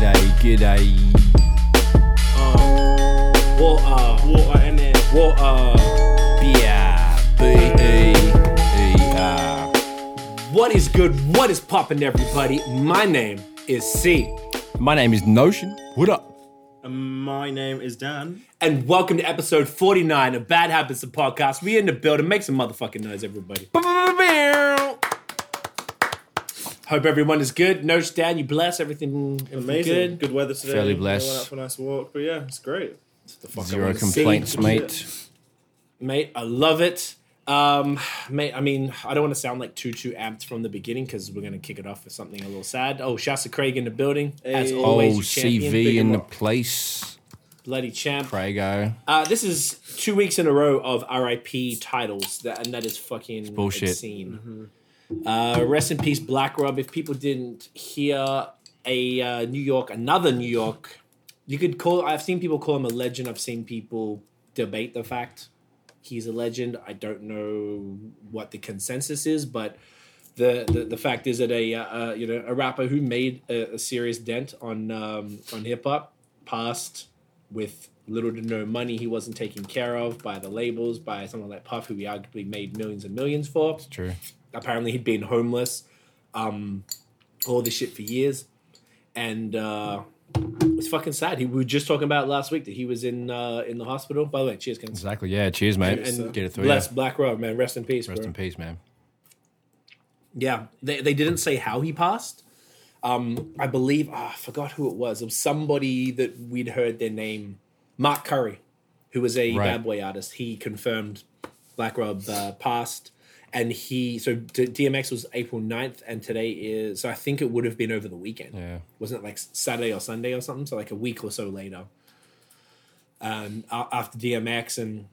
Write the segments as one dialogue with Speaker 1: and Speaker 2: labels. Speaker 1: G'day.
Speaker 2: Water,
Speaker 3: Water and then
Speaker 2: water.
Speaker 1: B-I- B-E-E-R.
Speaker 2: What is good? What is poppin', everybody? My name is C,
Speaker 1: My name is Notion. What up?
Speaker 3: and my name is Dan.
Speaker 2: and welcome to episode 49 of Bad Habits, the podcast. We in the building. Make some motherfucking noise, everybody. Hope everyone is good. No, Dan, you bless everything. everything
Speaker 3: Amazing. Good,
Speaker 2: Good.
Speaker 3: weather today.
Speaker 1: Fairly
Speaker 3: I
Speaker 1: blessed.
Speaker 3: Went out for a nice walk, but yeah, it's great.
Speaker 1: Zero
Speaker 2: see.
Speaker 1: complaints, mate.
Speaker 2: Mate, I love it. Um, mate, I mean, I don't want to sound like too, too amped from the beginning because we're going to kick it off with something a little sad. Oh, shouts to Craig in the building. As
Speaker 3: Hey.
Speaker 1: Oh,
Speaker 2: always, you champion.
Speaker 1: CV in the
Speaker 3: up.
Speaker 1: place.
Speaker 2: Bloody champ.
Speaker 1: Prego.
Speaker 2: Uh, this is two weeks in a row of RIP titles, that, and that is fucking
Speaker 1: bullshit.
Speaker 2: Obscene. Uh, rest in peace, Black Rob. If people didn't hear a uh, New York, another New York, you could call. I've seen people call him a legend. I've seen people debate the fact he's a legend. I don't know what the consensus is, but the, the, the fact is that a uh, uh, you know a rapper who made a, a serious dent on um, on hip hop passed with little to no money. He wasn't taken care of by the labels, by someone like Puff, who he arguably made millions and millions for.
Speaker 1: True.
Speaker 2: Apparently, he'd been homeless, um, all this shit for years, and uh, it's fucking sad. He, we were just talking about last week that he was in uh, in the hospital. By the way, cheers, guys.
Speaker 1: Exactly. Yeah. Cheers, mate.
Speaker 2: And- and
Speaker 1: Get it through.
Speaker 2: Bless
Speaker 1: yeah.
Speaker 2: Black Rob, man. Rest in peace.
Speaker 1: Rest
Speaker 2: bro.
Speaker 1: in peace, man.
Speaker 2: Yeah, they, they didn't say how he passed. Um, I believe ah, I forgot who it was. It was somebody that we'd heard their name, Mark Curry, who was a
Speaker 1: Right.
Speaker 2: bad boy artist. He confirmed Black Rob uh, passed, and he so D- DMX was April 9th, and today is so I think it would have been over the weekend.
Speaker 1: Yeah.
Speaker 2: Wasn't it like Saturday or Sunday or something? So like a week or so later, um, a- after DMX and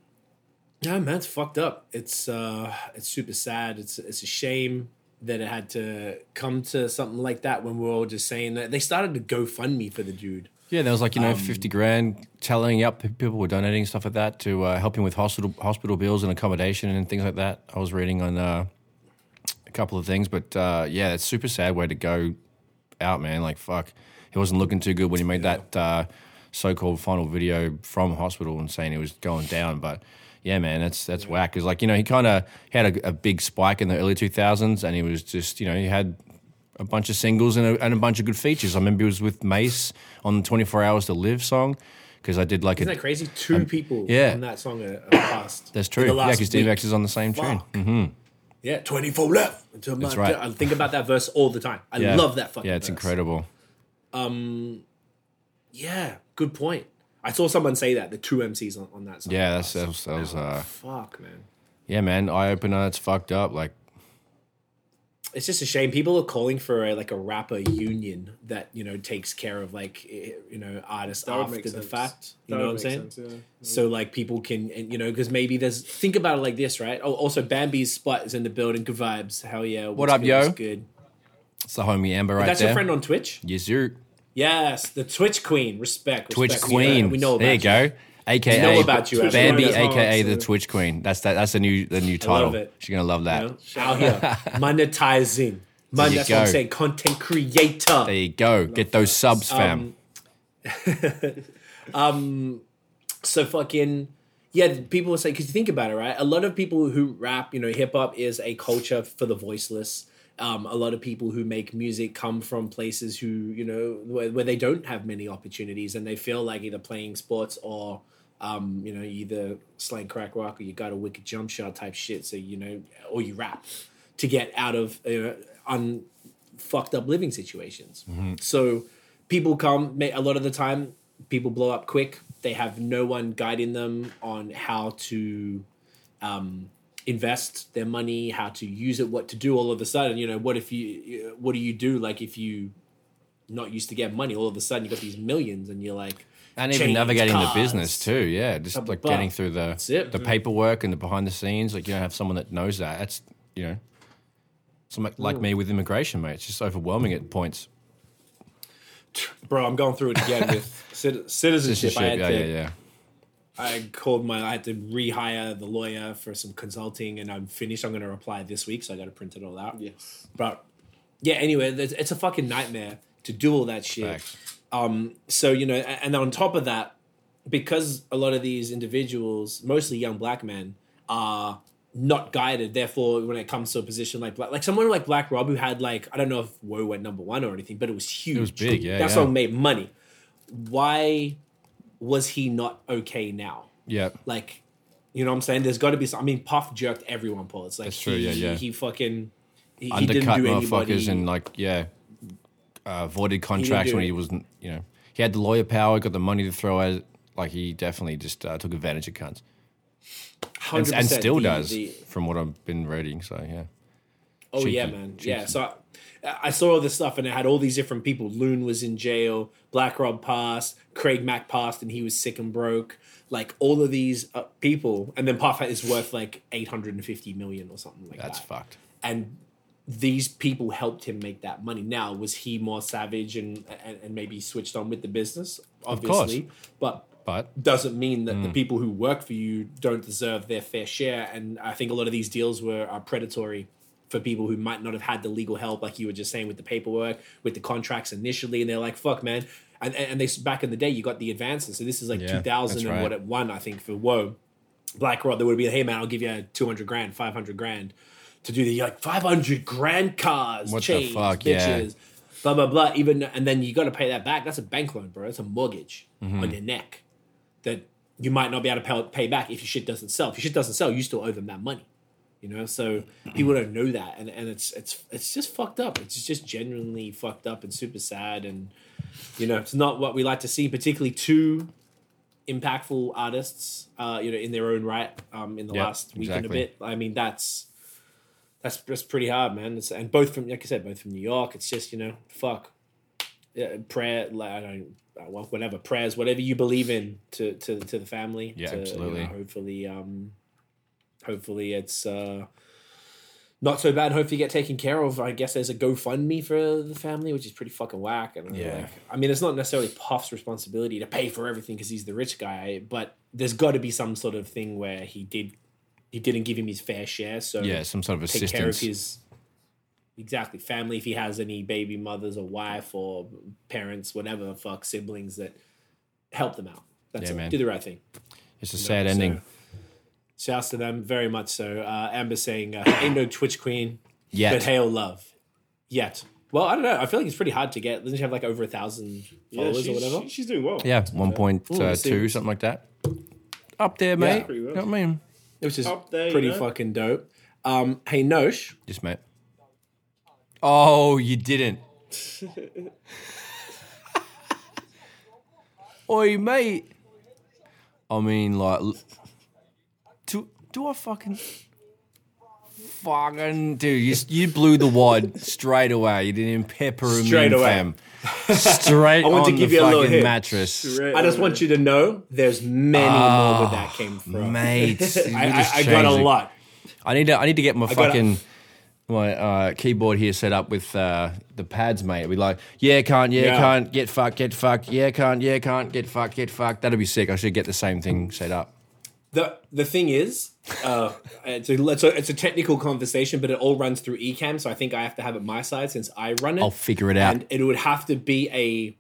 Speaker 2: yeah, man, it's fucked up. It's uh, it's super sad. It's it's a shame that it had to come to something like that when we're all just saying that they started to GoFundMe for the dude.
Speaker 1: Yeah, there was like you
Speaker 2: Um,
Speaker 1: know fifty grand telling up people were donating stuff like that to uh, helping with hospital hospital bills and accommodation and things like that. I was reading on uh, a couple of things, but uh, yeah, it's super sad way to go out, man. Like fuck, he wasn't looking too good when he made that uh, so-called final video from hospital and saying he was going down, but. Yeah, man, that's that's whack. Because like you know, he kind of had a, a big spike in the early two thousands, and he was just you know he had a bunch of singles and a, and a bunch of good features. I remember it was with Mace on the 24 Hours to Live song because I did like
Speaker 2: Isn't
Speaker 1: a.
Speaker 2: that crazy? Two people
Speaker 1: yeah.
Speaker 2: on that song are, are passed.
Speaker 1: That's
Speaker 2: in
Speaker 1: true.
Speaker 2: the
Speaker 1: Yeah,
Speaker 2: last
Speaker 1: because
Speaker 2: week.
Speaker 1: DMX is on the same tune.
Speaker 2: Fuck. Yeah, twenty four left. Until my
Speaker 1: Mm-hmm. right.
Speaker 2: I think about that verse all the time. I
Speaker 1: Yeah.
Speaker 2: love that fucking.
Speaker 1: Yeah, it's
Speaker 2: verse.
Speaker 1: incredible.
Speaker 2: Yeah, good point. I saw someone say that the two MCs on, on that song.
Speaker 1: Yeah, that's, that was. That was uh,
Speaker 2: Fuck, man.
Speaker 1: yeah, man, eye opener. It's fucked up. Like,
Speaker 2: it's just a shame people are calling for a like a rapper union that you know takes care of like i- you know artists
Speaker 3: That would
Speaker 2: after
Speaker 3: make
Speaker 2: the
Speaker 3: sense.
Speaker 2: fact you
Speaker 3: That
Speaker 2: know what
Speaker 3: would
Speaker 2: i'm
Speaker 3: make
Speaker 2: saying
Speaker 3: sense, yeah.
Speaker 2: so like people can and you know because maybe there's think about it like this right oh also bambi's spot is in the building good vibes hell yeah What's
Speaker 1: up,
Speaker 2: good,
Speaker 1: yo?
Speaker 2: what's good
Speaker 1: it's the homie Amber right
Speaker 2: that's
Speaker 1: there.
Speaker 2: your friend on twitch
Speaker 1: yes, sir.
Speaker 2: yes the twitch queen respect, respect.
Speaker 1: Twitch
Speaker 2: We know-
Speaker 1: Queen.
Speaker 2: we know about
Speaker 1: there you go. AKA
Speaker 2: We know about you, Amber.
Speaker 1: Bambi,
Speaker 3: Twitch Queen.
Speaker 1: AKA the
Speaker 3: Awesome.
Speaker 1: Twitch Queen. That's that. That's the new the new title.
Speaker 2: love it.
Speaker 1: She's gonna love that.
Speaker 2: you know? out here monetizing Mon-
Speaker 1: you
Speaker 2: that's what i'm
Speaker 1: go.
Speaker 2: saying content creator
Speaker 1: There you go. Get those subs, fam.
Speaker 2: Um, So fucking yeah, people will say because you think about it, right? A lot of people who rap, you know, hip hop is a culture for the voiceless. Um, a lot of people who make music come from places who you know where, where they don't have many opportunities, and they feel like either playing sports or um, you know you either slang crack rock or you got a wicked jump shot type shit. So you know, or you rap to get out of you know, un fucked up living situations.
Speaker 1: Mm-hmm.
Speaker 2: So people come ma- a lot of the time. People blow up quick. They have no one guiding them on how to um, invest their money, how to use it, what to do. All of a sudden, you know, what if you? uh, What do you do? Like if you not used to get money, all of a sudden you got these millions, and you're like,
Speaker 1: and even
Speaker 2: chains,
Speaker 1: navigating
Speaker 2: cars.
Speaker 1: the business too. Yeah, just like
Speaker 2: but
Speaker 1: getting through the
Speaker 2: it. Mm.
Speaker 1: the paperwork and the behind the scenes. Like you don't have someone that knows that. That's you know, some like me with immigration, mate. It's just overwhelming at points.
Speaker 2: bro, I'm going through it again with citi- citizenship. I had
Speaker 1: Citizenship, yeah,
Speaker 2: to
Speaker 1: yeah, yeah.
Speaker 2: I called my. I had to rehire the lawyer for some consulting, and I'm finished. I'm going to reply this week, so I got to print it all out.
Speaker 3: Yes.
Speaker 2: But yeah, anyway, there's- it's a fucking nightmare to do all that shit.
Speaker 1: Facts.
Speaker 2: Um, so you know, a- and on top of that, because a lot of these individuals, mostly young black men, are not guided. Therefore, when it comes to a position like black, like someone like Black Rob, who had like I don't know if Woe went number one or anything, but it was huge. It
Speaker 1: was big, yeah,
Speaker 2: That
Speaker 1: yeah.
Speaker 2: song made money. Why was he not okay now?
Speaker 1: Yeah.
Speaker 2: Like, you know what I'm saying? There's got to be. Some, I mean, Puff jerked everyone. Paul, it's like
Speaker 1: That's true,
Speaker 2: he-
Speaker 1: yeah,
Speaker 2: he-
Speaker 1: yeah.
Speaker 2: He fucking he, he didn't
Speaker 1: undercut
Speaker 2: do
Speaker 1: motherfuckers
Speaker 2: anybody.
Speaker 1: and like yeah, uh, voided contracts
Speaker 2: do
Speaker 1: when he
Speaker 2: it.
Speaker 1: wasn't. You know, he had the lawyer power, got the money to throw at it. Like he definitely just uh, took advantage of cunts, and,
Speaker 2: 100%
Speaker 1: and still
Speaker 2: the-
Speaker 1: does,
Speaker 2: the-
Speaker 1: from what I've been reading. So yeah,
Speaker 2: Oh yeah,
Speaker 1: Cheeky,
Speaker 2: man.
Speaker 1: cheeky.
Speaker 2: Yeah. So I, I saw all this stuff, and it had all these different people. Loon was in jail. Black Rob passed. Craig Mack passed, and he was sick and broke. Like all of these uh, people, and then Puff is worth like eight hundred and fifty million or something like
Speaker 1: that's
Speaker 2: that.
Speaker 1: fucked.
Speaker 2: And these people helped him make that money. Now, was he more savage and and, and maybe switched on with the business?
Speaker 1: course.
Speaker 2: Obviously, but
Speaker 1: But
Speaker 2: doesn't mean that
Speaker 1: Mm.
Speaker 2: the people who work for you don't deserve their fair share. And I think a lot of these deals were are predatory for people who might not have had the legal help, like you were just saying with the paperwork, with the contracts initially, and they're like, "Fuck, man." And and and they back in the day, you got the advances. So this is like
Speaker 1: Yeah,
Speaker 2: two thousand
Speaker 1: that's
Speaker 2: and
Speaker 1: right.
Speaker 2: what it won, I think, for Woe. Black Rod, they would be, "Hey, man, I'll give you two hundred grand, five hundred grand." To do the you're like five hundred grand cars,
Speaker 1: What the
Speaker 2: chains,
Speaker 1: fuck, yeah.
Speaker 2: bitches, blah blah blah. Even and then you got to pay that back. That's a bank loan, bro. That's a mortgage
Speaker 1: Mm-hmm.
Speaker 2: on your neck that you might not be able to pay, pay back if your shit doesn't sell. If your shit doesn't sell, you still owe them that money. You know, so people don't know that, and, and it's it's it's just fucked up. It's just genuinely fucked up and super sad, and you know, it's not what we like to see. Particularly two impactful artists, uh, you know, in their own right, um, in the
Speaker 1: Yeah,
Speaker 2: last week and a
Speaker 1: exactly.
Speaker 2: bit. I mean, that's that's that's pretty hard, man. It's, and both from, like I said, both from New York. It's just you know, fuck, yeah, prayer. Like, I don't, uh, well, whatever prayers, whatever you believe in, to to to the family.
Speaker 1: Yeah,
Speaker 2: to, you know,
Speaker 1: absolutely.
Speaker 2: hopefully, um, hopefully it's uh, not so bad. Hopefully, you get taken care of. I guess there's a GoFundMe for the family, which is pretty fucking whack. And
Speaker 1: Yeah.
Speaker 2: like, I mean, it's not necessarily Puff's responsibility to pay for everything because he's the rich guy, but there's got to be some sort of thing where he did. He didn't give him his fair share, so
Speaker 1: yeah, some sort of
Speaker 2: take care of
Speaker 1: assistance.
Speaker 2: his exactly family if he has any baby mothers or wife or parents whatever the fuck siblings that help them out that's
Speaker 1: Yeah,
Speaker 2: it
Speaker 1: man.
Speaker 2: do the right thing
Speaker 1: It's a sad
Speaker 2: So,
Speaker 1: ending.
Speaker 2: shouts to them very much so uh, amber saying uh, ain't no twitch queen but
Speaker 1: Yeah,
Speaker 2: hail love yet well i don't know i feel like it's pretty hard to get doesn't she have like over a thousand
Speaker 3: Yeah,
Speaker 2: followers or
Speaker 3: she's-
Speaker 2: whatever
Speaker 3: she- she's doing well.
Speaker 1: yeah, one point
Speaker 2: Ooh,
Speaker 1: uh,
Speaker 2: let's see.
Speaker 1: two, something like that. Up there, mate.
Speaker 3: pretty
Speaker 1: you
Speaker 3: well.
Speaker 1: know what I mean?
Speaker 2: which is
Speaker 3: Up there, you
Speaker 2: pretty
Speaker 3: know.
Speaker 2: fucking dope um, hey nosh
Speaker 1: Yes, mate. Oh, you didn't. Oi, mate. I mean, like, l- do do I fucking fucking dude? You you blew the wad straight away. You didn't even pepper him
Speaker 2: Straight
Speaker 1: in,
Speaker 2: away.
Speaker 1: fam. Straight
Speaker 2: wanted to
Speaker 1: on
Speaker 2: give
Speaker 1: the
Speaker 2: you a little
Speaker 1: fucking
Speaker 2: hit.
Speaker 1: mattress,
Speaker 3: Right,
Speaker 2: i just
Speaker 3: right,
Speaker 2: want you to know there's many more where that came from
Speaker 1: Ah, mate. you
Speaker 2: I, I,
Speaker 1: just
Speaker 2: I got a
Speaker 1: changed it.
Speaker 2: lot
Speaker 1: I need to I need to get my
Speaker 2: gotta-
Speaker 1: fucking my uh, keyboard here set up with uh, the pads, mate. We like yeah, can't yeah,
Speaker 2: Yeah.
Speaker 1: can't get fucked, get fucked, yeah, can't yeah, can't get fucked, get fucked. That'd be sick. I should get the same thing set up.
Speaker 2: the the thing is, uh, it's a it's a, it's a technical conversation, but it all runs through eCam, so I think I have to have it my side since I run it.
Speaker 1: I'll figure it out.
Speaker 2: And it would have to be a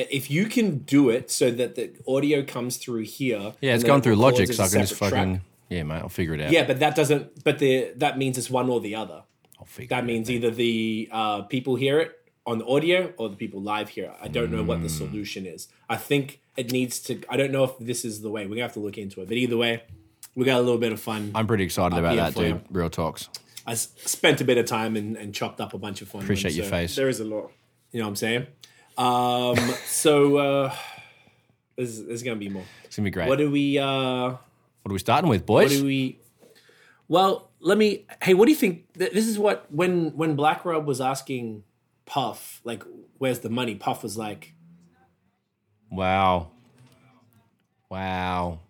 Speaker 2: if you can do it so that the audio comes through here.
Speaker 1: yeah,
Speaker 2: and
Speaker 1: it's
Speaker 2: then
Speaker 1: gone
Speaker 2: it
Speaker 1: through
Speaker 2: records
Speaker 1: Logic,
Speaker 2: as
Speaker 1: so
Speaker 2: a
Speaker 1: I can just
Speaker 2: separate
Speaker 1: fucking
Speaker 2: track.
Speaker 1: yeah, mate. I'll figure it out.
Speaker 2: Yeah, but that doesn't. But the that means it's one or the other.
Speaker 1: I'll figure it
Speaker 2: That
Speaker 1: out,
Speaker 2: means
Speaker 1: mate.
Speaker 2: either the uh, people hear it on the audio or the people live hear it. I don't know what the
Speaker 1: Hmm.
Speaker 2: solution is. I think it needs to. I don't know if this is the way. We're gonna have to look into it. But either way, we got a little bit of fun.
Speaker 1: I'm pretty excited
Speaker 2: I'll
Speaker 1: about
Speaker 2: be up
Speaker 1: that,
Speaker 2: for
Speaker 1: dude.
Speaker 2: you.
Speaker 1: Real talks.
Speaker 2: I s- spent a bit of time and, and chopped up a bunch of fun.
Speaker 1: Appreciate
Speaker 2: ones,
Speaker 1: your
Speaker 2: so-
Speaker 1: face.
Speaker 3: There is a lot.
Speaker 2: You know what I'm saying? Um, so uh, there's, there's gonna be more.
Speaker 1: It's gonna be great.
Speaker 2: What
Speaker 1: What,
Speaker 2: do we? Uh,
Speaker 1: are we starting with,
Speaker 2: what
Speaker 1: boys?
Speaker 2: do we? Well, let me. Hey, what do you think? th- This is what when when Black Rob was asking Puff like, "Where's the money?" Puff was like,
Speaker 1: wow, wow.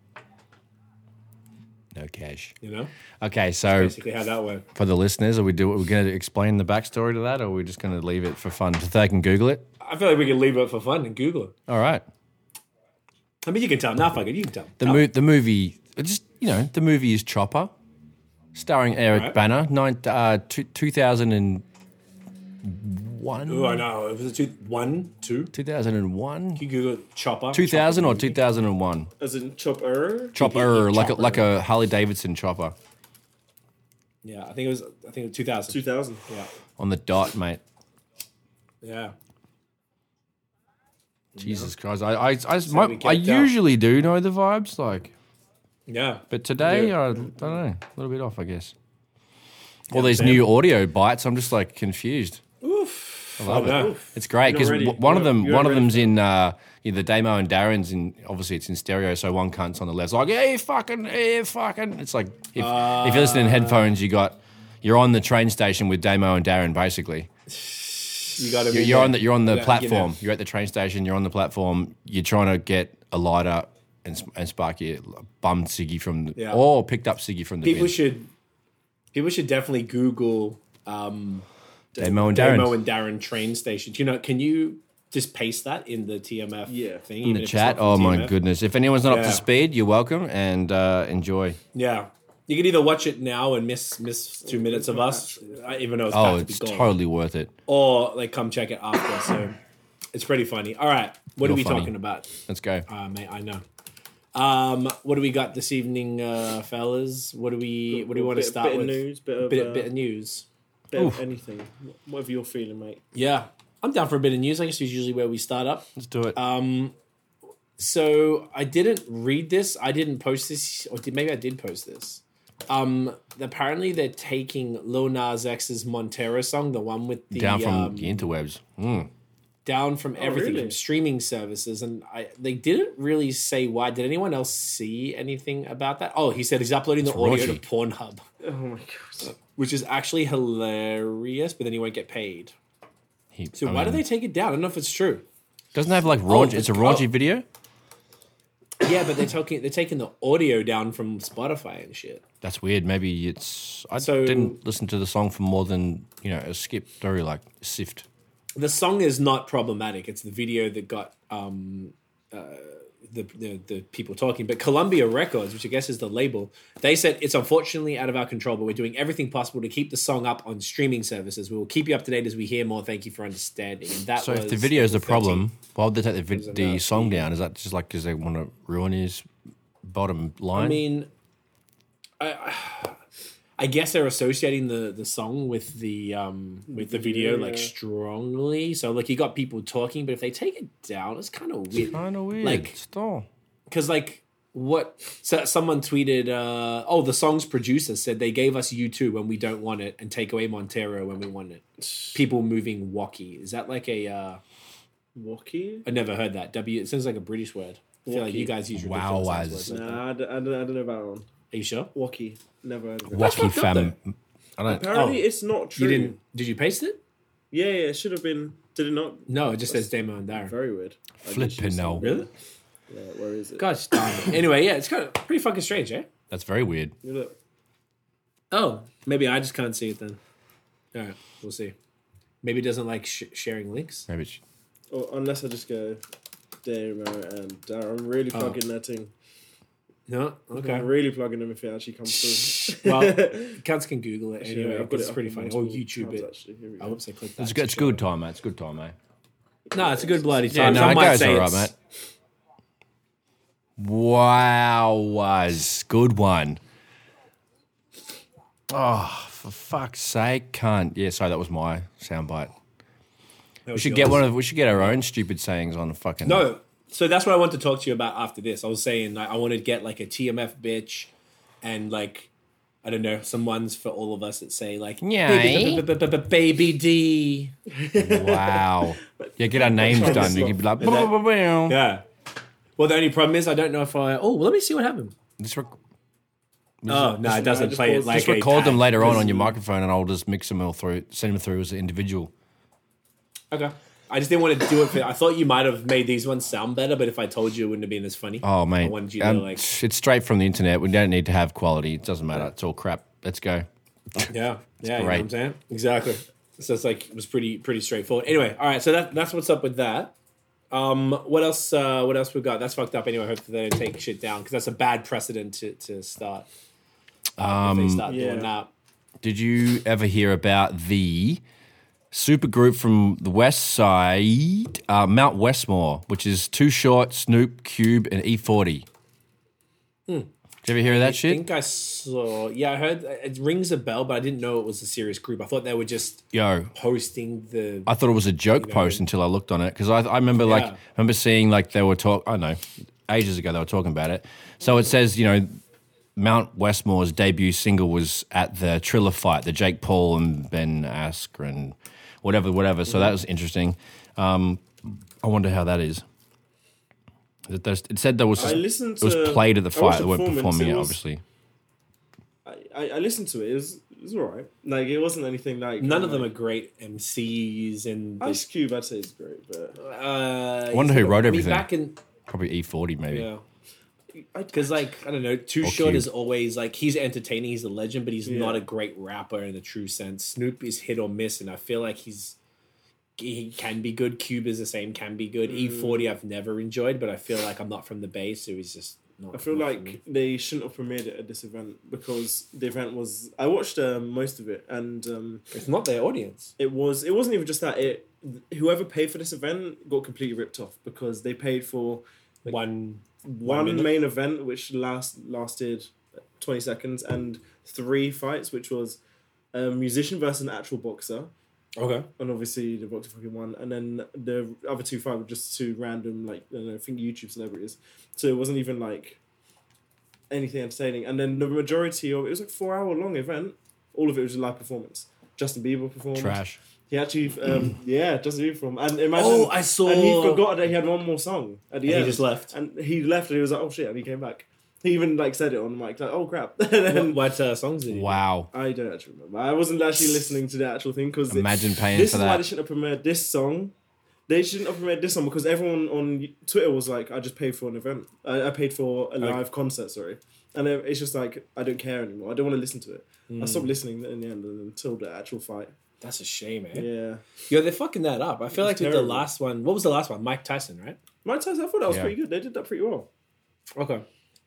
Speaker 1: No cash.
Speaker 2: you know,
Speaker 1: Okay, so
Speaker 2: basically how that went.
Speaker 1: for the listeners? Are we do? Are we going to explain the backstory to that, or are we just going to leave it for fun so they can Google it?
Speaker 2: I feel like we can leave it for fun and Google it.
Speaker 1: All right.
Speaker 2: I mean, you can tell. Nah, fuck it, you can tell.
Speaker 1: The mo- the movie, it just you know, the movie is Chopper, starring Eric
Speaker 2: Right.
Speaker 1: Banner, nine, uh, two, 2001 2001.
Speaker 2: Oh, I know. It was a two, one, two.
Speaker 1: 2001?
Speaker 2: You Google chopper.
Speaker 1: 2000 or 2001?
Speaker 3: As in chopper.
Speaker 1: Chopper, like a,
Speaker 2: Chopper.
Speaker 1: like a Harley Davidson chopper
Speaker 2: Yeah, I think it was. I think it was two thousand.
Speaker 3: Two thousand.
Speaker 2: Yeah,
Speaker 1: on the dot, mate.
Speaker 2: yeah.
Speaker 1: Jesus Christ. I I, I, my-
Speaker 2: we get
Speaker 1: I
Speaker 2: it down.
Speaker 1: usually do know the vibes, like,
Speaker 2: Yeah.
Speaker 1: but today, I don't know, a little bit off, I guess. All these new audio bites, I'm just like confused.
Speaker 2: Oof. I
Speaker 1: love it.
Speaker 2: know.
Speaker 1: It's great
Speaker 3: You're
Speaker 1: because
Speaker 3: ready.
Speaker 1: one of
Speaker 3: You're-
Speaker 1: them,
Speaker 3: you're
Speaker 1: one of
Speaker 3: ready.
Speaker 1: them's in uh, you know, the demo, and Darren's in. Obviously, it's in stereo, so one cunt's on the left, like hey, fucking, hey, fucking. It's like if, if you're listening in headphones, you got you're on the train station with Damo and Darren, basically.
Speaker 2: You got to.
Speaker 1: You're, you're on the you're on the
Speaker 2: Yeah,
Speaker 1: platform.
Speaker 2: you know.
Speaker 1: You're at the train station. You're on the platform. You're trying to get a lighter and s- and spark your bum ciggy from the,
Speaker 2: Yeah.
Speaker 1: or picked up ciggy from the
Speaker 2: People
Speaker 1: bin.
Speaker 2: should. People should definitely Google um,
Speaker 1: Damo and Darren.
Speaker 2: Demo and Darren train station. Do you know? Can you just paste that in the TMF?
Speaker 3: Yeah.
Speaker 2: Thing
Speaker 1: in the chat. Oh my goodness! If anyone's not up to
Speaker 2: Yeah.
Speaker 1: speed, you're welcome and uh, enjoy.
Speaker 2: Yeah. You can either watch it now and miss miss two minutes of us, uh, even though it's
Speaker 1: Oh,
Speaker 2: about
Speaker 1: it's
Speaker 2: to be gone,
Speaker 1: totally worth it.
Speaker 2: or like come check it after. So it's pretty funny. All right, what
Speaker 1: You're
Speaker 2: are we
Speaker 1: funny.
Speaker 2: talking about?
Speaker 1: Let's go.
Speaker 2: Uh, mate, I know. Um, what do we got this evening, uh, fellas? What do we What do we want to
Speaker 3: Bit-
Speaker 2: start
Speaker 3: bit
Speaker 2: with?
Speaker 3: Of news, bit of,
Speaker 2: Bit,
Speaker 3: uh,
Speaker 2: bit of news.
Speaker 3: bit of anything. Whatever you're feeling, mate.
Speaker 2: Yeah, I'm down for a bit of news. I guess is usually where we start up.
Speaker 1: Let's do it.
Speaker 2: Um, so I didn't read this. I didn't post this, or did, maybe I did post this. Um, apparently they're taking Lil Nas X's Montero song, the one with the
Speaker 1: down from
Speaker 2: um,
Speaker 1: the interwebs. Mm.
Speaker 2: down from everything
Speaker 3: Oh, really?
Speaker 2: from streaming services and I they didn't really say why did anyone else see anything about that oh he said he's uploading the audio to
Speaker 1: raunchy.
Speaker 2: Pornhub
Speaker 3: Oh my god.
Speaker 2: which is actually hilarious but then he won't get paid
Speaker 1: He,
Speaker 2: so why do they Oh, take it down I don't know if it's true
Speaker 1: Doesn't it have like raunch.
Speaker 2: the
Speaker 1: it's a
Speaker 2: pro-
Speaker 1: raunchy video.
Speaker 2: yeah but they're taking they're taking the audio down from Spotify and shit
Speaker 1: That's weird. Maybe it's. I
Speaker 2: So-
Speaker 1: didn't listen to the song for more than you know a skip through, like sift.
Speaker 2: the song is not problematic it's the video that got um uh, the, the the people talking, but Columbia Records, which I guess is the label, they said it's unfortunately out of our control, but we're doing everything possible to keep the song up on streaming services. We will keep you up to date as we hear more. Thank you for understanding. And that
Speaker 1: So
Speaker 2: was
Speaker 1: if the video is the
Speaker 2: 13.
Speaker 1: problem, why would they take the, vid- the
Speaker 2: about-
Speaker 1: song down? Is that just like because they want to ruin his bottom line?
Speaker 2: I mean, I I guess they're associating the the song with the um with the video like
Speaker 3: Yeah.
Speaker 2: strongly. So like you got people talking, but if they take it down, it's kind of weird.
Speaker 1: kind of weird.
Speaker 2: like-
Speaker 1: still.
Speaker 2: because like what so someone tweeted uh oh the song's producer said they gave us u2 when we don't want it and take away montero when we want it people moving walkie is that like a uh
Speaker 3: Walkie?
Speaker 2: i never heard that w it sounds like a british word i feel like
Speaker 3: Walkie.
Speaker 2: you guys use ridiculous
Speaker 1: Wow,
Speaker 2: ass
Speaker 1: wise.
Speaker 2: words like that.
Speaker 3: Nah, I don't, I, don't, I don't know about that one.
Speaker 2: are you sure
Speaker 3: Walkie. Never heard of it.
Speaker 1: Wacky
Speaker 2: fucked up,
Speaker 1: fam. I don't.
Speaker 3: Apparently, it's not
Speaker 2: Oh. you
Speaker 3: true.
Speaker 2: didn't did you paste it
Speaker 3: Yeah, yeah, it should have been. Did it not?
Speaker 2: no it just says demo and darren
Speaker 3: Very weird. I did
Speaker 1: Flippin'
Speaker 3: choose
Speaker 1: hell.
Speaker 3: it.
Speaker 2: really
Speaker 3: Yeah, where is it?
Speaker 2: gosh darn it. anyway yeah it's kind of pretty fucking strange eh
Speaker 1: That's very weird.
Speaker 3: You look.
Speaker 2: oh maybe i just can't see it then all right we'll see maybe it doesn't like sh- sharing links
Speaker 1: Maybe it's,
Speaker 3: Or unless I just go Damo and Darren. um, I'm really
Speaker 2: Oh.
Speaker 3: plugging that thing.
Speaker 2: no okay
Speaker 3: I'm really plugging them if it actually comes through.
Speaker 2: Well, cunts can Google it anyway.
Speaker 3: Yeah, I've got
Speaker 2: it's
Speaker 3: it up
Speaker 2: pretty
Speaker 3: on
Speaker 2: funny. Or
Speaker 3: multiple
Speaker 2: YouTube
Speaker 3: tabs,
Speaker 2: it.
Speaker 3: Actually. Here we
Speaker 2: I
Speaker 3: go.
Speaker 2: hope they click that.
Speaker 1: it's, good, it's good time, mate. It's good time, mate.
Speaker 2: No, it's a good bloody
Speaker 1: Yeah,
Speaker 2: time.
Speaker 1: no,
Speaker 2: I
Speaker 1: it
Speaker 2: might
Speaker 1: goes
Speaker 2: say
Speaker 1: all right,
Speaker 2: it's-
Speaker 1: mate. Wow, was good one. Oh, for fuck's sake, cunt! Yeah, sorry, that was my soundbite.
Speaker 2: that
Speaker 1: We
Speaker 2: was
Speaker 1: should get
Speaker 2: yours.
Speaker 1: one of. We should get our own stupid sayings on a fucking.
Speaker 2: No, so that's what I want to talk to you about after this. I was saying like, I want to get like a TMF bitch, and like I don't know some ones for all of us that say like
Speaker 1: Yeah,
Speaker 2: baby, b- b- b- baby D.
Speaker 1: Wow. yeah, get our names
Speaker 3: Try
Speaker 1: done.
Speaker 3: this
Speaker 1: You
Speaker 3: one.
Speaker 1: could be like. "Bow, bow, bow, bow."
Speaker 2: Yeah. Well, the only problem is I don't know if I. Oh, well, let me see what happened.
Speaker 1: Just, rec-
Speaker 2: Oh no, it doesn't
Speaker 3: just
Speaker 2: play it
Speaker 3: pause-
Speaker 2: like
Speaker 3: just
Speaker 1: just record
Speaker 2: a
Speaker 1: them
Speaker 2: tag.
Speaker 1: later on on your microphone, and I'll just mix them all through. Send them through as an individual.
Speaker 2: Okay. I just didn't want to do it. For, I thought you might have made these ones sound better, but if I told you, it wouldn't have been as funny.
Speaker 1: Oh
Speaker 2: I
Speaker 1: mate,
Speaker 2: wanted you
Speaker 1: Um,
Speaker 2: to like,
Speaker 1: it's straight from the internet. We don't need to have quality. It doesn't matter. It's all crap. Let's go.
Speaker 2: yeah, yeah, you know
Speaker 1: great.
Speaker 2: what I'm saying exactly. So it's like it was pretty pretty straightforward. Anyway, all right. So that that's what's up with that. Um, what else? Uh, what else we got? That's fucked up. Anyway, hopefully they don't take shit down because that's a bad precedent to to start. Um, if they start
Speaker 3: yeah.
Speaker 2: doing that.
Speaker 1: Did you ever hear about the super group from the West Side, uh, Mount Westmore, which is Too Short, Snoop, Cube, and E40. Did you ever hear of
Speaker 2: Hmm.
Speaker 1: that
Speaker 2: I
Speaker 1: shit?
Speaker 2: think I saw. Yeah, I heard it rings a bell, but I didn't know it was a serious group. I thought they were just
Speaker 1: Yo,
Speaker 2: posting the.
Speaker 1: I thought it was a joke post until I looked on it because I, I remember like
Speaker 2: Yeah.
Speaker 1: remember seeing like they were talk I don't know ages ago they were talking about it. So it says you know Mount Westmore's debut single was at the Triller fight, the Jake Paul and Ben Askren, whatever, whatever. So that was interesting. Um, I wonder how that is. It there's- it said there was
Speaker 3: I listened
Speaker 1: it was
Speaker 3: to-
Speaker 1: played at the
Speaker 3: I watched
Speaker 1: fight. They
Speaker 3: the
Speaker 1: weren't
Speaker 3: performance.
Speaker 1: performing
Speaker 3: It
Speaker 1: it,
Speaker 3: was-
Speaker 1: obviously.
Speaker 3: I, I listened to it. It was, it was all right. Like it wasn't anything like
Speaker 2: None of them are
Speaker 3: like,
Speaker 2: great MCs and.
Speaker 3: Ice Cube. I'd say is great, but
Speaker 2: uh,
Speaker 1: wonder who wrote
Speaker 2: I mean,
Speaker 1: everything.
Speaker 2: Back in
Speaker 1: Probably E forty maybe.
Speaker 2: yeah,
Speaker 3: I,
Speaker 2: because like I don't know, Too
Speaker 1: Or
Speaker 2: Short
Speaker 1: Cube.
Speaker 2: is always like he's entertaining, he's a legend, but he's
Speaker 3: Yeah.
Speaker 2: not a great rapper in the true sense. Snoop is hit or miss, and I feel like he's he can be good. Cube is the same, can be
Speaker 3: Mm.
Speaker 2: good. E forty I've never enjoyed, but I feel like I'm not from the Bay, so he's just not.
Speaker 3: I feel
Speaker 2: not for me.
Speaker 3: like they shouldn't have premiered it at this event because the event was. I watched um, most of it, and um,
Speaker 2: it's not their audience.
Speaker 3: it was. It wasn't even just that. It whoever paid for this event got completely ripped off because they paid for
Speaker 2: One
Speaker 3: one
Speaker 2: minute.
Speaker 3: main event which last lasted twenty seconds and three fights, which was a musician versus an actual boxer,
Speaker 2: okay,
Speaker 3: and obviously the boxer fucking won, and then the other two fights were just two random like I, don't know, I think YouTube celebrities, so it wasn't even like anything entertaining. And then the majority of it was like four hour long event. All of it was a live performance. Justin Bieber performed.
Speaker 1: Trash.
Speaker 3: He actually, um, yeah, Justin Bieber performed. And imagine,
Speaker 2: Oh, I saw-
Speaker 3: And he forgot that he had one more song at the
Speaker 2: And he
Speaker 3: end.
Speaker 2: just left.
Speaker 3: and he left, and he was like, "Oh shit!" And he came back. He even like said it on the mic, like, "Oh crap." and
Speaker 2: what,
Speaker 3: then,
Speaker 2: what uh, songs did he? do?
Speaker 1: Wow.
Speaker 3: I don't actually remember. I wasn't actually listening to the actual thing because
Speaker 1: Imagine paying
Speaker 3: this
Speaker 1: for
Speaker 3: is why
Speaker 1: that.
Speaker 3: they shouldn't have premiered this song. They shouldn't have premiered this song because everyone on Twitter was like, "I just paid for an event. I, I paid for a live concert." Sorry, and it- it's just like I don't care anymore. I don't want to listen to it.
Speaker 2: Hmm.
Speaker 3: I stopped listening in the end until the actual fight.
Speaker 2: That's a shame, man.
Speaker 3: Yeah,
Speaker 2: Yo, they're fucking that up. I feel like with the
Speaker 3: terrible.
Speaker 2: last one, what was the last one? Mike Tyson, right?
Speaker 3: Mike Tyson. I thought that was
Speaker 1: Yeah.
Speaker 3: pretty good. They did that pretty well.
Speaker 2: Okay.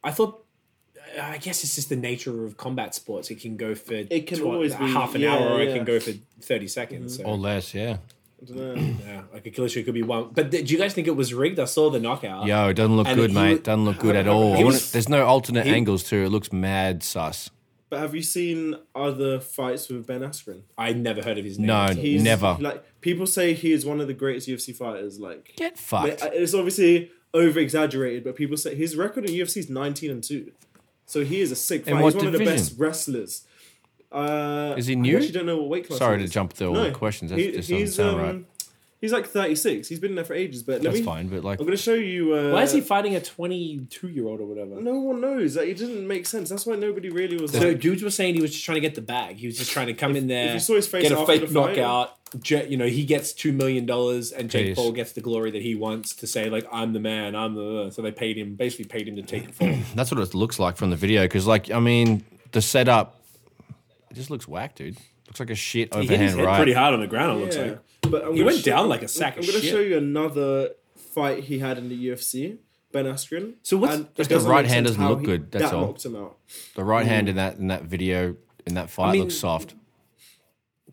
Speaker 2: I thought. I guess it's just the nature of combat sports. It can go for
Speaker 3: It can always be-
Speaker 2: half an
Speaker 3: yeah,
Speaker 2: hour, or it
Speaker 3: yeah. Mm-hmm.
Speaker 2: can go for thirty seconds. So
Speaker 1: Or less, yeah.
Speaker 3: I don't know.
Speaker 2: yeah, like a killer shoot could be one. But th- do you guys think it was rigged? I saw the knockout.
Speaker 1: Yo, it doesn't look
Speaker 2: And
Speaker 1: good,
Speaker 2: he
Speaker 1: mate.
Speaker 2: was-
Speaker 1: doesn't look good at all. I
Speaker 2: he
Speaker 1: wanna-
Speaker 2: was-
Speaker 1: there's no alternate angles too. It looks mad sus.
Speaker 3: But have you seen other fights with Ben Askren?
Speaker 2: I never heard of his name.
Speaker 1: No,
Speaker 2: until-
Speaker 1: he- Never.
Speaker 3: Like people say, he is one of the greatest UFC fighters. Like
Speaker 1: Get fucked.
Speaker 3: it's obviously over exaggerated, but people say his record in UFC is nineteen and two. So he is a sick
Speaker 1: In
Speaker 3: fighter.
Speaker 1: what
Speaker 3: He's one of the
Speaker 1: division?
Speaker 3: best wrestlers. Uh,
Speaker 1: Is he
Speaker 3: I
Speaker 1: new?
Speaker 3: actually don't know what weight class.
Speaker 1: Sorry
Speaker 3: he
Speaker 1: to
Speaker 3: is.
Speaker 1: jump through all the questions. That just doesn't
Speaker 3: he's,
Speaker 2: um,
Speaker 3: um,
Speaker 1: sound right.
Speaker 3: He's like thirty six. He's been there for ages. But let
Speaker 1: That's
Speaker 3: me.
Speaker 1: fine, but like,
Speaker 3: I'm gonna show you. Uh,
Speaker 2: Why is he fighting a twenty-two-year-old or whatever?
Speaker 3: No one knows. Like, it didn't make sense. That's why nobody really was.
Speaker 2: So
Speaker 3: like,
Speaker 2: dudes were saying he was just trying to get the bag. He was just trying to come in there,
Speaker 3: you saw his face
Speaker 2: get a
Speaker 3: after
Speaker 2: fake
Speaker 3: the fight-
Speaker 2: knockout. Ja- you know, he gets two million dollars, and Jake
Speaker 1: Jeez.
Speaker 2: Paul gets the glory that he wants to say like I'm the man, I'm the. So they paid him, basically paid him to take it for.
Speaker 1: that's what it looks like from the video. Because, like, I mean, the setup, it just looks whack, dude. Looks like a shit
Speaker 2: he hit his
Speaker 1: overhand
Speaker 2: head
Speaker 1: right.
Speaker 2: pretty hard on the ground. It looks
Speaker 3: Yeah,
Speaker 2: like
Speaker 3: but I'm
Speaker 2: He
Speaker 3: gonna
Speaker 2: went
Speaker 3: show-
Speaker 2: down like a sack
Speaker 3: I'm
Speaker 2: of
Speaker 3: gonna
Speaker 2: shit.
Speaker 3: show you another fight he had in the UFC. Ben Askren.
Speaker 2: So what's-
Speaker 3: And it
Speaker 1: Just the
Speaker 3: doesn't
Speaker 1: right
Speaker 3: make
Speaker 1: hand
Speaker 3: sense
Speaker 1: doesn't
Speaker 3: how
Speaker 1: look
Speaker 3: he-
Speaker 1: good, that's
Speaker 3: that
Speaker 1: all.
Speaker 3: knocked him out.
Speaker 1: The right hand in that in that video in that fight
Speaker 2: mean-
Speaker 1: looks soft.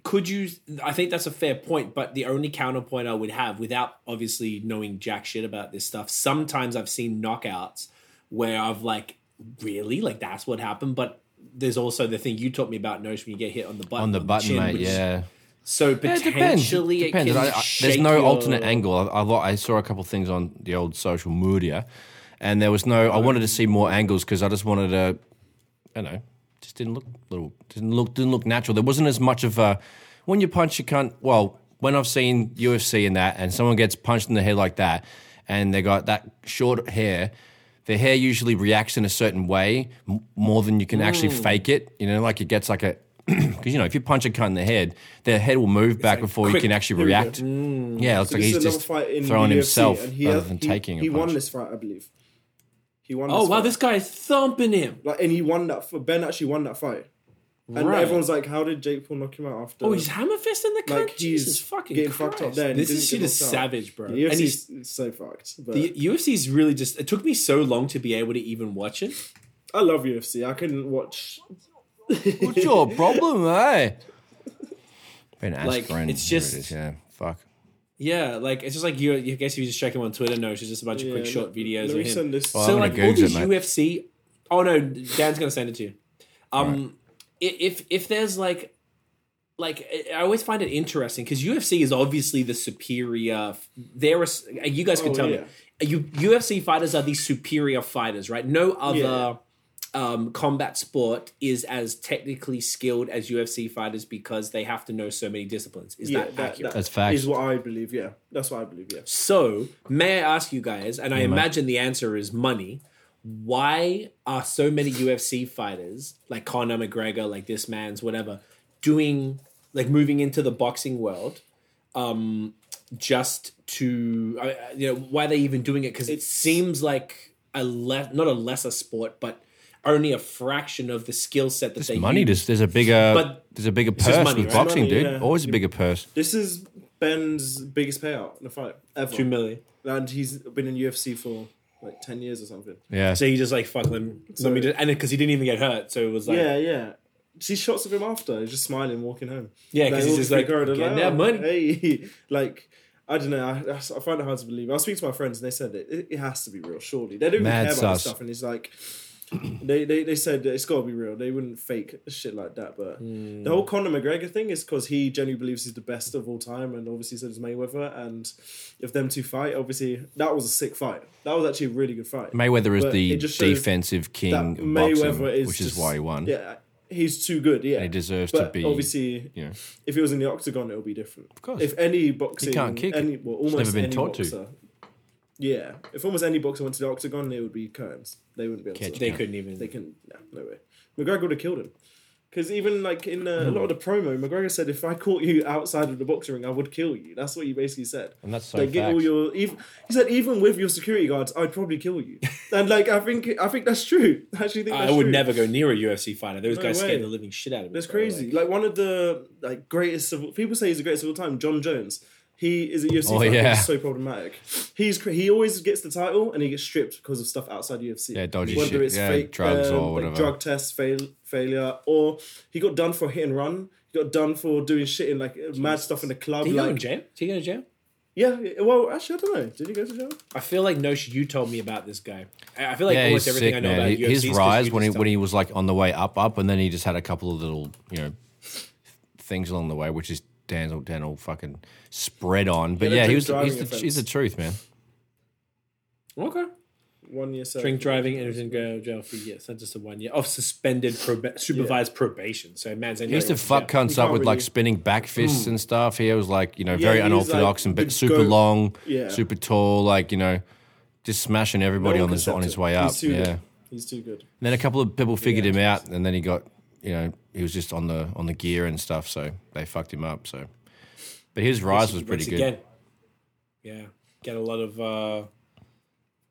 Speaker 2: could you i think that's a fair point but the only counterpoint i would have without obviously knowing jack shit about this stuff sometimes i've seen knockouts where i've like really like that's what happened but there's also the thing you taught me about nose when you get hit on the button
Speaker 1: On the button,
Speaker 2: chin,
Speaker 1: mate.
Speaker 2: which-
Speaker 1: Yeah.
Speaker 2: so
Speaker 1: Yeah, it depends. It
Speaker 2: potentially it
Speaker 1: depends.
Speaker 2: can
Speaker 1: I- I- there's
Speaker 2: shake
Speaker 1: no
Speaker 2: your-
Speaker 1: alternate angle. I, I, lo- I saw a couple things on the old social media, and there was no. I wanted to see more angles because I just wanted to. I don't know. Just didn't look little. Didn't look. Didn't look natural. There wasn't as much of a. When you punch a cunt, well, when I've seen UFC and that, and someone gets punched in the head like that, and they got that short hair. Their hair usually reacts in a certain way m- more than you can actually
Speaker 3: Mm.
Speaker 1: fake it. You know, like it gets like a because you know if you punch a cunt in the head, their head will move back before you
Speaker 2: quick,
Speaker 1: can actually
Speaker 3: here we go.
Speaker 1: react. Yeah, it looks
Speaker 3: So
Speaker 1: like
Speaker 3: this
Speaker 1: he's
Speaker 3: is another
Speaker 1: just
Speaker 3: fight in
Speaker 1: throwing
Speaker 3: the UFC,
Speaker 1: himself
Speaker 3: and he
Speaker 1: rather
Speaker 3: has-
Speaker 1: than
Speaker 3: he-
Speaker 1: taking a
Speaker 3: He
Speaker 1: punch.
Speaker 3: won this fight, I believe. He won.
Speaker 2: oh
Speaker 3: this
Speaker 2: wow
Speaker 3: fight.
Speaker 2: this guy's thumping him
Speaker 3: Like, and he won that. For, ben actually won that fight, and
Speaker 2: Right.
Speaker 3: everyone's like, "How did Jake Paul knock him out after?"
Speaker 2: oh he's hammer fisting the cunt
Speaker 3: Like, he's
Speaker 2: jesus fucking
Speaker 3: getting
Speaker 2: Christ.
Speaker 3: fucked up there and
Speaker 2: this
Speaker 3: he
Speaker 2: is shit
Speaker 3: didn't get
Speaker 2: is
Speaker 3: knocked out.
Speaker 2: savage bro
Speaker 3: The
Speaker 2: and he's
Speaker 3: UFC is so fucked. But
Speaker 2: the UFC's really just it took me so long to be able to even watch it.
Speaker 3: I love UFC. I couldn't watch.
Speaker 1: What's your problem, eh? Been
Speaker 2: Like,
Speaker 1: aspirin.
Speaker 2: it's
Speaker 1: whatever
Speaker 2: just-
Speaker 1: it is, yeah. Fuck.
Speaker 2: Yeah, like it's just like you. I guess if you just check him on Twitter, no, it's just a bunch of quick
Speaker 3: Yeah,
Speaker 2: short
Speaker 3: let-
Speaker 2: videos
Speaker 3: Let
Speaker 2: of
Speaker 3: me
Speaker 2: him.
Speaker 3: send this.
Speaker 1: Well,
Speaker 2: so
Speaker 1: I'm gonna
Speaker 2: like all
Speaker 1: Google it,
Speaker 2: these
Speaker 1: mate.
Speaker 2: UFC. Oh no, Dan's gonna send it to you. Um, i- if if there's like, like I- I always find it interesting because UFC is obviously the superior. There is uh, you guys can
Speaker 3: Oh,
Speaker 2: tell
Speaker 3: yeah.
Speaker 2: me, you UFC fighters are the superior fighters, right? No other.
Speaker 3: Yeah.
Speaker 2: Um, combat sport is as technically skilled as UFC fighters because they have to know so many disciplines. Is
Speaker 3: yeah,
Speaker 2: that,
Speaker 3: that,
Speaker 2: accurate?
Speaker 3: that
Speaker 1: That's facts.
Speaker 3: Is what I believe. Yeah, that's what I believe. Yeah.
Speaker 2: So, may I ask you guys, and I imagine the answer is money. Why are so many UFC fighters, like Conor McGregor, like this man's, whatever, doing like moving into the boxing world, um, just to I- I- you know why are they even doing it? Because it
Speaker 3: It's-
Speaker 2: seems like a le- not a lesser sport, but only a fraction of the skill set that they
Speaker 1: Money.
Speaker 2: use.
Speaker 1: There's there's a bigger
Speaker 2: But
Speaker 1: there's a bigger
Speaker 2: just
Speaker 1: purse
Speaker 2: money,
Speaker 1: with
Speaker 2: right?
Speaker 1: boxing,
Speaker 3: Money,
Speaker 1: dude.
Speaker 3: yeah.
Speaker 1: Always a bigger purse.
Speaker 3: This is Ben's biggest payout in a fight ever,
Speaker 2: two million.
Speaker 3: and he's been in UFC for like ten years or something.
Speaker 1: Yeah.
Speaker 2: So he just like fuck them. So,
Speaker 3: So-
Speaker 2: me just, and because he didn't even get hurt, so it was like
Speaker 3: Yeah, yeah. See shots of him after, he's just smiling, walking home.
Speaker 2: Yeah, 'cause he's
Speaker 3: all
Speaker 2: just
Speaker 3: through the
Speaker 2: like,
Speaker 3: corridor,
Speaker 2: "Getting that
Speaker 3: "Oh,
Speaker 2: money."
Speaker 3: Hey, like I don't know. I, I s- I find it hard to believe. I speak to my friends and they said it. It, it has to be real, surely. They don't even
Speaker 1: Mad
Speaker 3: care about this
Speaker 1: sus.
Speaker 3: stuff, and it's like. They, they they said that it's got to be real. They wouldn't fake shit like that. But
Speaker 2: Hmm.
Speaker 3: the whole Conor McGregor thing is because he genuinely believes he's the best of all time, and obviously so does Mayweather. And if them two fight, obviously that was a sick fight. That was actually a really good fight.
Speaker 1: Mayweather is
Speaker 3: But
Speaker 1: the
Speaker 3: it just shows
Speaker 1: defensive king
Speaker 3: that
Speaker 1: of boxing,
Speaker 3: Mayweather is
Speaker 1: which is
Speaker 3: just-
Speaker 1: why he won.
Speaker 3: Yeah, he's too good. Yeah,
Speaker 1: He deserves
Speaker 3: but
Speaker 1: to be.
Speaker 3: Obviously,
Speaker 1: you know.
Speaker 3: if he was in the octagon, it would be different. Of
Speaker 1: course.
Speaker 3: if any boxing,
Speaker 1: He can't kick.
Speaker 3: Any, well, almost
Speaker 1: never been
Speaker 3: any
Speaker 1: taught to.
Speaker 3: boxer, Yeah, if almost any boxer went to the octagon, it would be curtains. They wouldn't be able
Speaker 1: Catch
Speaker 3: to.
Speaker 2: they couldn't
Speaker 1: Mm.
Speaker 2: even.
Speaker 3: They can. No, no way. McGregor would have killed him. Because even like in uh, a lot of the promo, McGregor said, "If I caught you outside of the boxing ring, I would kill you." That's what he basically said.
Speaker 1: And that's so
Speaker 3: like, get all
Speaker 1: facts.
Speaker 3: your. Even, he said, "Even with your security guards, I'd probably kill you." and like, I think I think that's true. I actually think
Speaker 2: I
Speaker 3: that's
Speaker 2: would
Speaker 3: true.
Speaker 2: never go near a UFC fighter. Those
Speaker 3: No
Speaker 2: guys scared
Speaker 3: way.
Speaker 2: the living shit out of me.
Speaker 3: That's
Speaker 2: bro.
Speaker 3: crazy.
Speaker 2: Like,
Speaker 3: Like one of the like greatest of people say he's the greatest of all time. John Jones. He is a UFC
Speaker 1: Oh,
Speaker 3: fighter.
Speaker 1: yeah.
Speaker 3: He's so problematic. He's cra- he always gets the title and he gets stripped because of stuff outside UFC.
Speaker 1: Yeah, dodgy
Speaker 3: Whether
Speaker 1: shit.
Speaker 3: it's
Speaker 1: Yeah,
Speaker 3: fake
Speaker 1: drugs or
Speaker 3: um, like,
Speaker 1: whatever.
Speaker 3: drug test fail, failure, or he got done for hit and run. He got done for doing shit in like mad stuff in the club.
Speaker 2: did he go
Speaker 3: like,
Speaker 2: to jail? Did he go to jail?
Speaker 3: yeah, yeah, well, actually, I don't know. Did he go to jail?
Speaker 2: I feel like no. You told me about this guy. I I feel like
Speaker 1: Yeah,
Speaker 2: almost
Speaker 1: he's
Speaker 2: everything
Speaker 1: sick,
Speaker 2: I know
Speaker 1: man.
Speaker 2: about
Speaker 1: He-
Speaker 2: UFC is
Speaker 1: His
Speaker 2: 'cause
Speaker 1: rise
Speaker 2: you
Speaker 1: when he
Speaker 2: just
Speaker 1: when he was like on the way up, up, and then he just had a couple of little you know things along the way, which is Dan's all, Dan all fucking spread on. But
Speaker 3: Yeah,
Speaker 1: yeah, he
Speaker 3: drink
Speaker 1: was he's
Speaker 3: driving
Speaker 1: the,
Speaker 3: offense.
Speaker 1: he's the truth, man.
Speaker 2: tell- okay.
Speaker 3: One year. So
Speaker 2: Drink driving and was in go- jail for a year, sentenced to one year of suspended proba- supervised probation. So man's
Speaker 1: He used to fuck cunts
Speaker 3: You
Speaker 1: up
Speaker 3: can't
Speaker 1: with like
Speaker 3: really- Hmm.
Speaker 1: spinning back fists and stuff. He was like, you know, very
Speaker 3: he was,
Speaker 1: unorthodox
Speaker 3: like,
Speaker 1: and
Speaker 3: the
Speaker 1: but super
Speaker 3: goat.
Speaker 1: long,
Speaker 3: Yeah.
Speaker 1: super tall, like you know, just smashing everybody
Speaker 3: No
Speaker 1: on
Speaker 3: one
Speaker 1: his
Speaker 3: can
Speaker 1: on
Speaker 3: accept
Speaker 1: his
Speaker 3: it.
Speaker 1: way up.
Speaker 3: He's too
Speaker 1: Yeah.
Speaker 3: good. He's too good.
Speaker 1: And then a couple of people figured him out, and then he got, you know, he was just on the on the gear and stuff. So they fucked him up. So, but his rise was pretty
Speaker 2: Once
Speaker 1: good.
Speaker 2: again, yeah, get a lot of uh,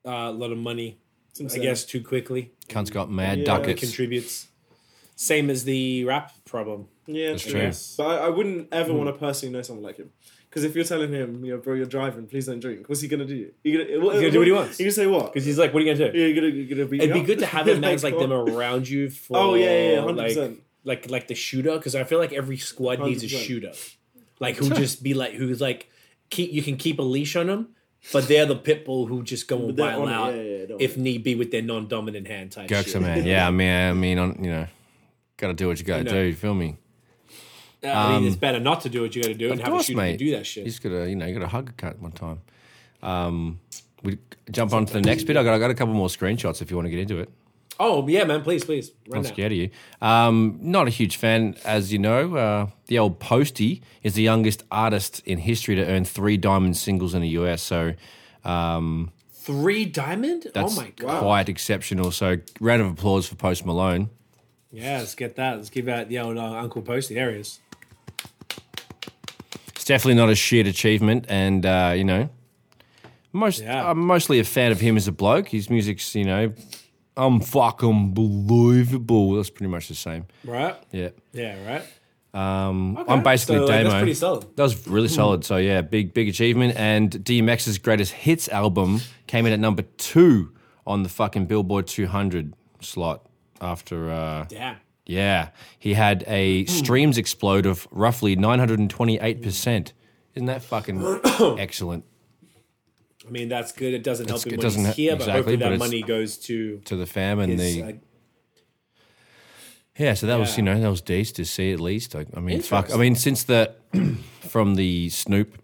Speaker 2: uh, a lot of money. I
Speaker 3: insane.
Speaker 2: guess too quickly
Speaker 1: Cunt's got mad
Speaker 3: Yeah.
Speaker 1: ducats.
Speaker 2: contributes. Same as the rap problem.
Speaker 3: Yeah,
Speaker 1: That's
Speaker 3: true. Hmm.
Speaker 1: true.
Speaker 3: But I, I wouldn't ever want to personally know someone like him. Because if you're telling him, you know, bro, you're driving, please don't drink, what's he going to do? He gonna, he's
Speaker 2: gonna do what he wants.
Speaker 3: He's going to say what?
Speaker 2: Because he's like, what are you gonna do?
Speaker 3: You're going to you're gonna beat
Speaker 2: It'd be
Speaker 3: you up?
Speaker 2: good to have a man's like them
Speaker 3: what?
Speaker 2: around you for.
Speaker 3: Oh, yeah, yeah, yeah,
Speaker 2: like
Speaker 3: 100%.
Speaker 2: like like the shooter because I feel like every squad needs a
Speaker 3: 100%.
Speaker 2: shooter, like who just be like who's like keep you can keep a leash on them, but they're the pit bull who just go and
Speaker 3: they're
Speaker 2: wild
Speaker 3: on it,
Speaker 2: out
Speaker 3: yeah, yeah, don't
Speaker 2: if need be with their non-dominant hand type.
Speaker 1: Gurkha
Speaker 2: shit.
Speaker 1: man. Yeah, I mean, I mean, on you know, gotta do what you gotta
Speaker 2: know.
Speaker 1: do. You feel me?
Speaker 2: I mean, it's better not to do what you got to do and
Speaker 1: Um, Of
Speaker 2: have a
Speaker 1: course,
Speaker 2: shooter
Speaker 1: mate.
Speaker 2: to do that shit.
Speaker 1: He's got to, you know, you got to hug a cut one time. Um, we jump on to the next bit. I got, I got a couple more screenshots if you want to get into it.
Speaker 2: oh yeah, man, please, please, right
Speaker 1: I'm
Speaker 2: now.
Speaker 1: scared of you. Um, not a huge fan, as you know. Uh, the old Posty is the youngest artist in history to earn three diamond singles in the US. So um,
Speaker 2: Three diamond.
Speaker 1: that's
Speaker 2: oh my god.
Speaker 1: quite exceptional. So round of applause for Post Malone.
Speaker 2: Yeah, let's get that. Let's give out the old uh, Uncle Posty. There he is.
Speaker 1: It's definitely not a shared achievement, and uh, you know, most
Speaker 2: Yeah.
Speaker 1: I'm mostly a fan of him as a bloke. His music's you know, I'm fucking believable. That's pretty much the same.
Speaker 2: Right.
Speaker 1: Yeah,
Speaker 2: Yeah. Right.
Speaker 1: um,
Speaker 2: Okay.
Speaker 1: I'm basically
Speaker 2: So, like,
Speaker 1: Damo.
Speaker 2: that's pretty solid. Hmm.
Speaker 1: That was really solid. So yeah, big big achievement. And DMX's greatest hits album came in at number two on the fucking Billboard 200 slot after uh,
Speaker 2: Damn.
Speaker 1: Yeah, he had a
Speaker 2: Hmm.
Speaker 1: streams explode of roughly 928%. Isn't that fucking excellent
Speaker 2: I mean, that's good. It doesn't help
Speaker 1: It's-
Speaker 2: him
Speaker 1: it
Speaker 2: when
Speaker 1: doesn't
Speaker 2: he's
Speaker 1: he-
Speaker 2: here, but
Speaker 1: exactly,
Speaker 2: hopefully
Speaker 1: but
Speaker 2: that
Speaker 1: it's-
Speaker 2: money goes to
Speaker 1: to the fam and
Speaker 2: his.
Speaker 1: the
Speaker 2: uh,
Speaker 1: Yeah, so that was
Speaker 2: Yeah.
Speaker 1: you know that was decent to see at least. I, I mean, fuck. I
Speaker 2: Interesting.
Speaker 1: mean, since the from the Snoop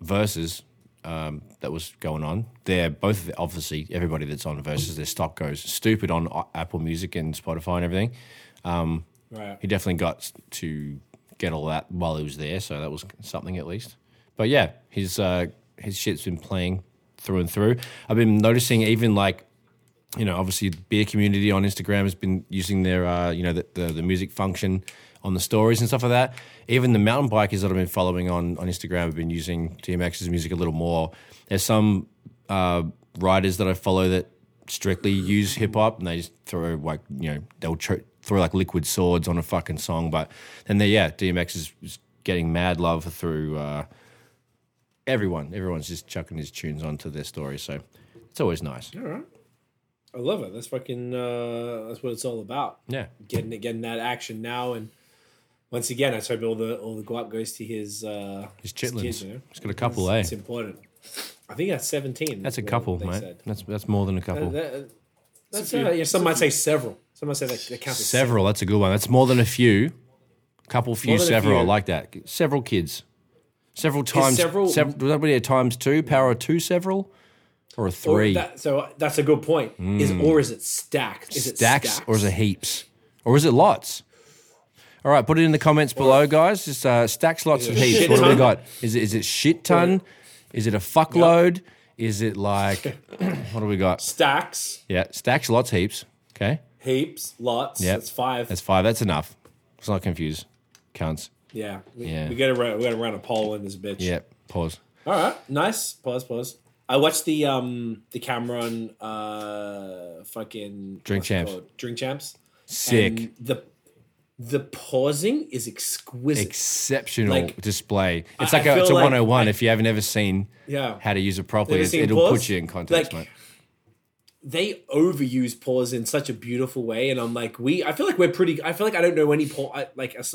Speaker 1: versus um, that was going on, they're both of the- obviously everybody that's on versus their stock goes stupid on A- Apple Music and Spotify and everything.
Speaker 2: right.
Speaker 1: He definitely got s- to get all that while he was there, so that was something at least. But yeah, his uh, his shit's been playing through and through. I've been noticing even like you know, obviously the beer community on Instagram has been using their, uh, you know, the, the, the music function on the stories and stuff like that. Even the mountain bikers that I've been following on, on Instagram have been using DMX's music a little more. There's some uh, riders that I follow that strictly use hip hop and they just throw like, you know, they'll tr- throw like liquid swords on a fucking song. But then they, yeah, DMX is, is getting mad love through uh, everyone. Everyone's just chucking his tunes onto their story. So it's always nice.
Speaker 2: All right. I love it. That's fucking. Uh, that's what it's all about.
Speaker 1: Yeah.
Speaker 2: Getting it, getting that action now, and once again, I just hope all the all the guap goes to his uh,
Speaker 1: His
Speaker 2: kids,
Speaker 1: chitlins.
Speaker 2: you know?
Speaker 1: He's got a couple,
Speaker 2: It's
Speaker 1: eh?
Speaker 2: important. I think that's seventeen.
Speaker 1: That's a
Speaker 2: is what
Speaker 1: couple,
Speaker 2: they
Speaker 1: mate.
Speaker 2: said.
Speaker 1: That's that's more than a couple.
Speaker 2: That- uh, that's,
Speaker 3: few.
Speaker 2: uh, yeah, some might say several. Some might say that, that counts as
Speaker 1: several. That's a good one. That's more than a few. Couple, few,
Speaker 2: than a
Speaker 1: several. I
Speaker 2: few.
Speaker 1: like that. Several kids. Several times.
Speaker 2: several-
Speaker 1: Several. was that really a times two? Power of two? Several? Or a
Speaker 2: Or
Speaker 1: three? Mm.
Speaker 2: that- so that's a good point. Is or is it stacked? Is it
Speaker 1: stacks, or is it heaps? Or is it lots? All right, put it in the comments below, guys. Just uh, stacks, lots, and
Speaker 2: it a
Speaker 1: heaps.
Speaker 2: shit
Speaker 1: What have we
Speaker 2: ton?
Speaker 1: got? Is it is it shit ton? Is it a fuckload? Is it like what do we got?
Speaker 2: stacks,
Speaker 1: Yeah, stacks, lots, heaps. Okay.
Speaker 2: heaps, lots?
Speaker 1: Yep.
Speaker 2: That's five.
Speaker 1: That's five. That's enough. Let's not confuse cunts.
Speaker 2: yeah. We,
Speaker 1: Yeah.
Speaker 2: we gotta run, we gotta run a poll in this bitch.
Speaker 1: Yeah. Pause.
Speaker 2: All right. Nice. Pause. Pause. I watched the um the Cameron uh fucking
Speaker 1: Drink
Speaker 2: what's it
Speaker 1: Champs.
Speaker 2: called? Drink champs.
Speaker 1: Sick.
Speaker 2: And the the pausing is exquisite.
Speaker 1: Exceptional
Speaker 2: Like,
Speaker 1: display. It's
Speaker 2: I-
Speaker 1: like
Speaker 2: I
Speaker 1: a, it's a
Speaker 2: feel like
Speaker 1: 101 if you haven't ever seen
Speaker 2: Yeah.
Speaker 1: how to use it properly.
Speaker 2: Ever
Speaker 1: It's,
Speaker 2: seen
Speaker 1: it'll
Speaker 2: pause?
Speaker 1: put you in context,
Speaker 2: Like,
Speaker 1: mate.
Speaker 2: they overuse pause in such a beautiful way, and I'm like, we. I feel like we're pretty. I feel like I don't know any pause. Like as-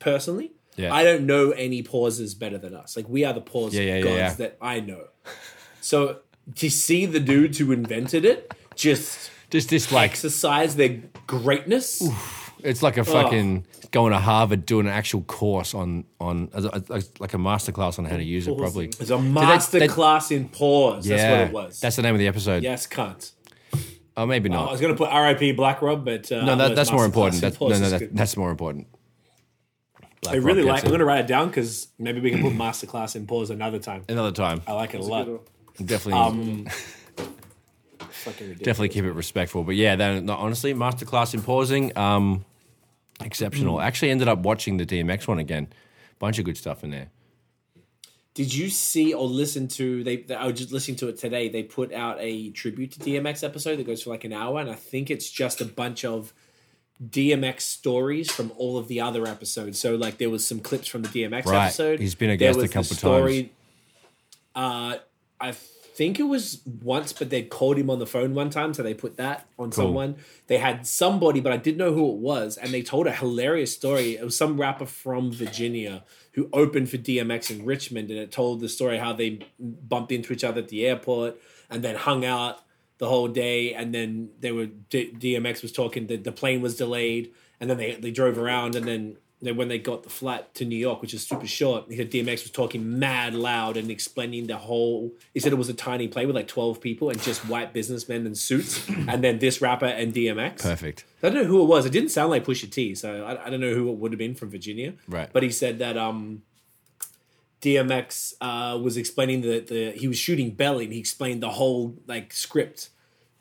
Speaker 2: personally,
Speaker 1: Yeah.
Speaker 2: I don't know any pauses better than us. Like we are the pause
Speaker 1: Yeah, yeah, yeah,
Speaker 2: gods
Speaker 1: yeah.
Speaker 2: that I know. So to see the dudes who invented it just
Speaker 1: Just this like
Speaker 2: exercise their greatness.
Speaker 1: it's like
Speaker 2: Oh.
Speaker 1: a fucking going to Harvard doing an actual course on on as a- as- like a masterclass on how to use it properly.
Speaker 2: It's a
Speaker 1: they-
Speaker 2: master
Speaker 1: they-
Speaker 2: class in pause. That's what it was.
Speaker 1: That's the name of the episode.
Speaker 2: yes, cunt.
Speaker 1: Oh, maybe
Speaker 2: I
Speaker 1: not.
Speaker 2: was gonna put R.I.P. Black Rob, but uh,
Speaker 1: no,
Speaker 2: I know
Speaker 1: that,
Speaker 2: it's
Speaker 1: that's more
Speaker 2: masterclass
Speaker 1: important.
Speaker 2: in
Speaker 1: That's, no,
Speaker 2: pause.
Speaker 1: no,
Speaker 2: It's
Speaker 1: that,
Speaker 2: good.
Speaker 1: that's more important. Black
Speaker 2: I really
Speaker 1: Rock
Speaker 2: like.
Speaker 1: gets
Speaker 2: I'm
Speaker 1: it.
Speaker 2: gonna write it down because maybe we can put masterclass in pause another time.
Speaker 1: another time.
Speaker 2: I like it a lot.
Speaker 3: Good one.
Speaker 1: Definitely.
Speaker 2: Um, Fucking ridiculous.
Speaker 1: definitely keep it respectful. But yeah, then no, honestly, masterclass in pausing, um, exceptional. Actually, ended up watching the DMX one again. Bunch of good stuff in there.
Speaker 2: Did you see or listen to? They, they- I was just listening to it today. They put out a tribute to DMX episode that goes for like an hour, and I think it's just a bunch of DMX stories from all of the other episodes. So like there was some clips from the DMX
Speaker 1: Right.
Speaker 2: episode.
Speaker 1: He's been a
Speaker 2: There
Speaker 1: guest a
Speaker 2: was the
Speaker 1: couple times.
Speaker 2: Uh, I think it was once, but they called him on the phone one time, so they put that on someone. They had somebody, but I didn't know who it was, and they told a hilarious story. It was some rapper from Virginia who opened for DMX in Richmond, and it told the story how they bumped into each other at the airport and then hung out the whole day, and then they were D- DMX was talking that the plane was delayed, and then they they drove around, and then. They, when they got the flight to New York, which is super short, he said DMX was talking mad loud and explaining the whole. He said it was a tiny plane with like twelve people and just white businessmen in suits, and then this rapper and DMX.
Speaker 1: Perfect.
Speaker 2: I don't know who it was. It didn't sound like Pusha T, so I, I don't know who it would have been from Virginia.
Speaker 1: Right.
Speaker 2: But he said that um, DMX uh, was explaining that the he was shooting Belly, and he explained the whole like script,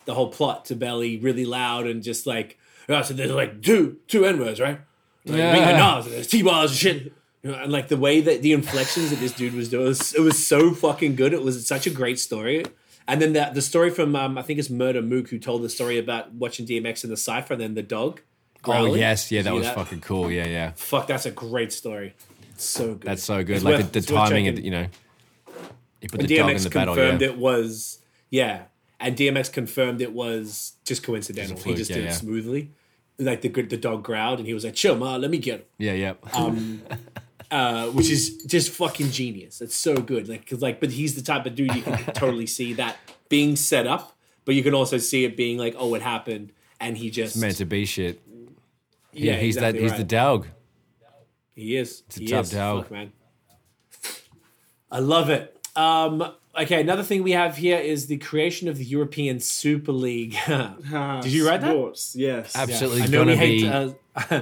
Speaker 2: the whole plot to Belly really loud and just like "Oh, so there's like two two N words, right? Like,
Speaker 1: Yeah.
Speaker 2: yeah. Nas, and there's T bars and shit. You know, and like the way that the inflections that this dude was doing, it was, it was so fucking good. It was such a great story. And then that the story from um, I think it's Murder Mook who told the story about watching DMX in the cipher and then the dog.
Speaker 1: Oh
Speaker 2: growling.
Speaker 1: yes, yeah,
Speaker 2: Did
Speaker 1: that
Speaker 2: you
Speaker 1: was
Speaker 2: hear
Speaker 1: fucking cool. Yeah, yeah,
Speaker 2: Fuck, that's a great story. It's so good.
Speaker 1: that's so good.
Speaker 2: It's
Speaker 1: like
Speaker 2: worth-
Speaker 1: the,
Speaker 2: it's
Speaker 1: the
Speaker 2: worth
Speaker 1: timing, of,
Speaker 2: checking.
Speaker 1: the- you know, you put the dog in
Speaker 2: DMX
Speaker 1: the battle.
Speaker 2: confirmed
Speaker 1: Yeah.
Speaker 2: it was yeah, and DMX confirmed it was just coincidental.
Speaker 1: fluke,
Speaker 2: he just
Speaker 1: yeah,
Speaker 2: did
Speaker 1: yeah.
Speaker 2: it smoothly. like the good the dog growled and he was like, "Chill, ma, let me get him,"
Speaker 1: Yeah, yeah.
Speaker 2: Um, uh, which is just fucking genius. That's so good. Like, 'cause, like, but he's the type of dude you can totally see that being set up, but you can also see it being like, "Oh, it happened," and he just
Speaker 1: meant to be shit.
Speaker 2: yeah,
Speaker 1: Yeah, he's
Speaker 2: exactly
Speaker 1: that. He's
Speaker 2: right.
Speaker 1: the dog.
Speaker 2: He is.
Speaker 1: a
Speaker 2: he
Speaker 1: tough
Speaker 2: is.
Speaker 1: dog.
Speaker 2: Fuck, man. I love it. Um, okay, another thing we have here is the creation of the European Super League. Did you write that?
Speaker 3: Ah, Sports, yes.
Speaker 1: Absolutely
Speaker 2: I know
Speaker 1: gonna
Speaker 2: we
Speaker 1: be.
Speaker 2: hate. Uh, I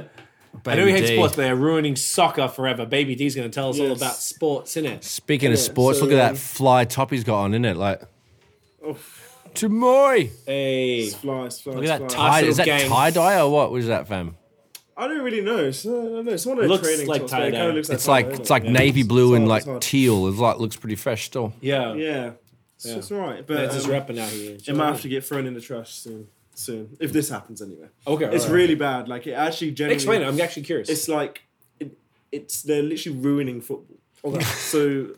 Speaker 2: know
Speaker 1: Baby
Speaker 2: we hate
Speaker 1: D.
Speaker 2: sports, but they're ruining soccer forever. Baby D's going to tell us all
Speaker 3: Yes.
Speaker 2: about sports, innit?
Speaker 1: Speaking of
Speaker 3: Yeah,
Speaker 1: sports,
Speaker 3: so,
Speaker 1: look at that
Speaker 3: um,
Speaker 1: fly top he's got on, isn't it? Like,
Speaker 3: Oh,
Speaker 1: Tamoy.
Speaker 2: Hey,
Speaker 3: it's fly, it's fly,
Speaker 1: Look at that
Speaker 3: it's fly.
Speaker 1: tie. Is that
Speaker 2: Arsenal gang.
Speaker 1: tie dye or what? What is that, fam?
Speaker 3: I don't really know. It's, uh, I don't know. it's one of those
Speaker 2: Looks
Speaker 3: training
Speaker 2: like
Speaker 3: tops, but it
Speaker 2: tie-dye.
Speaker 3: kind of looks like
Speaker 1: It's like
Speaker 3: tie-dye,
Speaker 1: it's
Speaker 3: doesn't
Speaker 1: like
Speaker 3: it?
Speaker 1: navy
Speaker 3: It's
Speaker 1: blue and
Speaker 3: hard,
Speaker 1: like
Speaker 3: it's hard.
Speaker 1: teal. It's like looks pretty fresh still.
Speaker 2: yeah, yeah.
Speaker 3: Yeah, it's
Speaker 2: Yeah.
Speaker 3: it's alright, but
Speaker 2: It's just
Speaker 3: um,
Speaker 2: rapping out here.
Speaker 3: it might have to get thrown in the trash soon. Soon, if this happens anyway,
Speaker 2: Okay,
Speaker 3: it's
Speaker 2: alright.
Speaker 3: really bad. Like it actually genuinely.
Speaker 2: explain it. I'm actually curious.
Speaker 3: It's like it, it's they're literally ruining football. so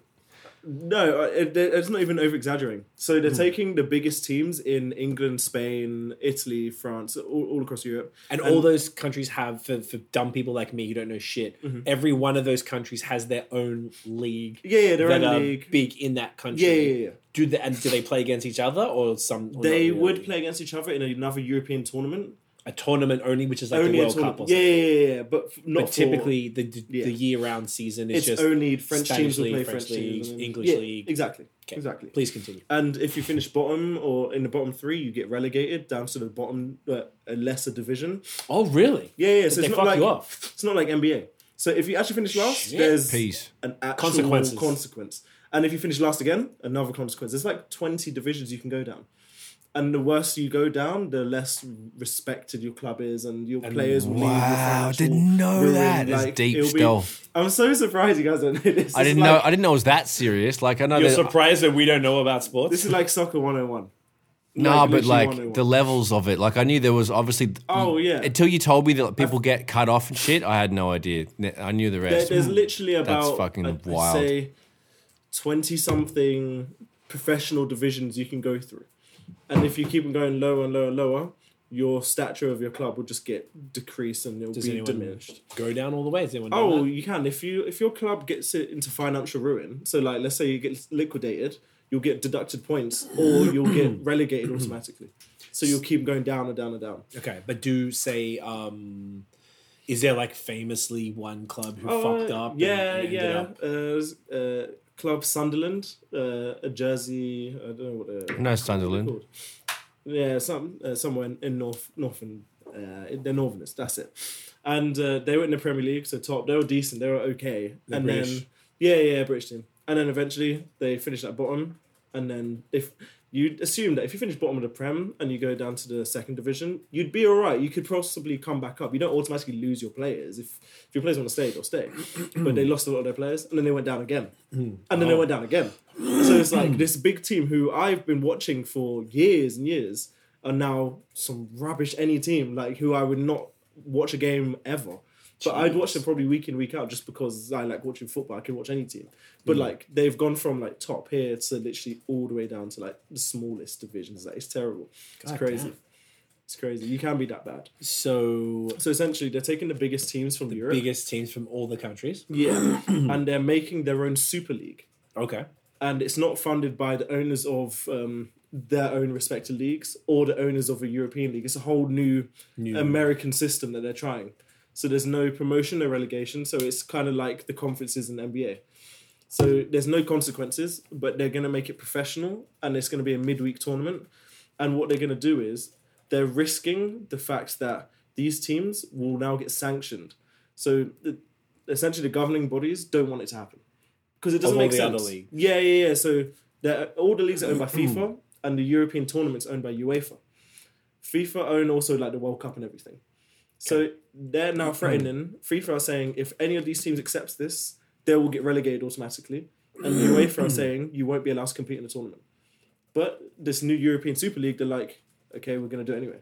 Speaker 3: no, I- it, it's not even over exaggerating. So
Speaker 2: Hmm.
Speaker 3: they're taking the biggest teams in England, Spain, Italy, France, all, all across Europe,
Speaker 2: and all those countries have for, for dumb people like me who don't know shit. Every one of those countries has their own league.
Speaker 3: Mm-hmm. Yeah, yeah, their
Speaker 2: that
Speaker 3: own
Speaker 2: are
Speaker 3: league.
Speaker 2: Big in that country.
Speaker 3: Yeah, yeah, yeah.
Speaker 2: Do they and do they play against each other or some? or
Speaker 3: They
Speaker 2: not
Speaker 3: would
Speaker 2: really?
Speaker 3: play against each other in another European tournament.
Speaker 2: a tournament only, which is like
Speaker 3: only
Speaker 2: the
Speaker 3: a
Speaker 2: World Cup. Or
Speaker 3: tournament.
Speaker 2: something.
Speaker 3: Yeah, yeah, yeah, yeah, but f- not
Speaker 2: but
Speaker 3: for-
Speaker 2: typically the the,
Speaker 3: Yeah.
Speaker 2: the year round season is
Speaker 3: it's
Speaker 2: just
Speaker 3: only French
Speaker 2: Spanish
Speaker 3: teams will
Speaker 2: league,
Speaker 3: play
Speaker 2: French
Speaker 3: French, teams,
Speaker 2: league,
Speaker 3: and-
Speaker 2: English
Speaker 3: Yeah,
Speaker 2: league.
Speaker 3: Exactly,
Speaker 2: Okay.
Speaker 3: exactly.
Speaker 2: Please continue.
Speaker 3: And if you finish bottom or in the bottom three, you get relegated down to the bottom, uh, a lesser division.
Speaker 2: Oh really?
Speaker 3: Yeah, yeah.
Speaker 2: But
Speaker 3: So
Speaker 2: they
Speaker 3: it's not
Speaker 2: fuck
Speaker 3: like
Speaker 2: you off.
Speaker 3: it's not like NBA. So if you actually finish last,
Speaker 2: Shit.
Speaker 3: there's
Speaker 1: Peace.
Speaker 3: an actual
Speaker 2: Consequences.
Speaker 3: consequence. And if you finish last again, another consequence. There's like 20 divisions you can go down. And the worse you go down, the less respected your club is, and your players will leave. your
Speaker 1: Wow,
Speaker 3: financial
Speaker 1: didn't know
Speaker 3: ruin.
Speaker 1: that. It's deep
Speaker 3: it'll be-
Speaker 1: still.
Speaker 3: I'm so surprised you guys don't know this.
Speaker 1: I didn't know. I didn't know it was that serious. Like I know
Speaker 2: You're
Speaker 1: that.
Speaker 2: surprised that we don't know about sports.
Speaker 3: This is like soccer
Speaker 1: Mm.
Speaker 3: 101.
Speaker 1: no,
Speaker 3: like,
Speaker 1: but
Speaker 3: literally
Speaker 1: like
Speaker 3: 101.
Speaker 1: the levels of it. Like I knew there was obviously.
Speaker 3: Oh, yeah.
Speaker 1: Until you told me that like, people get cut off and shit, I had no idea. Ne- I knew the
Speaker 3: There-
Speaker 1: rest.
Speaker 3: there's literally about
Speaker 1: fucking
Speaker 3: I'd
Speaker 1: wild.
Speaker 3: say twenty something professional divisions you can go through, and if you keep them going lower and lower and lower, your stature of your club will just get decreased and it'll
Speaker 2: Does
Speaker 3: be
Speaker 2: anyone
Speaker 3: diminished.
Speaker 2: go down all the way? Does anyone? know
Speaker 3: Oh,
Speaker 2: that?
Speaker 3: you can if you if your club gets it into financial ruin. So like, let's say you get liquidated, you'll get deducted points, or you'll get relegated automatically. So you'll keep going down and down and down.
Speaker 2: Okay, but do say, um, is there like famously one club who
Speaker 3: Oh,
Speaker 2: fucked up? and-
Speaker 3: Yeah,
Speaker 2: and ended
Speaker 3: yeah.
Speaker 2: up-
Speaker 3: Uh, it was, uh, Club Sunderland, uh, a jersey. I don't know what. Uh,
Speaker 1: no Sunderland.
Speaker 3: called. Yeah, some uh, somewhere in, in North Northern. Uh, in- they're Northerners. That's it. And uh, they were in the Premier League, so top. They were decent. They were okay. and
Speaker 2: British.
Speaker 3: then yeah, yeah, British team. And then eventually they finished at bottom. And then if you assume that if you finish bottom of the Prem and you go down to the second division, you'd be all right. You could possibly come back up. You don't automatically lose your players if if your players want to stay, they'll stay. but they lost a lot of their players, and then they went down again, and then they went down again. so it's like this big team who I've been watching for years and years are now some rubbish any team like who I would not watch a game ever. But I'd watch them probably week in week out just because I like watching football. I can watch any team,
Speaker 2: Mm.
Speaker 3: but like they've gone from like top here to literally all the way down to like the smallest divisions. Like it's terrible. It's
Speaker 2: God
Speaker 3: crazy.
Speaker 2: damn.
Speaker 3: It's crazy. You can be that bad.
Speaker 2: So
Speaker 3: So essentially, they're taking the biggest teams from Europe,
Speaker 2: biggest teams from all the countries.
Speaker 3: yeah, and they're making their own super league,
Speaker 2: Okay.
Speaker 3: and it's not funded by the owners of um, their own respective leagues or the owners of a European league. It's a whole new, American system that they're trying. So there's no promotion, no relegation. So it's kind of like the conferences in NBA. So there's no consequences, but they're going to make it professional, and it's going to be a midweek tournament. And what they're going to do is they're risking the fact that these teams will now get sanctioned. So the, essentially, the governing bodies don't want it to happen because it doesn't
Speaker 2: Of all
Speaker 3: make
Speaker 2: the
Speaker 3: sense.
Speaker 2: other leagues.
Speaker 3: Yeah, yeah, yeah. So they're- all the leagues are owned by FIFA, and the European tournaments owned by UEFA. FIFA own also like the World Cup and everything. So they're now threatening. FIFA are saying if any of these teams accepts this, they will get relegated automatically. And UEFA are saying you won't be allowed to compete in the tournament. But this new European Super League, they're like, okay, we're going to do it anyway.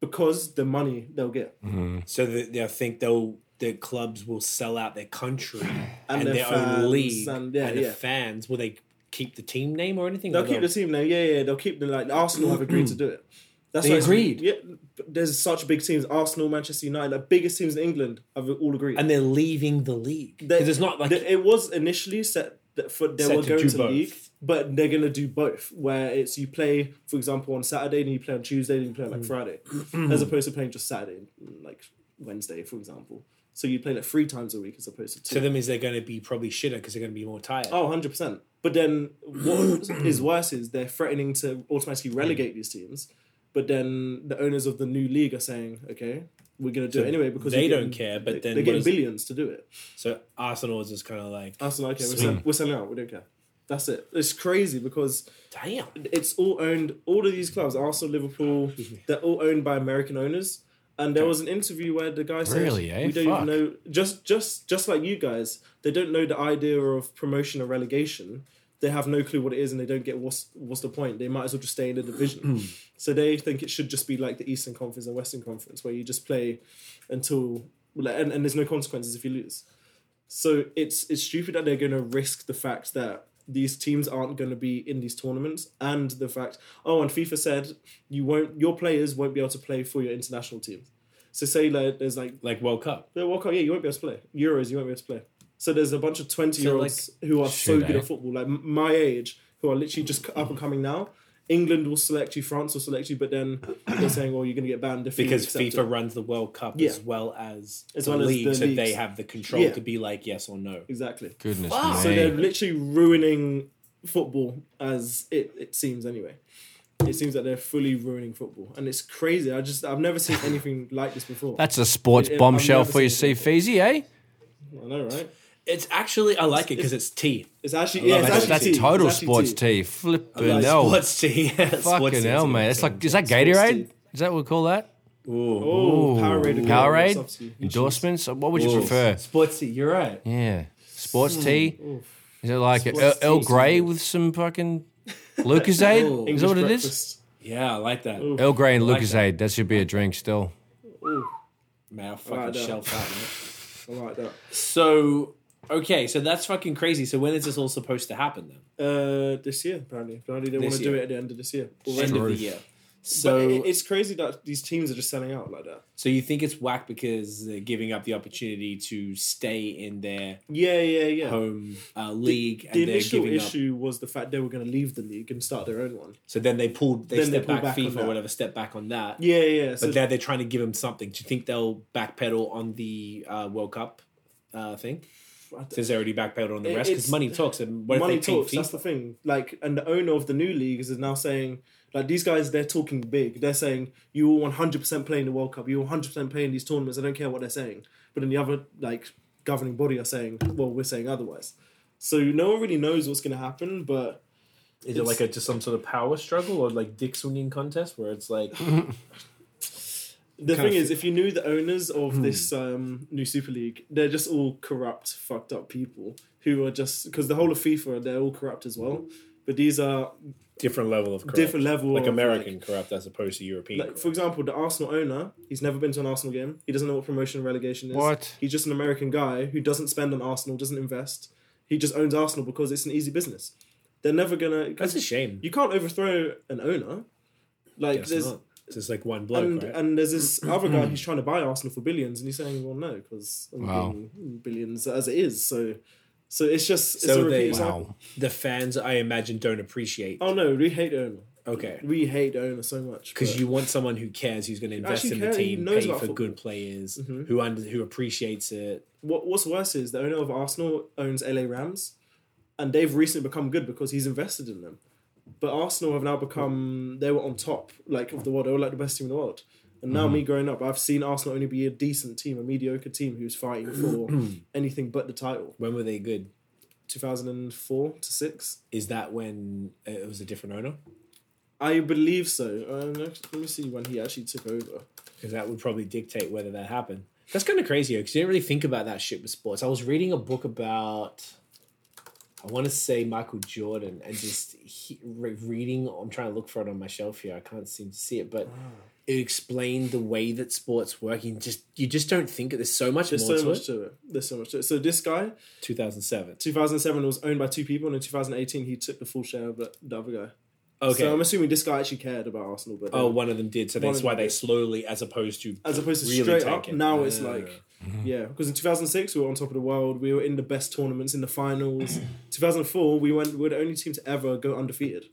Speaker 3: Because the money they'll get.
Speaker 2: Mm-hmm. So they, they think they'll the clubs will sell out their country and,
Speaker 3: their
Speaker 2: their,
Speaker 3: fans
Speaker 2: own league
Speaker 3: and-
Speaker 2: and,
Speaker 3: yeah,
Speaker 2: the
Speaker 3: yeah.
Speaker 2: fans. Will they keep the team name or anything?
Speaker 3: They'll
Speaker 2: Or
Speaker 3: keep the team now. Yeah, yeah, they'll keep the like Arsenal have agreed to do it. That's
Speaker 2: They
Speaker 3: why it's-
Speaker 2: agreed.
Speaker 3: Yeah, but there's such big teams. Arsenal, Manchester United, the biggest teams in England have all agreed.
Speaker 2: and they're leaving the league
Speaker 3: They-
Speaker 2: because it's not like
Speaker 3: the- it was initially set that for they
Speaker 2: Set
Speaker 3: were
Speaker 2: to
Speaker 3: going
Speaker 2: do
Speaker 3: to
Speaker 2: both.
Speaker 3: league, but they're gonna do both. Where it's you play, for example, on Saturday, and you play on Tuesday, and you play on like
Speaker 2: Mm.
Speaker 3: Friday, as opposed to playing just Saturday, and, like Wednesday, for example. So you play like three times a week as opposed to two.
Speaker 2: to them is they're going to be probably shitter because they're going to be more tired.
Speaker 3: Oh, 100%. But then what is worse is they're threatening to automatically relegate these teams. But then the owners of the new league are saying, okay, we're going to do it anyway because
Speaker 2: they
Speaker 3: we're
Speaker 2: don't care, but
Speaker 3: they-
Speaker 2: then
Speaker 3: they're
Speaker 2: what
Speaker 3: getting
Speaker 2: is-
Speaker 3: billions to do it.
Speaker 2: So Arsenal is just kind of like,
Speaker 3: Us are like, okay, we're,
Speaker 2: Sweet.
Speaker 3: sell- we're selling out. We don't care. That's it. It's crazy because
Speaker 2: damn.
Speaker 3: it's all owned. All of these clubs, Arsenal, Liverpool,
Speaker 2: me.
Speaker 3: they're all owned by American owners. And there was an interview where the guy said,
Speaker 1: Really, eh?
Speaker 3: "We don't
Speaker 1: Fuck.
Speaker 3: even know. Just, just, just like you guys, they don't know the idea of promotion or relegation. They have no clue what it is, and they don't get what's what's the point. They might as well just stay in the division. so they think it should just be like the Eastern Conference and Western Conference, where you just play until and, and there's no consequences if you lose. So it's it's stupid that they're going to risk the fact that these teams aren't going to be in these tournaments, and the fact oh, and FIFA said you won't your players won't be able to play for your international teams. So say like there's like
Speaker 2: Like World Cup.
Speaker 3: the World Cup, yeah, you won't be able to play Euros, you won't be able to play. So there's a bunch of twenty year olds who are so
Speaker 1: should
Speaker 3: good
Speaker 2: eh?
Speaker 1: I?
Speaker 3: at football, like m- my age, who are literally just c- up and coming now. England will select you, France will select you, but then they're saying, "Well, you're going to get banned if you
Speaker 2: Because
Speaker 3: accept it."
Speaker 2: FIFA runs the World Cup
Speaker 3: Yeah.
Speaker 2: as well as
Speaker 3: As
Speaker 2: the
Speaker 3: well as
Speaker 2: league,
Speaker 3: the
Speaker 2: so they
Speaker 3: leagues.
Speaker 2: have the control
Speaker 3: Yeah.
Speaker 2: to be like yes or no.
Speaker 3: exactly."
Speaker 1: Goodness
Speaker 2: Fuck.
Speaker 1: me.
Speaker 3: So they're literally ruining football as it, it seems anyway. It seems that they're fully ruining football. And it's crazy. I just I've never seen anything like this before.
Speaker 1: That's a sports
Speaker 3: It- it-
Speaker 1: bombshell
Speaker 3: I've never
Speaker 1: for you,
Speaker 3: seen
Speaker 1: see,
Speaker 3: it
Speaker 1: Feezy, eh?
Speaker 3: I know, right?
Speaker 2: It's actually I like it because it's tea.
Speaker 3: It's actually yeah,
Speaker 2: love
Speaker 3: it's
Speaker 2: it.
Speaker 1: That's,
Speaker 3: actually
Speaker 1: that's
Speaker 3: tea.
Speaker 1: total
Speaker 3: It's actually
Speaker 1: sports
Speaker 3: tea.
Speaker 1: tea. Flipping
Speaker 2: Like,
Speaker 1: hell.
Speaker 2: Sports tea. Sports
Speaker 1: Fucking
Speaker 2: tea
Speaker 1: hell,
Speaker 2: is
Speaker 1: man. It's
Speaker 2: amazing.
Speaker 1: like, is that
Speaker 3: Sports
Speaker 1: Gatorade?
Speaker 3: tea.
Speaker 1: Is that what we call that?
Speaker 2: Ooh.
Speaker 3: Oh,
Speaker 1: Ooh,
Speaker 3: Powerade.
Speaker 1: Powerade?
Speaker 3: Substitute.
Speaker 1: Endorsements? What would you
Speaker 2: Ooh.
Speaker 1: prefer?
Speaker 2: Sports tea. You're right.
Speaker 1: Yeah. Sports tea? Is it like a
Speaker 3: Sports
Speaker 1: Earl
Speaker 3: tea.
Speaker 1: Grey with some fucking
Speaker 2: Ooh.
Speaker 1: Lucasade? Is
Speaker 3: English
Speaker 1: that what it is?
Speaker 3: breakfast.
Speaker 2: Yeah, I like that.
Speaker 1: Earl Grey and
Speaker 2: like
Speaker 1: Lucasade. That should be a drink still.
Speaker 2: Man, I'll fucking
Speaker 3: like that.
Speaker 2: shelf out. Man.
Speaker 3: I like that.
Speaker 2: So okay, so that's fucking crazy. So when is this all supposed to happen then?
Speaker 3: Uh, this year, apparently. Apparently they want to do
Speaker 2: year.
Speaker 3: it at the end of this year.
Speaker 2: End of the
Speaker 1: Truth.
Speaker 2: year. So
Speaker 3: So it, it's crazy that these teams are just selling out like that.
Speaker 2: So you think it's whack because they're giving up the opportunity to stay in their
Speaker 3: Yeah, yeah, yeah.
Speaker 2: home uh, league,
Speaker 3: the
Speaker 2: and they're
Speaker 3: initial
Speaker 2: giving up.
Speaker 3: issue was the fact they were going to leave the league and start their own one.
Speaker 2: So then they pulled, they
Speaker 3: Then they
Speaker 2: step
Speaker 3: pull
Speaker 2: back,
Speaker 3: back on
Speaker 2: FIFA
Speaker 3: that.
Speaker 2: or whatever, step back on that.
Speaker 3: Yeah, yeah. So
Speaker 2: But now they're trying to give them something. Do you think they'll backpedal on the uh, World Cup uh, thing?
Speaker 3: I-
Speaker 2: Since they already backpedaled on the
Speaker 3: It-
Speaker 2: rest, because
Speaker 3: it's-
Speaker 2: money talks. And what
Speaker 3: money
Speaker 2: if they pay
Speaker 3: talks. That's
Speaker 2: FIFA?
Speaker 3: the thing. Like, and the owner of the new leagues is now saying, like, these guys, they're talking big. They're saying you all 100% playing the World Cup. You all 100% playing these tournaments. I don't care what they're saying. But then the other like governing body are saying, well, we're saying otherwise. So no one really knows what's going to happen. But
Speaker 2: Is it like a, just some sort of power struggle or like dick swinging contest where it's like
Speaker 3: the
Speaker 2: Kind
Speaker 3: thing
Speaker 2: of- Hmm.
Speaker 3: is, if you knew the owners of this um, new Super League, they're just all corrupt, fucked up people who are just because the whole of FIFA, they're all corrupt as well. But these are
Speaker 2: different level of corrupt.
Speaker 3: different level
Speaker 2: like
Speaker 3: of,
Speaker 2: American corrupt as opposed to European.
Speaker 3: Like,
Speaker 2: corrupt.
Speaker 3: for example, the Arsenal owner, he's never been to an Arsenal game. He doesn't know what promotion and relegation is.
Speaker 1: What?
Speaker 3: He's just an American guy who doesn't spend on Arsenal, doesn't invest. He just owns Arsenal because it's an easy business. They're never gonna.
Speaker 2: That's a shame.
Speaker 3: You can't overthrow an owner. Like
Speaker 2: Guess
Speaker 3: there's
Speaker 2: not. It's just like one bloke,
Speaker 3: and uh,
Speaker 2: right?
Speaker 3: and there's this other guy who's trying to buy Arsenal for billions, and he's saying, "Well, no, because
Speaker 1: Wow.
Speaker 3: billions as it is." So, so it's just it's
Speaker 2: So
Speaker 3: a repeat
Speaker 2: they-
Speaker 3: example.
Speaker 1: Wow.
Speaker 2: the fans I imagine don't appreciate.
Speaker 3: Oh no, we hate the owner.
Speaker 2: Okay.
Speaker 3: We hate the owner so much
Speaker 2: Because
Speaker 3: but-
Speaker 2: you want someone who cares, who's going to invest in
Speaker 3: actually
Speaker 2: the
Speaker 3: care, he
Speaker 2: team,
Speaker 3: knows
Speaker 2: pay for
Speaker 3: about football. Mm-hmm.
Speaker 2: good players, who under, who appreciates it.
Speaker 3: what what's worse is the owner of Arsenal owns LA Rams, and they've recently become good because he's invested in them. But Arsenal have now become they were on top like of the world. They were like the best team in the world. And
Speaker 2: Mm-hmm.
Speaker 3: now me growing up, I've seen Arsenal only be a decent team, a mediocre team who's fighting for anything but the title.
Speaker 2: When were they good?
Speaker 3: Two thousand and four to six,
Speaker 2: Is that when it was a different owner?
Speaker 3: I believe so. Um, let me see when he actually took over.
Speaker 2: Because that would probably dictate whether that happened. That's kind of crazy because you didn't really think about that shit with sports. I was reading a book about, I want to say Michael Jordan, and just he, re- reading. I'm trying to look for it on my shelf here. I can't seem to see it, but
Speaker 3: Ah.
Speaker 2: it explained the way that sports work. You just you just don't think it. There's so much
Speaker 3: There's
Speaker 2: more
Speaker 3: so
Speaker 2: to
Speaker 3: much
Speaker 2: it.
Speaker 3: to it. There's so much to it. So this guy,
Speaker 2: 2007.
Speaker 3: 2007 was owned by two people, and in 2018 he took the full share of the, the other guy.
Speaker 2: Okay.
Speaker 3: So I'm assuming this guy actually cared about Arsenal, but
Speaker 2: oh, one of them did. So
Speaker 3: One
Speaker 2: that's
Speaker 3: of
Speaker 2: why they
Speaker 3: them did.
Speaker 2: slowly, as opposed to
Speaker 3: as opposed to
Speaker 2: really
Speaker 3: straight
Speaker 2: take
Speaker 3: up.
Speaker 2: it.
Speaker 3: Now it's
Speaker 2: Yeah.
Speaker 3: like,
Speaker 1: Mm-hmm.
Speaker 3: yeah, because in 2006 we were on top of the world. We were in the best tournaments, in the finals. 2004 we went. We were the only team to ever go undefeated,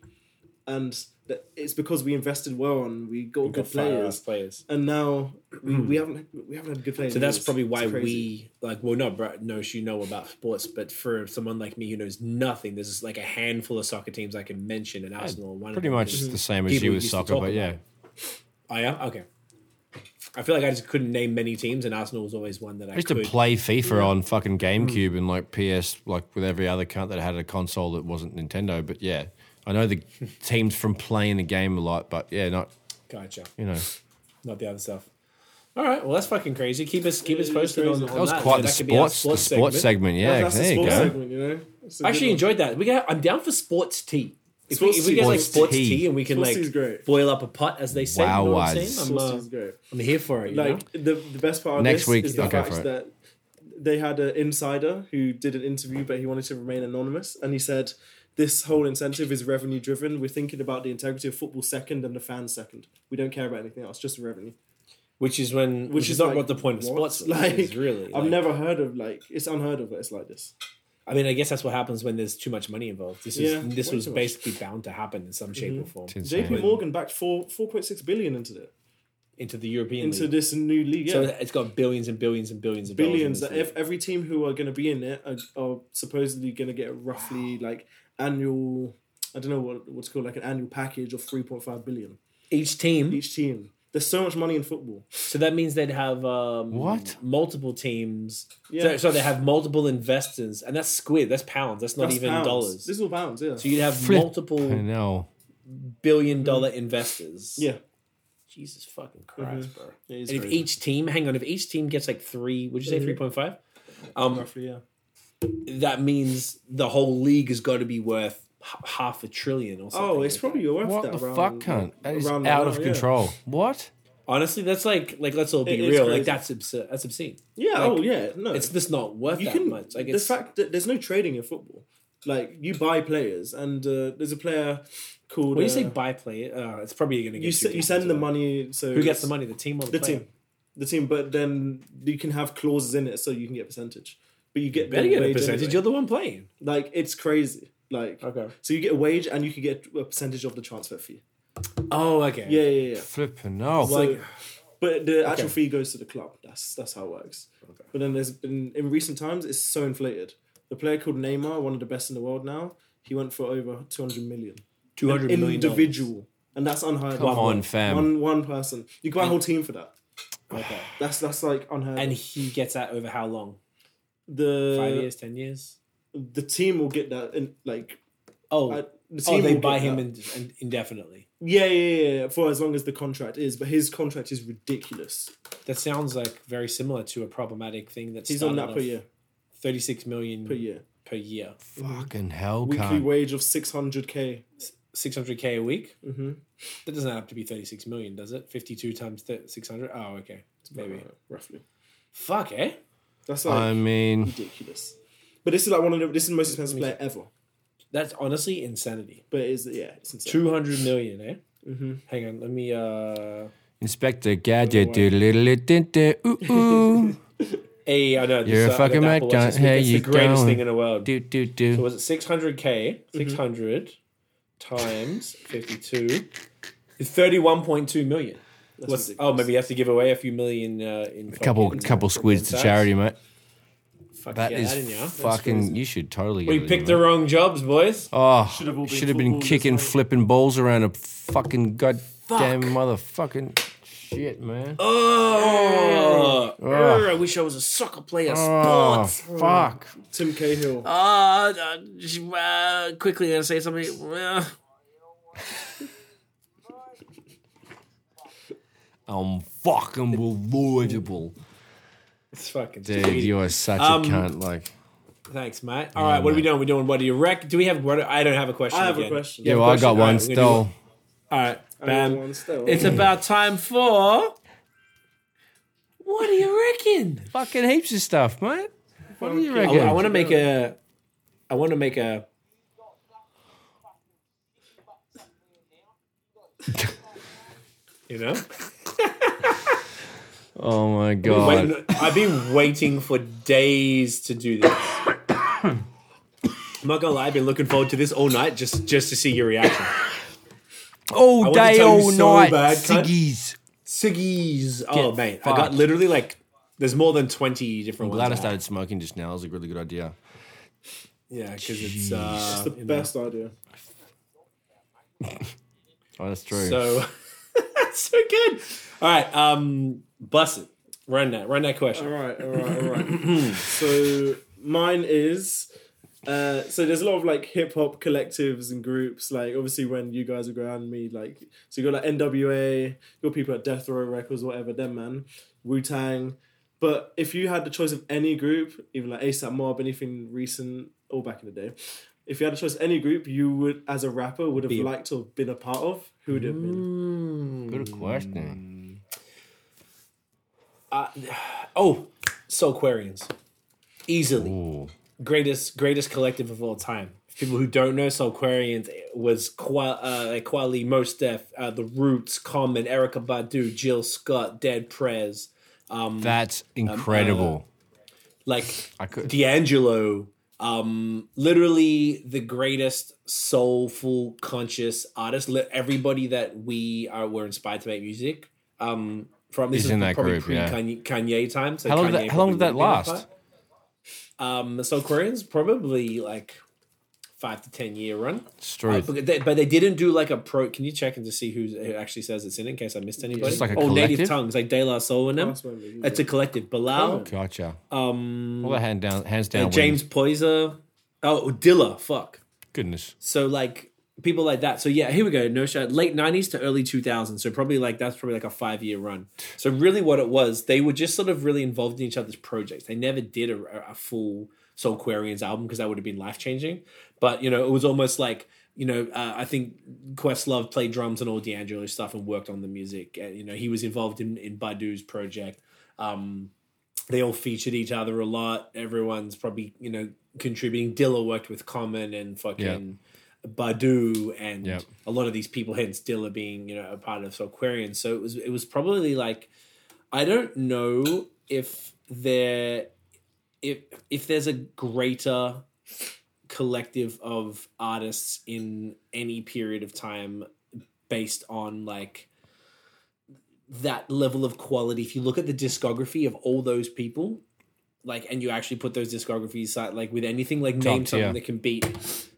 Speaker 3: and that it's because we invested well and we got
Speaker 2: Got
Speaker 3: good
Speaker 2: fire
Speaker 3: players.
Speaker 2: ass players.
Speaker 3: And now we, we haven't we haven't had good players.
Speaker 2: So that's
Speaker 3: It's
Speaker 2: probably why
Speaker 3: crazy.
Speaker 2: we like. Well, no, bro, no, you know about sports, but for someone like me who knows nothing, there's just like a handful of soccer teams I can mention, and Arsenal are one.
Speaker 1: Pretty
Speaker 2: of them.
Speaker 1: much
Speaker 3: Mhm.
Speaker 1: the same as
Speaker 2: People
Speaker 1: you with
Speaker 2: used to
Speaker 1: soccer,
Speaker 2: talk
Speaker 1: but
Speaker 2: about
Speaker 1: yeah.
Speaker 2: it. Oh yeah, okay. I feel like I just couldn't name many teams, and Arsenal was always one that I,
Speaker 1: I used
Speaker 2: could.
Speaker 1: to play FIFA on fucking GameCube and like PS, like with every other cunt that had a console that wasn't Nintendo. But yeah, I know the teams from playing the game a lot, but yeah, not
Speaker 2: Gotcha.
Speaker 1: you know.
Speaker 2: Not the other stuff. All right. Well, that's fucking crazy. Keep us keep us
Speaker 3: It is
Speaker 2: posted on, on that.
Speaker 3: crazy. That
Speaker 1: That was
Speaker 2: so
Speaker 1: quite the
Speaker 2: that could be our
Speaker 1: sports, the sports segment. Yeah,
Speaker 3: that's the
Speaker 1: there you
Speaker 3: sports
Speaker 1: go.
Speaker 3: segment, you know. It's a
Speaker 2: I
Speaker 3: good
Speaker 2: actually
Speaker 3: one.
Speaker 2: enjoyed that. We got. I'm down for sports tea. If
Speaker 3: Sports
Speaker 2: we, if we
Speaker 3: tea.
Speaker 2: get like
Speaker 1: Sports
Speaker 2: sports tea.
Speaker 1: tea.
Speaker 2: and we can
Speaker 3: Sports tea is
Speaker 2: like
Speaker 3: great.
Speaker 2: boil up a pot, as they say, you know what I'm,
Speaker 1: Wow-wise.
Speaker 2: saying? I'm,
Speaker 3: Sports
Speaker 2: uh,
Speaker 3: is great.
Speaker 2: I'm here for it. You know?
Speaker 3: like the the best part of
Speaker 1: Next
Speaker 3: this
Speaker 1: week,
Speaker 3: is the
Speaker 1: I'll go
Speaker 3: fact
Speaker 1: for it.
Speaker 3: that they had an insider who did an interview, but he wanted to remain anonymous, and he said this whole incentive is revenue driven. We're thinking about the integrity of football second and the fans second. We don't care about anything else, just revenue.
Speaker 2: which is when which, is,
Speaker 3: is
Speaker 2: not
Speaker 3: like,
Speaker 2: what the point of
Speaker 3: what?
Speaker 2: sports
Speaker 3: Like,
Speaker 2: is really.
Speaker 3: I've
Speaker 2: like-
Speaker 3: never heard of like it's unheard of that it's like this.
Speaker 2: I mean, I guess that's what happens when there's too much money involved. This is
Speaker 3: Yeah,
Speaker 2: this
Speaker 3: way
Speaker 2: was
Speaker 3: too much. Mm-hmm.
Speaker 2: basically bound to happen in some shape or form
Speaker 1: It's insane.
Speaker 3: JP Morgan backed four four point six billion into it
Speaker 2: into the European
Speaker 3: into
Speaker 2: league.
Speaker 3: this new league. Yeah.
Speaker 2: so it's got billions and billions and billions and
Speaker 3: billions
Speaker 2: Dollars
Speaker 3: that
Speaker 2: in this
Speaker 3: ev- every team who are going to be in it are, are supposedly going to get roughly like annual i don't know what what's called like an annual package of 3.5 billion
Speaker 2: league. each team.
Speaker 3: each team there's so much money in football
Speaker 2: So that means they'd have um,
Speaker 1: What?
Speaker 2: multiple teams. So,
Speaker 3: Yeah.
Speaker 2: so they have multiple investors, and that's squid. That's pounds. That's not
Speaker 3: That's
Speaker 2: even
Speaker 3: pounds.
Speaker 2: dollars.
Speaker 3: this is all pounds yeah
Speaker 2: so you'd have
Speaker 1: Flip. I
Speaker 2: multiple
Speaker 1: know.
Speaker 2: billion dollar investors.
Speaker 3: Mm-hmm. yeah
Speaker 2: Jesus fucking Christ, bro.
Speaker 3: it is
Speaker 2: And if
Speaker 3: crazy.
Speaker 2: each team, hang on, if each team gets like three, would you say
Speaker 3: Mhm.
Speaker 2: three point five? Um,
Speaker 3: roughly yeah
Speaker 2: that means the whole league has got to be worth h- half a trillion or something.
Speaker 3: oh it's
Speaker 2: like
Speaker 3: probably worth
Speaker 1: What
Speaker 3: that
Speaker 1: the
Speaker 3: around-
Speaker 1: fuck, cunt? That is
Speaker 3: around
Speaker 1: out
Speaker 3: now,
Speaker 1: of
Speaker 3: yeah.
Speaker 1: control. What?
Speaker 2: that. honestly, that's like like let's all be
Speaker 3: It is
Speaker 2: real.
Speaker 3: crazy.
Speaker 2: Like that's absurd. That's obscene.
Speaker 3: yeah
Speaker 2: Like,
Speaker 3: oh yeah no
Speaker 2: It's just not worth
Speaker 3: you
Speaker 2: that
Speaker 3: can
Speaker 2: much. Like
Speaker 3: the
Speaker 2: it's
Speaker 3: fact that there's no trading in football like you buy players and uh, there's a player called
Speaker 2: when you
Speaker 3: uh,
Speaker 2: say buy player, uh, it's probably going to get
Speaker 3: you,
Speaker 2: too
Speaker 3: se- you
Speaker 2: deep
Speaker 3: send
Speaker 2: into
Speaker 3: the
Speaker 2: it.
Speaker 3: money so
Speaker 2: Who gets the
Speaker 3: it's-
Speaker 2: money? The team or the,
Speaker 3: the
Speaker 2: player?
Speaker 3: team, the team. But then you can have clauses in it so you can get a percentage. But you get
Speaker 2: Better get a
Speaker 3: wage
Speaker 2: percentage.
Speaker 3: anyway.
Speaker 2: You're the one playing.
Speaker 3: Like it's crazy. Like
Speaker 2: Okay.
Speaker 3: so you get a wage and you can get a percentage of the transfer fee.
Speaker 2: Oh, okay.
Speaker 3: Yeah, yeah, yeah.
Speaker 1: Flipping no.
Speaker 3: So-
Speaker 2: Like-
Speaker 3: but the actual
Speaker 2: Okay.
Speaker 3: fee goes to the club. That's that's how it works. But then there's been in recent times it's so inflated. The player called Neymar, one of the best in the world now, he went for over two hundred million.
Speaker 2: two hundred million dollars.
Speaker 3: Individual. And that's unheard of.
Speaker 1: Come on, fam.
Speaker 3: One one person. You can buy a whole team for that. Okay. That's that's like unheard
Speaker 2: and
Speaker 3: of.
Speaker 2: he gets that over how long?
Speaker 3: The
Speaker 2: Five years, ten years.
Speaker 3: the team will get that in like
Speaker 2: Oh,
Speaker 3: I, the team
Speaker 2: oh, they
Speaker 3: will
Speaker 2: buy
Speaker 3: get
Speaker 2: him
Speaker 3: that.
Speaker 2: in, in, indefinitely.
Speaker 3: yeah, yeah yeah yeah for as long as the contract is but his contract is ridiculous
Speaker 2: That sounds like very similar to a problematic thing that's
Speaker 3: he's on that per year
Speaker 2: Thirty-six million
Speaker 3: per year
Speaker 2: per year,
Speaker 1: Fucking hell,
Speaker 2: Mm.
Speaker 3: weekly
Speaker 1: cunt.
Speaker 3: wage of 600k
Speaker 2: six hundred k a week.
Speaker 3: Mhm.
Speaker 2: That doesn't add up to be thirty-six million, does it? Fifty-two times six hundred. Oh, okay, maybe.
Speaker 3: uh, roughly
Speaker 2: Fuck, eh?
Speaker 3: that's like
Speaker 1: I mean,
Speaker 3: ridiculous but this is like one of the this is the most expensive player ever
Speaker 2: That's honestly insanity.
Speaker 3: but it is yeah Mm-hmm. it's insane.
Speaker 2: Two hundred million, eh? Hang on, let me. uh
Speaker 1: Inspector Gadget, doodle-doodle-doodle-doodle, ooh ooh,
Speaker 2: Hey, I know.
Speaker 1: You're a
Speaker 2: uh,
Speaker 1: fucking
Speaker 2: that
Speaker 1: mad
Speaker 2: Apple Watch
Speaker 1: cunt.
Speaker 2: is- It's
Speaker 1: Hey,
Speaker 2: the
Speaker 1: you
Speaker 2: greatest
Speaker 1: going?
Speaker 2: thing in the world.
Speaker 1: do do
Speaker 2: So
Speaker 1: do.
Speaker 2: was it six hundred k?
Speaker 3: Mm-hmm.
Speaker 2: Six times fifty-two is thirty-one point two million.
Speaker 3: That's
Speaker 2: What's- oh,
Speaker 3: ridiculous.
Speaker 2: maybe you have to give away a few million uh, in
Speaker 1: A couple
Speaker 2: fucking-
Speaker 1: couple squids to
Speaker 2: tax.
Speaker 1: charity, mate.
Speaker 2: Fuck,
Speaker 1: That
Speaker 2: yeah,
Speaker 1: is
Speaker 2: that in ya.
Speaker 1: fucking. You should totally.
Speaker 2: We
Speaker 1: get it,
Speaker 2: picked
Speaker 1: mate.
Speaker 2: the wrong jobs, boys.
Speaker 1: Oh, should
Speaker 3: Should've
Speaker 1: have
Speaker 3: all
Speaker 1: been,
Speaker 3: been footballers,
Speaker 1: kicking,
Speaker 3: mate.
Speaker 1: flipping balls around a fucking goddamn motherfucking shit, man. Oh,
Speaker 2: Oh, I wish I was a soccer player. Sports.
Speaker 1: Oh, fuck.
Speaker 3: Tim Cahill
Speaker 2: Uh, uh, sh- uh, quickly, gonna say something. Uh,
Speaker 1: I'm fucking believable.
Speaker 2: it's fucking
Speaker 1: Dude,
Speaker 2: stupid.
Speaker 1: you are such
Speaker 2: Um,
Speaker 1: a cunt. Like,
Speaker 2: Thanks, mate. All right, what are we doing? We're doing what do you reckon? Do we have what? I don't have a question.
Speaker 3: I have a
Speaker 2: again.
Speaker 3: question.
Speaker 2: You
Speaker 1: yeah,
Speaker 2: have a
Speaker 1: well, I got
Speaker 2: question? All right, we're
Speaker 1: one
Speaker 2: gonna do
Speaker 1: still.
Speaker 2: All right,
Speaker 3: And
Speaker 2: bam.
Speaker 3: one still.
Speaker 2: um, It's about time for. What do you reckon?
Speaker 1: Fucking heaps of stuff, mate. What do you
Speaker 3: Okay.
Speaker 2: I,
Speaker 1: reckon?
Speaker 2: want to make a. I want to make a. You know,
Speaker 1: Oh my god.
Speaker 2: Wait, I've been waiting for days to do this. I'm not gonna lie, I've been looking forward to this all night just just to see your reaction.
Speaker 1: All
Speaker 2: wanted to
Speaker 1: Oh, day,
Speaker 2: tell you
Speaker 1: all
Speaker 2: so
Speaker 1: night,
Speaker 2: bad, cunt.
Speaker 1: Siggies.
Speaker 2: Siggies, oh
Speaker 1: Get
Speaker 2: mate, I
Speaker 1: fucked.
Speaker 2: got literally like there's more than twenty different
Speaker 1: I'm
Speaker 2: ones.
Speaker 1: glad I
Speaker 2: I had.
Speaker 1: started smoking just now. That was a really good idea.
Speaker 2: Yeah, because it's uh,
Speaker 3: the
Speaker 2: you know.
Speaker 3: best idea.
Speaker 1: Oh, that's true.
Speaker 2: So that's so good. All right, um, bust it. Run that. Run that question.
Speaker 3: All right, all right, all right. so mine is. Uh, so there's a lot of like hip hop collectives and groups. Like obviously when you guys were around me, like so you got like NWA, you got people at Death Row Records, whatever. Them man, Wu Tang. But if you had the choice of any group, even like ASAP Mob, anything recent, all back in the day, if you had a choice of any group you would, as a rapper, would have liked to have been a part of, who would it have been?
Speaker 1: good question.
Speaker 2: Oh, Soulquarians. Easily.
Speaker 1: Ooh.
Speaker 2: Greatest greatest collective of all time. People who don't know Soulquarians was Kwa, uh, Kwali, Most Def, uh, The Roots, Common, Erica Badu, Jill Scott, Dead Prez,
Speaker 1: That's incredible.
Speaker 2: like
Speaker 1: I could.
Speaker 2: D'Angelo. Um, literally the greatest soulful, conscious artist. Li- Everybody that we are were inspired to make music. Um, from this
Speaker 1: Is
Speaker 2: is
Speaker 1: in that
Speaker 2: probably
Speaker 1: group,
Speaker 2: pre
Speaker 1: yeah.
Speaker 2: Kanye, Kanye time. So
Speaker 1: How long
Speaker 2: Kanye
Speaker 1: did that- how long
Speaker 2: probably
Speaker 1: did that
Speaker 2: would have been
Speaker 1: last?
Speaker 2: that part. Um, so Koreans probably like five to ten year run,
Speaker 1: It's
Speaker 2: Uh,
Speaker 1: true.
Speaker 2: but, they, but they didn't do like a pro. Can you check and just see who's, who actually says it's in it, in case I missed anybody?
Speaker 1: Just like a
Speaker 2: oh,
Speaker 1: collective?
Speaker 2: native tongues like De La Soul and them.
Speaker 3: That's what we-
Speaker 2: It's a collective. Bilal,
Speaker 1: Gotcha.
Speaker 2: um,
Speaker 1: All the hand down, hands
Speaker 2: uh,
Speaker 1: down.
Speaker 2: James Poyser. Oh, Dilla. Fuck.
Speaker 1: wins. Goodness.
Speaker 2: So like people like that. So yeah, here we go. No shot. Late nineties to early two thousands. So probably like that's probably like a five year run. So really, what it was, they were just sort of really involved in each other's projects. They never did a, a full Soulquarians album because that would have been life changing. But you know, it was almost like. You know, uh, I think Questlove played drums and all D'Angelo stuff and worked on the music. And, you know, he was involved in, in Badu's project. Um, they all featured each other a lot. Everyone's probably you know contributing. Dilla worked with Common and fucking Badu and
Speaker 1: Yep.
Speaker 2: a lot of these people. Hence Dilla being you know a part of Soulquarian. So it was it was probably like I don't know if there if if there's a greater collective of artists in any period of time based on like that level of quality if you look at the discography of all those people like and you actually put those discographies side like with anything like name
Speaker 1: tier.
Speaker 2: something that can beat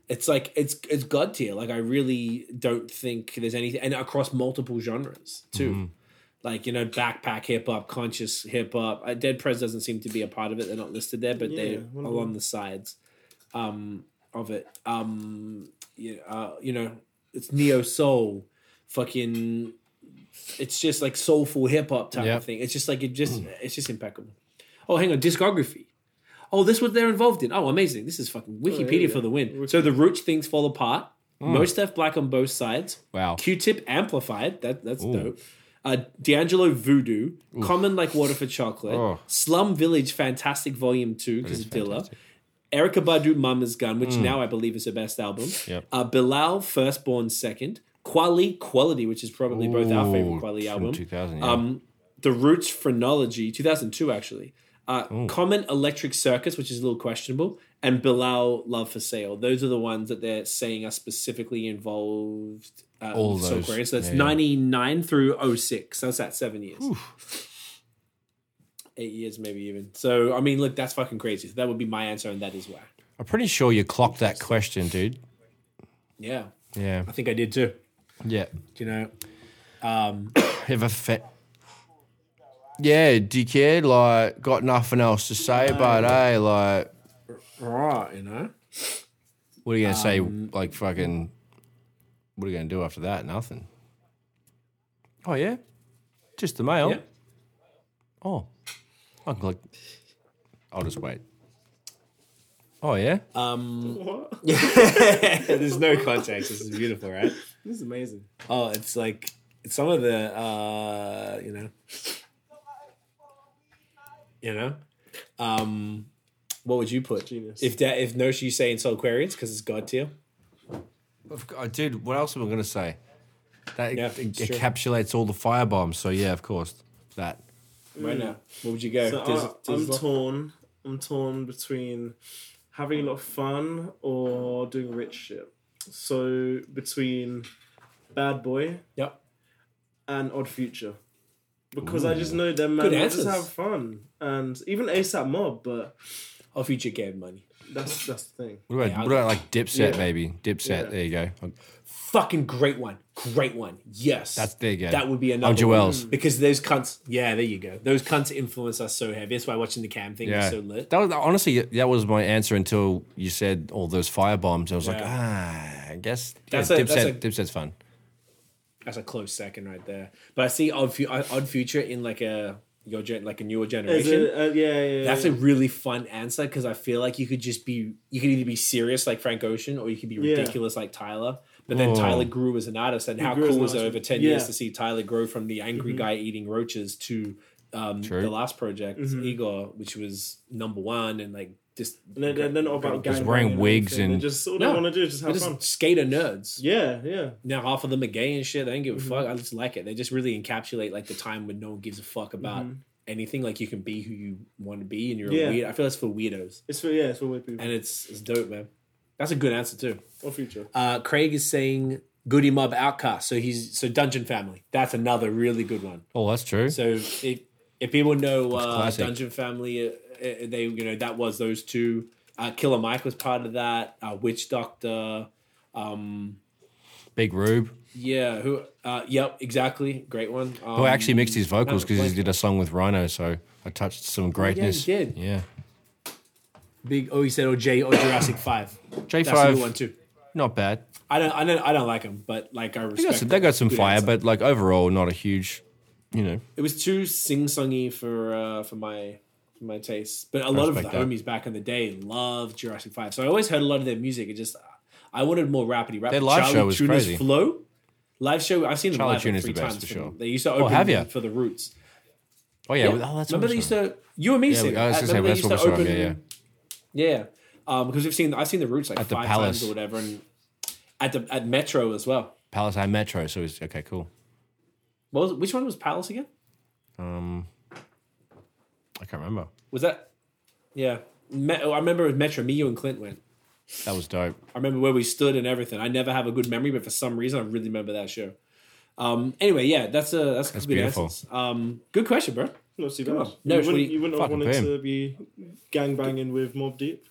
Speaker 2: it's like it's it's god tier like i really don't think there's anything and across multiple genres too like you know backpack hip hop conscious hip hop uh, dead prez doesn't seem to be a part of it they're not listed there but
Speaker 3: Yeah,
Speaker 2: they're
Speaker 3: well,
Speaker 2: along the sides um of it um you, uh, you know it's neo soul fucking it's just like soulful hip hop type
Speaker 1: Yep. Mm.
Speaker 2: of thing it's just like it just it's just impeccable oh hang on discography oh this what they're involved in oh amazing this is fucking wikipedia
Speaker 3: you
Speaker 2: for
Speaker 3: go.
Speaker 2: the win so the roots things fall apart most Def black on both sides
Speaker 1: Mm. Wow.
Speaker 2: Q-Tip amplified. That that's
Speaker 1: Ooh.
Speaker 2: dope. Uh, D'Angelo Voodoo, Common Like Water for Chocolate,
Speaker 1: Oh.
Speaker 2: Slum Village, Fantastic Volume Two because
Speaker 1: is
Speaker 2: of Dilla,
Speaker 1: fantastic.
Speaker 2: Erica Badu, Mama's Gun, which now I believe is her best album.
Speaker 1: Mm. Yep.
Speaker 2: Uh, Bilal, Firstborn, second. Quali Quality, which is probably both our favorite Quali album.
Speaker 1: Two thousand.
Speaker 2: Um, the Roots Phrenology, 2002 actually. Uh, Common Electric Circus, which is a little questionable, and Bilal Love for Sale. Those are the ones that they're saying are specifically involved. Uh,
Speaker 1: All
Speaker 2: with
Speaker 1: those,
Speaker 2: Soulquarian. So that's
Speaker 1: yeah, yeah.
Speaker 2: 99 through 06. So that's that seven years. Eight years, maybe even. So, I mean, look, that's fucking crazy. So that would be my answer, and that is why.
Speaker 1: I'm pretty sure you clocked that question, dude.
Speaker 2: Yeah.
Speaker 1: Yeah.
Speaker 2: I think I did too.
Speaker 1: Yeah.
Speaker 2: You know,
Speaker 1: Have a fit. Yeah, dickhead. Like, got nothing else to say, but hey, like,
Speaker 2: right, you know?
Speaker 1: what are you gonna say? Like, fucking, what are you gonna do after that? Nothing. Oh yeah, just the mail.
Speaker 2: Yeah.
Speaker 1: Oh, I can click. I'll just wait. Oh yeah.
Speaker 3: What?
Speaker 2: There's no context. This is beautiful, right?
Speaker 3: This is amazing.
Speaker 2: Oh, it's like some of the uh, you know, you know, um, what would you put
Speaker 3: Genius.
Speaker 2: if that if no, you say in Soul Aquarius because it's God tier.
Speaker 1: Of cou- uh, dude, what else am I going to say? That
Speaker 2: Yeah,
Speaker 1: en-
Speaker 2: it's true.
Speaker 1: encapsulates all the fire bombs. So yeah, of course, that.
Speaker 2: Right now, what would you go?
Speaker 3: So
Speaker 2: There's-
Speaker 3: I,
Speaker 2: there's
Speaker 3: I'm
Speaker 2: lo-
Speaker 3: torn. I'm torn between having a lot of fun or doing rich shit. So between Bad Boy
Speaker 2: Yep.
Speaker 3: and Odd Future. Because I just know them man
Speaker 2: Good
Speaker 3: they just
Speaker 2: answers.
Speaker 3: have fun. And even ASAP Mob, but
Speaker 2: I'll future game money.
Speaker 3: that's that's the thing.
Speaker 1: What about,
Speaker 2: Yeah, I-
Speaker 1: what about like Dipset,
Speaker 3: Yeah.
Speaker 1: maybe Dipset.
Speaker 3: Yeah.
Speaker 1: There you go.
Speaker 2: Fucking great one. Great one. Yes.
Speaker 1: That's there you go.
Speaker 2: That would be another
Speaker 1: Oh, Joel's.
Speaker 2: one. Mm. Because those cunts. Yeah, there you go. Those cunts influence us so heavy. That's why watching the cam thing
Speaker 1: Yeah,
Speaker 2: is so lit.
Speaker 1: that was honestly that was my answer until you said all those fire bombs. I was like, ah, I guess
Speaker 2: That's
Speaker 1: yeah,
Speaker 2: a-
Speaker 1: Dipset.
Speaker 2: that's
Speaker 1: Dipset's fun.
Speaker 2: That's a close second right there. But I see Odd, Fu- Odd Future in like a your gen- like a newer
Speaker 3: Is
Speaker 2: generation.
Speaker 3: it, uh, yeah, yeah, yeah.
Speaker 2: That's a really fun answer because I feel like you could just be you could either be serious like Frank Ocean or you could be
Speaker 3: Yeah.
Speaker 2: ridiculous like Tyler. But then
Speaker 1: Whoa.
Speaker 2: Tyler grew as an artist, and how
Speaker 3: grew as
Speaker 2: cool
Speaker 3: an
Speaker 2: was it
Speaker 3: artist.
Speaker 2: over ten
Speaker 3: Yeah. Mm-hmm.
Speaker 2: years to see Tyler grow from the angry guy eating roaches to um,
Speaker 1: True.
Speaker 2: the last project Igor, which was number one and like just
Speaker 3: Mm-hmm. and then, and then all about gang
Speaker 1: wearing
Speaker 3: banging
Speaker 1: wigs
Speaker 3: everything.
Speaker 1: and-
Speaker 3: they just all
Speaker 2: No.
Speaker 3: they want to do is just
Speaker 2: They're
Speaker 3: have
Speaker 2: just
Speaker 3: fun.
Speaker 2: skater nerds.
Speaker 3: Yeah, yeah.
Speaker 2: Now half of them are gay and shit. I don't give a
Speaker 3: Mm-hmm.
Speaker 2: fuck. I just like it. They just really encapsulate like the time when no one gives a fuck about anything. Like you can be who you want to be, and you're
Speaker 3: Mm-hmm. Yeah.
Speaker 2: a weird. I feel that's for weirdos.
Speaker 3: It's for yeah, it's for weird people.
Speaker 2: and it's it's dope, man. That's a good answer too.
Speaker 3: Or future.
Speaker 2: Uh, Craig is saying Goody Mob Outcast, so he's so Dungeon Family. That's another really good one.
Speaker 1: Oh, that's true.
Speaker 2: So if if people know uh,
Speaker 1: classic.
Speaker 2: Dungeon Family, uh, uh, they you know that was those two. Uh, Killer Mike was part of that. Uh, Witch Doctor. Um,
Speaker 1: Big Rube,
Speaker 2: yeah, who? Uh, yep, exactly. Great one. Um,
Speaker 1: who Oh, actually mixed his vocals
Speaker 2: no,
Speaker 1: because
Speaker 2: like-
Speaker 1: he did a song with Rhino. So I touched some greatness.
Speaker 2: Oh, did.
Speaker 1: Yeah.
Speaker 2: big. Oh, he said oh J or Jurassic Five.
Speaker 1: J
Speaker 2: That's a good one
Speaker 1: five,
Speaker 2: too.
Speaker 1: not bad.
Speaker 2: I don't, I don't, I don't like him, but like I
Speaker 1: They
Speaker 2: respect.
Speaker 1: got some, they got some
Speaker 2: Good
Speaker 1: fire,
Speaker 2: answer.
Speaker 1: but like overall, not a huge. You know,
Speaker 2: it was too sing songy for uh, for my for my taste. But a lot of the
Speaker 1: respect that.
Speaker 2: homies back in the day loved Jurassic Five, so I always heard a lot of their music. It just I wanted more rapidy rap.
Speaker 1: Their live show was
Speaker 2: Tuna's
Speaker 1: crazy.
Speaker 2: Flow live show. I've seen them
Speaker 1: Charlie
Speaker 2: live like
Speaker 1: Tuna's
Speaker 2: three
Speaker 1: the best,
Speaker 2: times
Speaker 1: for
Speaker 2: for
Speaker 1: sure.
Speaker 2: They used to open
Speaker 1: have ya?
Speaker 2: for the Roots.
Speaker 1: oh yeah, well, oh that's
Speaker 2: remember
Speaker 1: what
Speaker 2: they
Speaker 1: we
Speaker 2: used
Speaker 1: saw.
Speaker 2: to you and me.
Speaker 1: Yeah,
Speaker 2: seen
Speaker 1: I was
Speaker 2: it.
Speaker 1: gonna say
Speaker 2: Remember they
Speaker 1: that's
Speaker 2: used
Speaker 1: what we
Speaker 2: to
Speaker 1: saw. Yeah, yeah.
Speaker 2: open- yeah. Um, because we've seen I've seen the Roots like
Speaker 1: At the
Speaker 2: five
Speaker 1: Palace.
Speaker 2: times or whatever, and at the at Metro as well.
Speaker 1: Palisade Metro. So it's okay, cool.
Speaker 2: What was, which one was Palace again?
Speaker 1: Um, I can't remember.
Speaker 2: Was that yeah? Me- oh, I remember with Metro. Me, you, and Clint went.
Speaker 1: That was dope.
Speaker 2: I remember where we stood and everything. I never have a good memory, but for some reason, I really remember that show. Um, anyway, yeah, that's a that's, good
Speaker 1: beautiful.
Speaker 2: answers. Um, good question, bro.
Speaker 3: Not too
Speaker 2: Come
Speaker 3: bad.
Speaker 2: on. No,
Speaker 3: you wouldn't,
Speaker 2: we-
Speaker 3: you wouldn't have
Speaker 1: Fucking
Speaker 3: wanted
Speaker 1: boom.
Speaker 3: to be gang banging with Mob Deep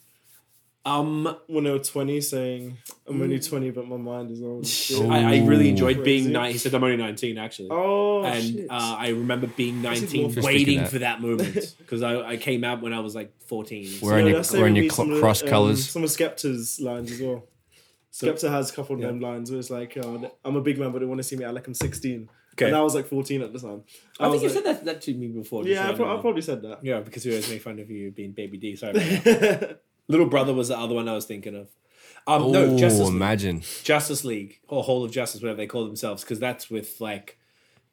Speaker 2: Um,
Speaker 3: when they were 20, saying, I'm only
Speaker 2: Mm.
Speaker 3: 20, but my mind is old. Shit.
Speaker 2: I, I really
Speaker 1: Ooh.
Speaker 2: enjoyed being
Speaker 3: Crazy.
Speaker 2: nine. He said I'm only nineteen actually,
Speaker 3: Oh,
Speaker 2: and
Speaker 3: shit.
Speaker 2: uh, I remember being nineteen,
Speaker 1: Just
Speaker 2: waiting
Speaker 1: thinking that.
Speaker 2: for that moment because I, I came out when I was like fourteen. So,
Speaker 1: Wearing
Speaker 3: Yeah,
Speaker 1: your
Speaker 3: that's
Speaker 1: wearing
Speaker 3: saving
Speaker 1: your
Speaker 3: me
Speaker 1: cl-
Speaker 3: some of
Speaker 1: cross
Speaker 3: the, um,
Speaker 1: colors.
Speaker 3: Some of Skepta's lines as well. Skepta has a couple of them lines where it's like, oh, I'm a big man, but they want to see me out like I'm 16.
Speaker 2: Okay.
Speaker 3: And I was like 14 at the time.
Speaker 2: I, think
Speaker 3: was
Speaker 2: you
Speaker 3: like,
Speaker 2: said that, that to me before. just
Speaker 3: Yeah, I,
Speaker 2: randomly.
Speaker 3: pro- I probably said that.
Speaker 2: yeah, because we always make fun of you being baby D. Sorry, about that. little brother was the other one I was thinking of. Um, no,
Speaker 1: Ooh,
Speaker 2: Justice League.
Speaker 1: imagine.
Speaker 2: Justice League or Hall of Justice, whatever they call themselves, because that's with like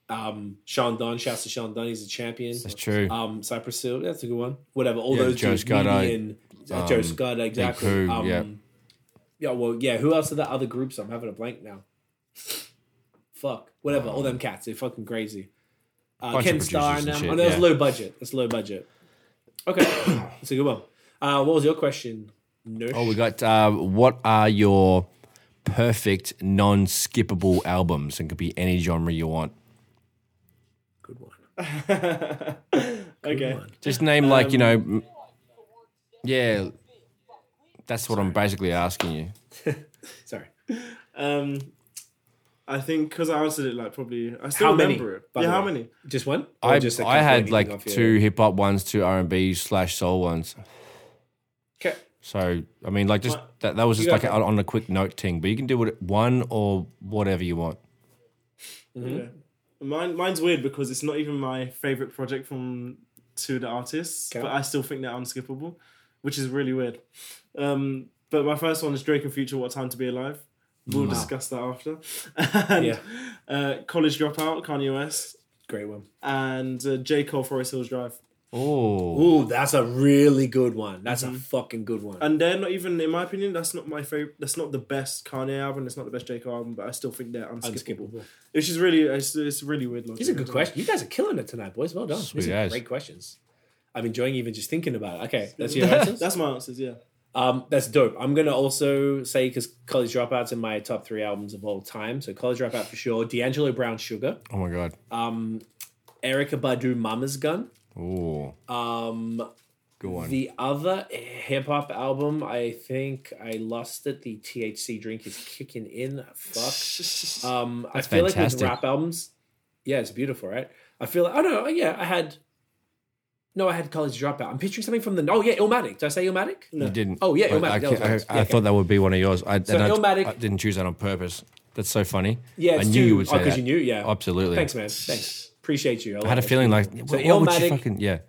Speaker 2: um Sean Don. Shouts to Sean Don, he's a champion.
Speaker 1: That's true.
Speaker 2: Um, Cypress Hill, that's a good one. Whatever, all
Speaker 1: Yeah,
Speaker 2: those
Speaker 1: Joe
Speaker 2: dudes,
Speaker 1: Scudder,
Speaker 2: Median, uh, Joe
Speaker 1: um,
Speaker 2: Scudder, exactly.
Speaker 1: Crew,
Speaker 2: um,
Speaker 1: yeah.
Speaker 2: yeah, well, yeah. Who else are the other groups? I'm having a blank now. Fuck, whatever. All them cats, they're fucking crazy. Uh,
Speaker 1: Bunch
Speaker 2: Ken
Speaker 1: of
Speaker 2: Starr
Speaker 1: producers
Speaker 2: and
Speaker 1: and
Speaker 2: them.
Speaker 1: shit,
Speaker 2: oh, that's
Speaker 1: yeah.
Speaker 2: low budget. That's low budget. Okay, that's a good one. Uh, what was your question? No.
Speaker 1: Oh, we got uh, what are your perfect non-skippable albums? And could be any genre you want.
Speaker 2: good one.
Speaker 3: okay.
Speaker 1: Just name like you know.
Speaker 2: Um,
Speaker 1: m- Yeah, that's what I'm basically asking you.
Speaker 2: Sorry.
Speaker 3: Um, I think because I answered it like probably, I still
Speaker 2: How many,
Speaker 3: remember it.
Speaker 2: by
Speaker 3: yeah,
Speaker 2: the
Speaker 3: how
Speaker 2: way?
Speaker 3: many?
Speaker 2: Just one? Or
Speaker 1: I
Speaker 2: just a
Speaker 1: I
Speaker 2: couple
Speaker 1: had
Speaker 2: anything
Speaker 1: like
Speaker 2: off your-
Speaker 1: two hip hop ones, two R and B slash soul ones.
Speaker 2: Okay.
Speaker 1: So I mean, like just that, that was just
Speaker 2: You
Speaker 1: like
Speaker 2: got-
Speaker 1: a, on a quick note thing. But you can do it one or whatever you want.
Speaker 3: Okay. Hmm? Mine, mine's weird because it's not even my favorite project from two of the artists,
Speaker 2: Okay.
Speaker 3: but I still think they're unskippable, which is really weird. Um, but my first one is Drake and Future, What Time to Be Alive. We'll discuss that after. and
Speaker 2: Yeah.
Speaker 3: uh, College Dropout, Kanye West,
Speaker 2: Great one.
Speaker 3: and uh, J. Cole, Forest Hills Drive.
Speaker 1: Oh,
Speaker 2: Ooh, that's a really good one. That's
Speaker 3: Mm-hmm.
Speaker 2: a fucking good one.
Speaker 3: And they're not even, in my opinion, that's not my favorite. That's not the best Kanye album. It's not the best J Cole album, but I still think they're unskippable.
Speaker 2: Unskippable.
Speaker 3: Which is really, it's, it's really weird. Like,
Speaker 2: These are good questions. You guys are killing it tonight, boys. Well done.
Speaker 1: Sweet
Speaker 2: These are
Speaker 1: guys.
Speaker 2: great questions. I'm enjoying even just thinking about it. Okay, that's your answers.
Speaker 3: That's my answers. Yeah.
Speaker 2: Um, that's dope. I'm gonna also say because College Dropout's in my top three albums of all time. So College Dropout for sure. D'Angelo Brown Sugar.
Speaker 1: oh my god.
Speaker 2: Um, Erica Badu Mama's Gun.
Speaker 1: Oh,
Speaker 2: Um,
Speaker 1: good one.
Speaker 2: the other hip hop album, I think I lost it. The THC drink is kicking in. Fuck. Um, I
Speaker 1: That's
Speaker 2: feel like with
Speaker 1: fantastic.
Speaker 2: rap albums, yeah, it's beautiful, right? I feel. I don't know. oh, Yeah, I had. No, I had College Dropout. I'm picturing something from the. Oh yeah, Illmatic. Did I say Illmatic?
Speaker 1: You didn't.
Speaker 2: Oh, yeah,
Speaker 1: I,
Speaker 2: Illmatic,
Speaker 1: I,
Speaker 2: that was
Speaker 1: I-
Speaker 2: yours.
Speaker 1: I
Speaker 2: Yeah, okay.
Speaker 1: thought that would be one of yours. I, and I,
Speaker 2: Illmatic-
Speaker 1: I didn't choose that on purpose. That's so funny.
Speaker 2: Yeah,
Speaker 1: I
Speaker 2: it's
Speaker 1: knew
Speaker 2: too-
Speaker 1: you would say
Speaker 2: oh,
Speaker 1: that.
Speaker 2: you knew. Yeah,
Speaker 1: Absolutely.
Speaker 2: Thanks, man. Thanks. Appreciate you.
Speaker 1: I had a feeling like, what,
Speaker 2: So
Speaker 1: what would you
Speaker 2: Illmatic-
Speaker 1: fucking yeah?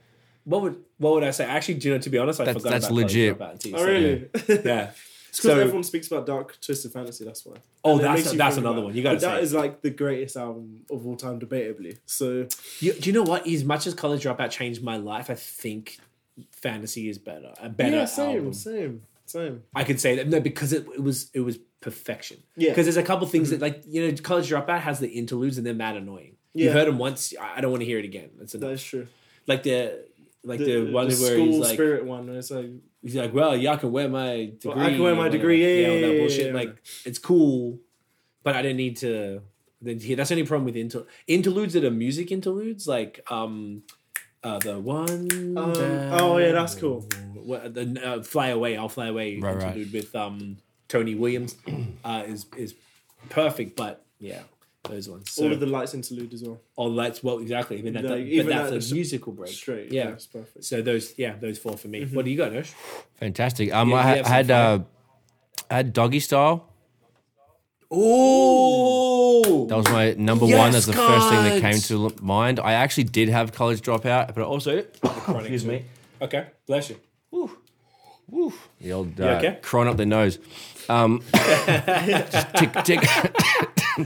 Speaker 2: What would what would I say? Actually, do you know? To be honest, I
Speaker 1: That's-
Speaker 2: forgot
Speaker 1: that's
Speaker 2: about College
Speaker 1: legit.
Speaker 2: Dropout until you
Speaker 3: Oh,
Speaker 2: said it.
Speaker 3: really?
Speaker 2: Yeah.
Speaker 3: It's because
Speaker 2: So-
Speaker 3: everyone speaks about dark twisted fantasy. That's why.
Speaker 2: Oh,
Speaker 3: And it
Speaker 2: that's-
Speaker 3: makes you
Speaker 2: that's
Speaker 3: think
Speaker 2: another
Speaker 3: about it.
Speaker 2: one, you gotta
Speaker 3: But that
Speaker 2: say.
Speaker 3: is like the greatest album of all time, debatably. So
Speaker 2: You, do you know what? As much as College Dropout changed my life, I think fantasy is better. A better
Speaker 3: yeah, same,
Speaker 2: album.
Speaker 3: same, same.
Speaker 2: I could say that no, because it, it was it was perfection.
Speaker 3: Yeah.
Speaker 2: Because there's a couple things that like you know, College Dropout has the interludes and they're mad annoying. You
Speaker 3: Yeah.
Speaker 2: heard them once. I I don't want to hear it again. That's
Speaker 3: That
Speaker 2: enough.
Speaker 3: is true.
Speaker 2: Like the like
Speaker 3: The,
Speaker 2: the,
Speaker 3: the
Speaker 2: one where
Speaker 3: school
Speaker 2: he's like
Speaker 3: spirit one. Where it's like
Speaker 2: he's like, well, yeah, I can wear my degree.
Speaker 3: Well, I can wear my
Speaker 2: or whatever.
Speaker 3: degree, yeah,
Speaker 2: all
Speaker 3: yeah,
Speaker 2: that
Speaker 3: yeah,
Speaker 2: bullshit.
Speaker 3: yeah,
Speaker 2: like
Speaker 3: yeah.
Speaker 2: it's cool, but I didn't need to. then here- That's the only problem with inter- interludes that are music interludes, like um, uh, the one.
Speaker 3: Um,
Speaker 2: that-
Speaker 3: oh, yeah, that's cool.
Speaker 2: What, the uh, fly away, I'll fly away
Speaker 1: Right, right.
Speaker 2: interlude with um Tony Williams uh, is is perfect, but yeah, those ones. So,
Speaker 3: all of the lights interlude as well.
Speaker 2: oh, that's well exactly. But, that,
Speaker 3: Like,
Speaker 2: that-
Speaker 3: even
Speaker 2: but that's
Speaker 3: that
Speaker 2: a
Speaker 3: is
Speaker 2: musical break,
Speaker 3: Straight.
Speaker 2: Yeah.
Speaker 3: it's Mm-hmm. perfect.
Speaker 2: So those, yeah, those four for me. What do you got, Nosh?
Speaker 1: Fantastic. Um,
Speaker 2: You-
Speaker 1: I,
Speaker 2: you
Speaker 1: had
Speaker 2: have
Speaker 1: I had uh, I had doggy style.
Speaker 2: Oh,
Speaker 1: That was my number one. That's the
Speaker 2: Yes,
Speaker 1: first thing that came
Speaker 2: guys.
Speaker 1: to l- mind. I actually did have college dropout, but I also excuse me,
Speaker 2: Okay, bless you.
Speaker 1: the old uh,
Speaker 2: okay?
Speaker 1: crying up the nose, um, just tick tick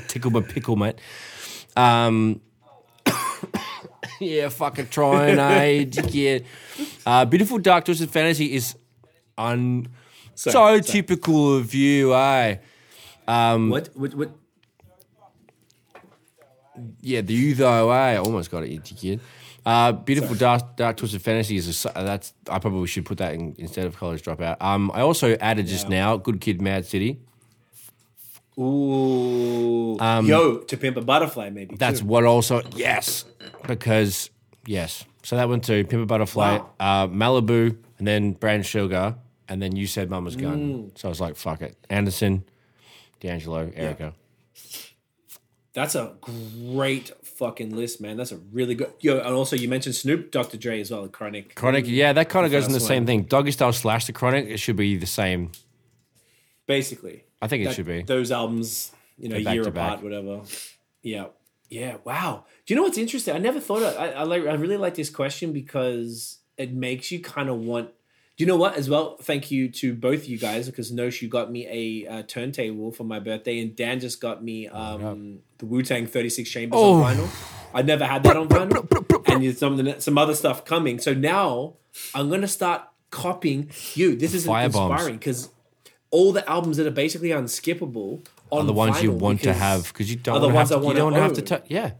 Speaker 1: tickle my pickle, mate. Um, yeah, fucking trying, eh? Yeah, uh, beautiful dark twisted fantasy is un so, typical of you, eh?
Speaker 2: What? What? What?
Speaker 1: Yeah, the you though, I almost got it, you kid. Uh, beautiful dark, dark twisted fantasy is a, su- that's I probably should put that in instead of college dropout. Um, I also added just now, good kid, Mad City.
Speaker 2: Ooh. Yo, to pimp a butterfly, maybe.
Speaker 1: That's
Speaker 2: too.
Speaker 1: what also yes, because yes. So that went to Pimp a Butterfly, uh, Malibu, and then Brand Sugar, and then you said Mama's Gun.
Speaker 2: Mm.
Speaker 1: So I was like, fuck it, Anderson, D'Angelo, Erica.
Speaker 2: that's a great fucking list, man. That's a really good. Yo, and also you mentioned Snoop, Dr. Dre as well, Chronic.
Speaker 1: Chronic, yeah, that kind of goes in the
Speaker 2: first
Speaker 1: same thing. Doggy Style slash the Chronic, it should be the same.
Speaker 2: Basically,
Speaker 1: I think it
Speaker 2: that-
Speaker 1: should be.
Speaker 2: those albums, you know,
Speaker 1: They're back
Speaker 2: year
Speaker 1: to back.
Speaker 2: apart, whatever. Yeah, yeah. Wow. Do you know what's interesting? I never thought of. I, I like. I really like this question because it makes you kind of want. Do you know what? As well, thank you to both you guys because Nosh, you got me a uh, turntable for my birthday, and Dan just got me um, the Wu Tang Thirty Six Chambers
Speaker 1: Oh.
Speaker 2: on vinyl. I never had that on vinyl, and there's some some other stuff coming. So now I'm gonna start copying you. This is
Speaker 1: Firebombs.
Speaker 2: inspiring because all the albums that are basically unskippable on
Speaker 1: the ones you
Speaker 2: vinyl
Speaker 1: want to
Speaker 2: because-
Speaker 1: have because you don't
Speaker 2: are the
Speaker 1: wanna
Speaker 2: ones I
Speaker 1: have to, you
Speaker 2: wanna
Speaker 1: don't wanna have to
Speaker 2: own.
Speaker 1: tou- yeah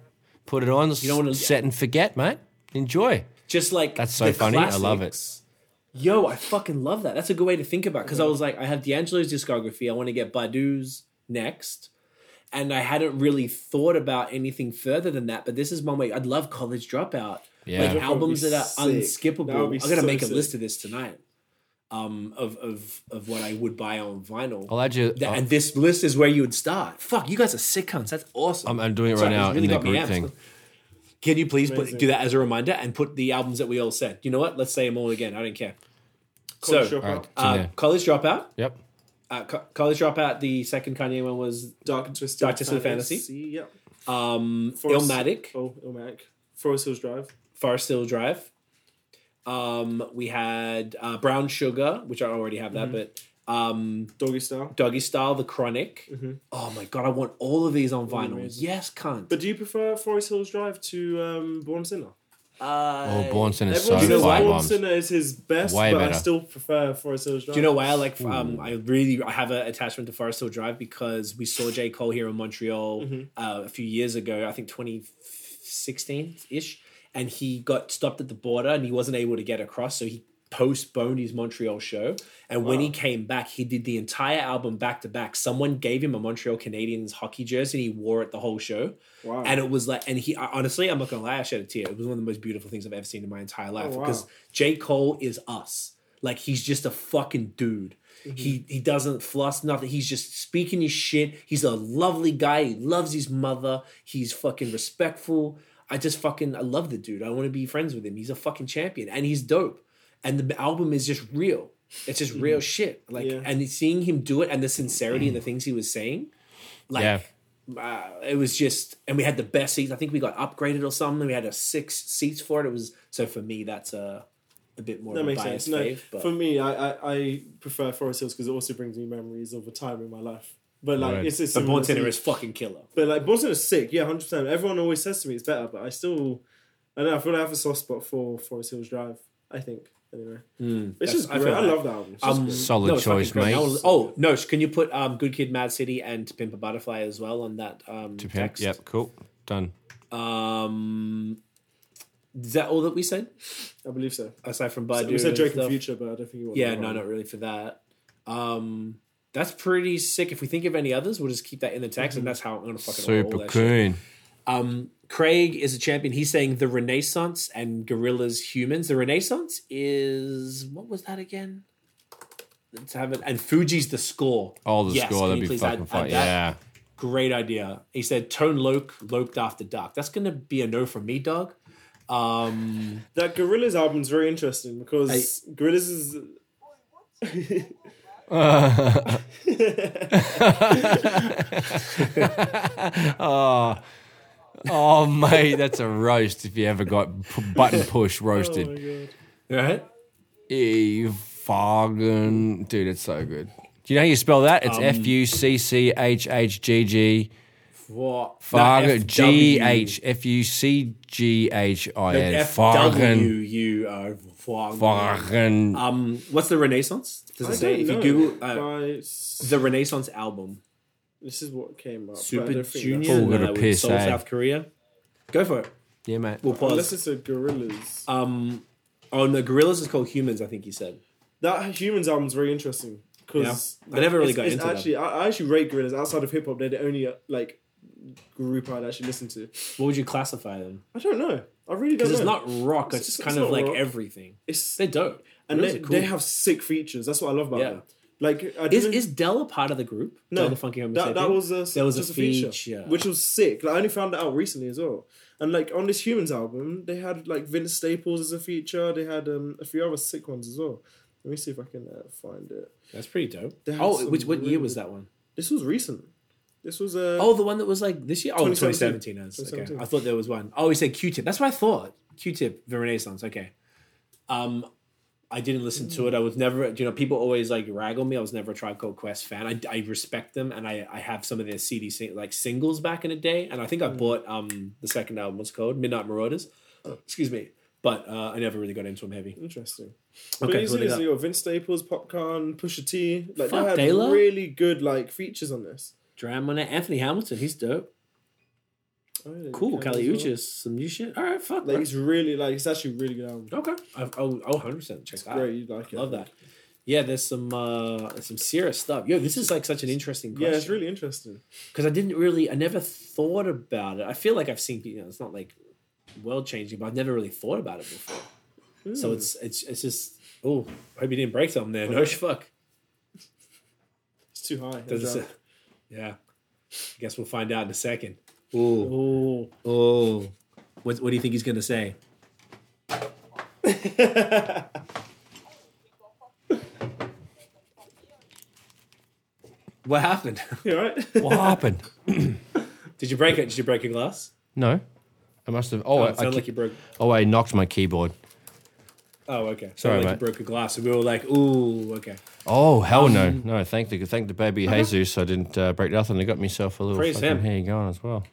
Speaker 1: put it on you
Speaker 2: don't wanna-
Speaker 1: set and forget mate enjoy
Speaker 2: just like
Speaker 1: That's so
Speaker 2: the
Speaker 1: funny. I love it.
Speaker 2: classics. Yo, I fucking love that. That's a good way to think about because I was like, I have D'Angelo's discography. I want to get Badu's next, and I hadn't really thought about anything further than that. But this is one way. I'd love College Dropout,
Speaker 1: Yeah.
Speaker 2: like
Speaker 1: That would
Speaker 2: albums
Speaker 3: be
Speaker 2: that are
Speaker 3: sick. That would be
Speaker 2: unskippable. I'm gonna
Speaker 3: so
Speaker 2: make a
Speaker 3: sick.
Speaker 2: list of this tonight. Um, of of of what I would buy on vinyl.
Speaker 1: I'll add you
Speaker 2: Th- and this list is where you would start. Fuck, you guys are sick cunts. That's awesome.
Speaker 1: I'm- I'm doing it right now
Speaker 2: it's
Speaker 1: in the
Speaker 2: got me
Speaker 1: group
Speaker 2: amped.
Speaker 1: thing.
Speaker 2: Can you please put,
Speaker 3: Amazing.
Speaker 2: do that as a reminder and put the albums that we all said? You know what? Let's say them all again. I don't care.
Speaker 3: College
Speaker 2: so,
Speaker 3: Dropout,
Speaker 1: Alright.
Speaker 2: uh,
Speaker 1: Yeah.
Speaker 2: College Dropout.
Speaker 1: yep
Speaker 2: Uh, co- college Dropout. The second Kanye one was
Speaker 3: dark and twisted.
Speaker 2: Dark Twisted Fantasy.
Speaker 3: Yep.
Speaker 2: um,
Speaker 3: Forest-
Speaker 2: Illmatic,
Speaker 3: Oh, Illmatic. Forest Hills Drive.
Speaker 2: Forest Hill Drive. Um, we had uh, Brown Sugar, which I already have that, but um,
Speaker 3: Doggy Style.
Speaker 2: Doggy Style, The Chronic. Oh my god, I want all of these on vinyl.
Speaker 3: amazing.
Speaker 2: Yes, cunt.
Speaker 3: But do you prefer Forest Hills Drive to um, Born Sinner?
Speaker 2: uh,
Speaker 1: Oh, Born Sinner is so
Speaker 3: Everyone says
Speaker 2: why-
Speaker 1: fire
Speaker 3: Born
Speaker 1: bombs.
Speaker 3: Sinner is his best,
Speaker 1: Way
Speaker 3: but I
Speaker 1: better.
Speaker 3: still prefer Forest Hills Drive.
Speaker 2: Do you know why I like? Um, I really I have an attachment to Forest Hill Drive because we saw J Cole here in Montreal
Speaker 3: Mm-hmm.
Speaker 2: uh, a few years ago. I think 2016 ish, and he got stopped at the border and he wasn't able to get across, so he postponed his Montreal show. And when he came back, he did the entire album back to back. Someone gave him a Montreal Canadiens hockey jersey and he wore it the whole show.
Speaker 3: Wow.
Speaker 2: And it was like, and he I- honestly, I'm not gonna lie, I shed a tear. It was one of the most beautiful things I've ever seen in my entire life
Speaker 3: Oh, wow.
Speaker 2: because J Cole is us. Like he's just a fucking dude.
Speaker 3: Mm-hmm.
Speaker 2: He he doesn't floss nothing. He's just speaking his shit. He's a lovely guy. He loves his mother. He's fucking respectful. I just fucking I love the dude. I want to be friends with him. He's a fucking champion and he's dope. And the album is just real. It's just real shit. Like
Speaker 3: Mm-hmm. Yeah. Mm-hmm.
Speaker 2: and seeing him do it and the sincerity and the things he was saying, like
Speaker 1: Yeah.
Speaker 2: uh, it was just, and we had the best seats. I think we got upgraded or something. We had a six seats for it. It was so for me, that's a a bit more
Speaker 3: That
Speaker 2: of a
Speaker 3: makes
Speaker 2: biased
Speaker 3: sense. No,
Speaker 2: fave. But
Speaker 3: for me, I, I, I prefer Forest Hills because it also brings me memories of a time in my life. But like,
Speaker 1: Right.
Speaker 3: it's it's
Speaker 2: but Born
Speaker 3: similar
Speaker 2: Sinner
Speaker 3: to-
Speaker 2: is fucking killer.
Speaker 3: But like Born Sinner is sick, yeah, hundred percent. Everyone always says to me it's better, but I still, I don't know. I feel like I have a soft spot for Forest Hills Drive. I think anyway. it's just
Speaker 2: Hmm, I
Speaker 3: great.
Speaker 2: feel
Speaker 3: I,
Speaker 2: that.
Speaker 3: love that album. It's just
Speaker 2: Um,
Speaker 3: great.
Speaker 1: Solid
Speaker 2: it's fucking
Speaker 1: choice,
Speaker 2: great.
Speaker 1: mate.
Speaker 2: I will- oh no, can you put um, Good Kid, Mad City, and To Pimp a Butterfly as well on that um,
Speaker 1: To pimp.
Speaker 2: text?
Speaker 1: Yep, cool. Done.
Speaker 2: Um, is that all that we said
Speaker 3: I believe so.
Speaker 2: aside from Badu?
Speaker 3: We said
Speaker 2: and
Speaker 3: Drake and
Speaker 2: stuff?
Speaker 3: Future, but I don't think you want.
Speaker 2: Yeah,
Speaker 3: that
Speaker 2: no,
Speaker 3: one.
Speaker 2: not really for that. Um, that's pretty sick. If we think of any others, we'll just keep that in the text, and that's how I'm gonna fucking roll
Speaker 1: Mm-hmm. Super
Speaker 2: that shit.
Speaker 1: coon.
Speaker 2: Um, Craig is a champion. He's saying the Renaissance and gorillas humans. The Renaissance is what was that again? Let's have it. And Fuji's the score.
Speaker 1: Oh, the
Speaker 2: Yes,
Speaker 1: score.
Speaker 2: can
Speaker 1: That'd
Speaker 2: you
Speaker 1: be
Speaker 2: please add-
Speaker 1: fucking
Speaker 2: add
Speaker 1: fun.
Speaker 2: that?
Speaker 1: Yeah.
Speaker 2: Great idea. He said tone loke, loked after dark. That's gonna be a no from me, dog. Um,
Speaker 3: That Gorillaz album's very interesting because Gorillaz is.
Speaker 1: oh, oh, mate, that's a roast if you ever got p- button push
Speaker 3: Oh my
Speaker 1: roasted.
Speaker 3: god!
Speaker 2: right?
Speaker 1: E fucking dude, it's so good. Do you know how you spell that?
Speaker 2: Um,
Speaker 1: It's F U C C H H G G
Speaker 2: What? No,
Speaker 1: Farg G
Speaker 2: FW.
Speaker 1: H F U C G H I N
Speaker 2: F
Speaker 1: Fargen
Speaker 2: W U R. Fargen.
Speaker 1: Fargen.
Speaker 2: Um, what's the Renaissance? Does
Speaker 3: I
Speaker 2: it say?
Speaker 3: don't
Speaker 2: If you
Speaker 3: know.
Speaker 2: Google uh,
Speaker 3: By s-
Speaker 2: the Renaissance album.
Speaker 3: this is what came up. but I
Speaker 2: Super
Speaker 3: don't think
Speaker 2: Junior,
Speaker 1: Paul
Speaker 3: that's-
Speaker 1: got a
Speaker 2: uh, with
Speaker 1: piss,
Speaker 2: Seoul,
Speaker 1: eh?
Speaker 2: South Korea. Go for it.
Speaker 1: Yeah, mate.
Speaker 2: We'll
Speaker 3: Unless
Speaker 2: pause.
Speaker 3: it's a Gorillaz.
Speaker 2: Um, oh no, Gorillas is called Humans. I think he said.
Speaker 3: That Humans album's very interesting because
Speaker 2: Yeah. I never really got into them.
Speaker 3: actually, I, I actually rate Gorillaz outside of hip hop. They're the only uh, like group I'd actually listen to.
Speaker 2: What would you classify them?
Speaker 3: I don't know. I really don't
Speaker 2: Because
Speaker 3: know.
Speaker 2: it's not rock. It's,
Speaker 3: It's-
Speaker 2: kind
Speaker 3: it's
Speaker 2: of
Speaker 3: not
Speaker 2: like
Speaker 3: rock.
Speaker 2: everything.
Speaker 3: It's
Speaker 2: They're dope.
Speaker 3: and
Speaker 2: Gorillas
Speaker 3: they,
Speaker 2: are
Speaker 3: they have sick features. That's what I love about
Speaker 2: Yeah.
Speaker 3: them. Like I
Speaker 2: Is
Speaker 3: didn't-
Speaker 2: is Dell a part of the group?
Speaker 3: No,
Speaker 2: Del the Funky Homo
Speaker 3: that, that
Speaker 2: Sapien?
Speaker 3: was a
Speaker 2: There was a
Speaker 3: just a feature,
Speaker 2: feature.
Speaker 3: which was sick. Like, I only found that out recently as well. And like on this Humans album, they had like Vince Staples as a feature. They had um, a few other sick ones as well. Let me see if I can uh, find it.
Speaker 2: That's pretty dope.
Speaker 3: They had
Speaker 2: Oh,
Speaker 3: some
Speaker 2: which what year
Speaker 3: really
Speaker 2: was
Speaker 3: good-
Speaker 2: that one?
Speaker 3: This was recent. This was uh,
Speaker 2: Oh, the one that was like this year. Oh,
Speaker 3: 2017.
Speaker 2: 2017. is. Okay,
Speaker 3: 2017.
Speaker 2: I thought there was one. Oh, he said Q-tip. That's what I thought. Q-tip, the Renaissance. Okay. Um, I didn't listen to it. I was never, you know, people always like rag on me. I was never a Tribe Called Quest fan. I, I respect them, and I, I have some of their CD sing- like singles back in the day. And I think I
Speaker 3: Hmm.
Speaker 2: bought um the second album. What's it called Midnight Marauders. Excuse me, but uh, I never really got into them heavy.
Speaker 3: interesting.
Speaker 2: Okay,
Speaker 3: but
Speaker 2: what
Speaker 3: easily
Speaker 2: do you
Speaker 3: as
Speaker 2: got?
Speaker 3: you got Vince Staples, Popcorn, Pusha T. Like
Speaker 2: Fuck,
Speaker 3: they had
Speaker 2: Taylor?
Speaker 3: really good like features on this.
Speaker 2: Dram on it. Anthony Hamilton. He's dope.
Speaker 3: Oh, yeah,
Speaker 2: Cool.
Speaker 3: Kendrick
Speaker 2: Kali
Speaker 3: as well.
Speaker 2: Uchis. Some new shit. All right. Fuck.
Speaker 3: Like
Speaker 2: bro.
Speaker 3: it's really like it's actually a really good album.
Speaker 2: Okay. I've, I'll, I'll 100% check that. out.
Speaker 3: Great, you like it.
Speaker 2: Love that. Yeah, there's some uh some serious stuff. Yo, this is like such an interesting
Speaker 3: Yeah,
Speaker 2: question.
Speaker 3: it's really interesting.
Speaker 2: because I didn't really, I never thought about it. I feel like I've seen, you know, it's not like world changing, but I've never really thought about it before.
Speaker 3: Hmm.
Speaker 2: So it's it's it's just oh, hope you didn't break something there. No fuck.
Speaker 3: It's too high.
Speaker 2: Does it
Speaker 3: It's uh,
Speaker 2: say- yeah, I guess we'll find out in a second. Ooh,
Speaker 3: Oh.
Speaker 2: oh, what what do you think he's gonna say? What happened?
Speaker 3: You alright?
Speaker 1: What happened?
Speaker 2: Did you break it? Did you break a glass?
Speaker 1: No. I must have. Oh,
Speaker 2: Oh,
Speaker 1: I,
Speaker 2: it
Speaker 1: I,
Speaker 2: sounded
Speaker 1: ki-
Speaker 2: like you broke.
Speaker 1: oh, I knocked my keyboard.
Speaker 2: Oh, okay. Sounded
Speaker 1: Sorry,
Speaker 2: like you
Speaker 1: mate.
Speaker 2: broke a glass, and we were like, "Ooh, okay."
Speaker 1: Oh hell no, no! Thank the thank the baby Jesus. I didn't uh, break nothing. I got myself a little
Speaker 2: Praise
Speaker 1: fucking
Speaker 2: him.
Speaker 1: hair going as well.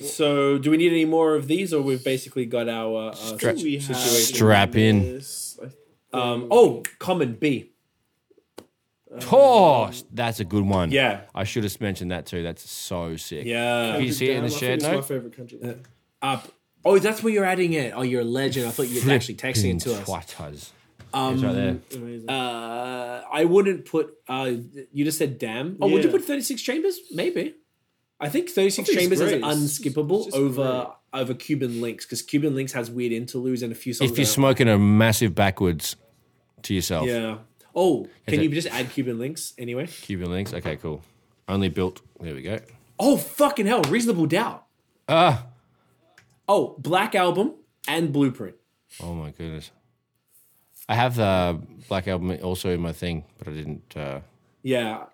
Speaker 2: So, do we need any more of these, or we've basically got our uh,
Speaker 1: Strap-
Speaker 2: situ-
Speaker 3: We have
Speaker 2: situation?
Speaker 1: Strap in.
Speaker 3: this, I think.
Speaker 2: Um, oh, common B.
Speaker 1: Oh, that's a good one.
Speaker 2: Um, Yeah,
Speaker 1: I should have mentioned that too. That's so sick.
Speaker 2: yeah.
Speaker 1: Can you see it in the
Speaker 3: Damn, I think
Speaker 1: shared
Speaker 3: it's my
Speaker 1: note?
Speaker 3: favorite country.
Speaker 2: Up. Oh, that's where you're adding it. Oh, you're a legend. I thought you were actually texting it to us. Um,
Speaker 1: Twattas. it's right there.
Speaker 3: Amazing.
Speaker 2: Uh, I wouldn't put. Uh, you just said damn. Oh, would you
Speaker 3: Yeah.
Speaker 2: put thirty six chambers? Maybe. I think thirty six
Speaker 3: I think it's
Speaker 2: chambers is
Speaker 3: great. It's-
Speaker 2: unskippable
Speaker 3: it's just
Speaker 2: over over Cuban links because Cuban links has weird interludes and a few songs.
Speaker 1: If you're
Speaker 2: that-
Speaker 1: smoking a massive backwards to yourself,
Speaker 2: yeah. Oh, can
Speaker 1: it-
Speaker 2: you just add Cuban links anyway?
Speaker 1: Cuban links. Okay, cool. Only built. There we go.
Speaker 2: Oh fucking hell! Reasonable doubt.
Speaker 1: Ah.
Speaker 2: Oh, Black Album and Blueprint.
Speaker 1: Oh my goodness. I have the black album also in my thing, but I didn't. Uh,
Speaker 2: Yeah.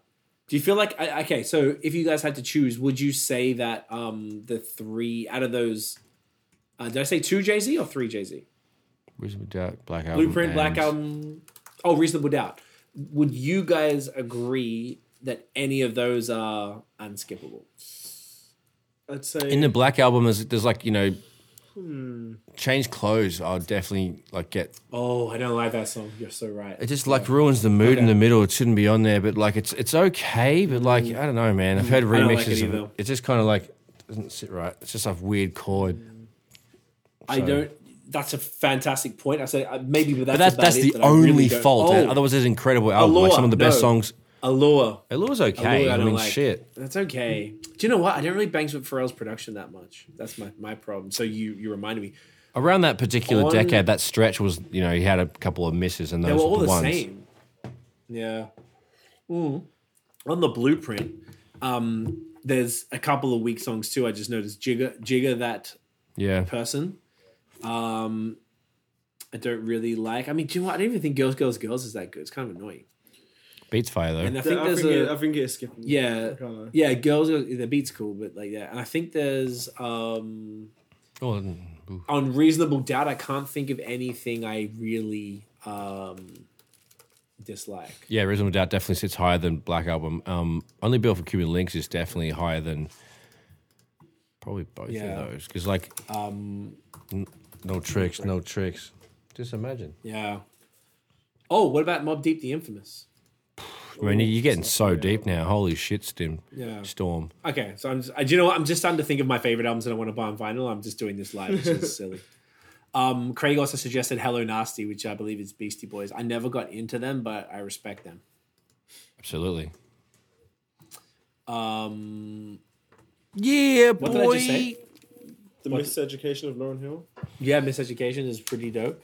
Speaker 2: Do you feel like I- okay? So if you guys had to choose, would you say that um the three out of those? Uh, did I say two Jay Z or three Jay Z?
Speaker 1: Reasonable Doubt, Black Album.
Speaker 2: Blueprint, Black
Speaker 1: and-
Speaker 2: Album. Oh, Reasonable Doubt. Would you guys agree that any of those are unskippable?
Speaker 3: I'd say
Speaker 1: In the Black Album, there's, there's like, you know,
Speaker 2: Hmm.
Speaker 1: change clothes. I'll definitely like get.
Speaker 2: Oh, I don't like that song. You're so right.
Speaker 1: It just like ruins the mood in the middle. It shouldn't be on there, but like it's it's okay. But like I don't know, man. I've heard
Speaker 2: Hmm. don't like
Speaker 1: remixes.
Speaker 2: it
Speaker 1: of
Speaker 2: either.
Speaker 1: it. It's just kind of like doesn't sit right. It's just a weird chord.
Speaker 2: Hmm. I don't. That's a fantastic point. I say uh, maybe, but that's
Speaker 1: But that's
Speaker 2: about
Speaker 1: that's
Speaker 2: it
Speaker 1: the
Speaker 2: that I really
Speaker 1: only
Speaker 2: don't-
Speaker 1: fault.
Speaker 2: Oh,
Speaker 1: Otherwise, it's an incredible album. like
Speaker 2: Allure,
Speaker 1: some of the best
Speaker 2: no.
Speaker 1: songs.
Speaker 2: Allure.
Speaker 1: Allure okay.
Speaker 2: Allure I
Speaker 1: I,
Speaker 2: don't
Speaker 1: mean,
Speaker 2: like.
Speaker 1: shit.
Speaker 2: That's okay. Do you know what? I don't really bangs with Pharrell's production that much. That's my, my problem. So you you reminded me.
Speaker 1: Around that particular
Speaker 2: On-
Speaker 1: decade, that stretch was, you know, he had a couple of misses, and those
Speaker 2: They were all
Speaker 1: the,
Speaker 2: the
Speaker 1: ones.
Speaker 2: same. Yeah. Mm. On the blueprint, um, there's a couple of weak songs too. I just noticed Jigger Jigger that
Speaker 1: Yeah,
Speaker 2: person. Um, I don't really like. I mean, do you know what? I don't even think Girls Girls Girls is that good. It's kind of annoying.
Speaker 1: Beats Fire though.
Speaker 2: And I
Speaker 3: I think,
Speaker 2: think
Speaker 3: I
Speaker 2: there's
Speaker 3: think,
Speaker 2: a
Speaker 3: it, I think it's skipping.
Speaker 2: yeah.
Speaker 3: I can't lie.
Speaker 2: Yeah, girls, the beat's cool, but like, yeah. And I think there's, um,
Speaker 1: Oh, mm, ooh.
Speaker 2: on reasonable doubt, I can't think of anything I really um, dislike.
Speaker 1: yeah, Reasonable Doubt definitely sits higher than Black Album. Um, Only Built for Cuban Links is definitely higher than probably both
Speaker 2: Yeah.
Speaker 1: of those because, like,
Speaker 2: Um,
Speaker 1: no tricks, no tricks. Just imagine.
Speaker 2: yeah. Oh, what about Mob Deep the Infamous?
Speaker 1: I mean, you're getting so deep now. Holy shit, Stim.
Speaker 2: Yeah.
Speaker 1: Storm.
Speaker 2: Okay, so I'm. Just, I, do you know what? I'm just starting to think of my favorite albums, and I want to buy on vinyl. I'm just doing this live, which is silly. Um, Craig also suggested Hello Nasty, which I believe is Beastie Boys. I never got into them, but I respect them.
Speaker 1: Absolutely.
Speaker 2: Um,
Speaker 1: Yeah,
Speaker 2: what did I just say?
Speaker 3: The miseducation of Lauren Hill.
Speaker 2: Yeah, Miseducation is pretty dope.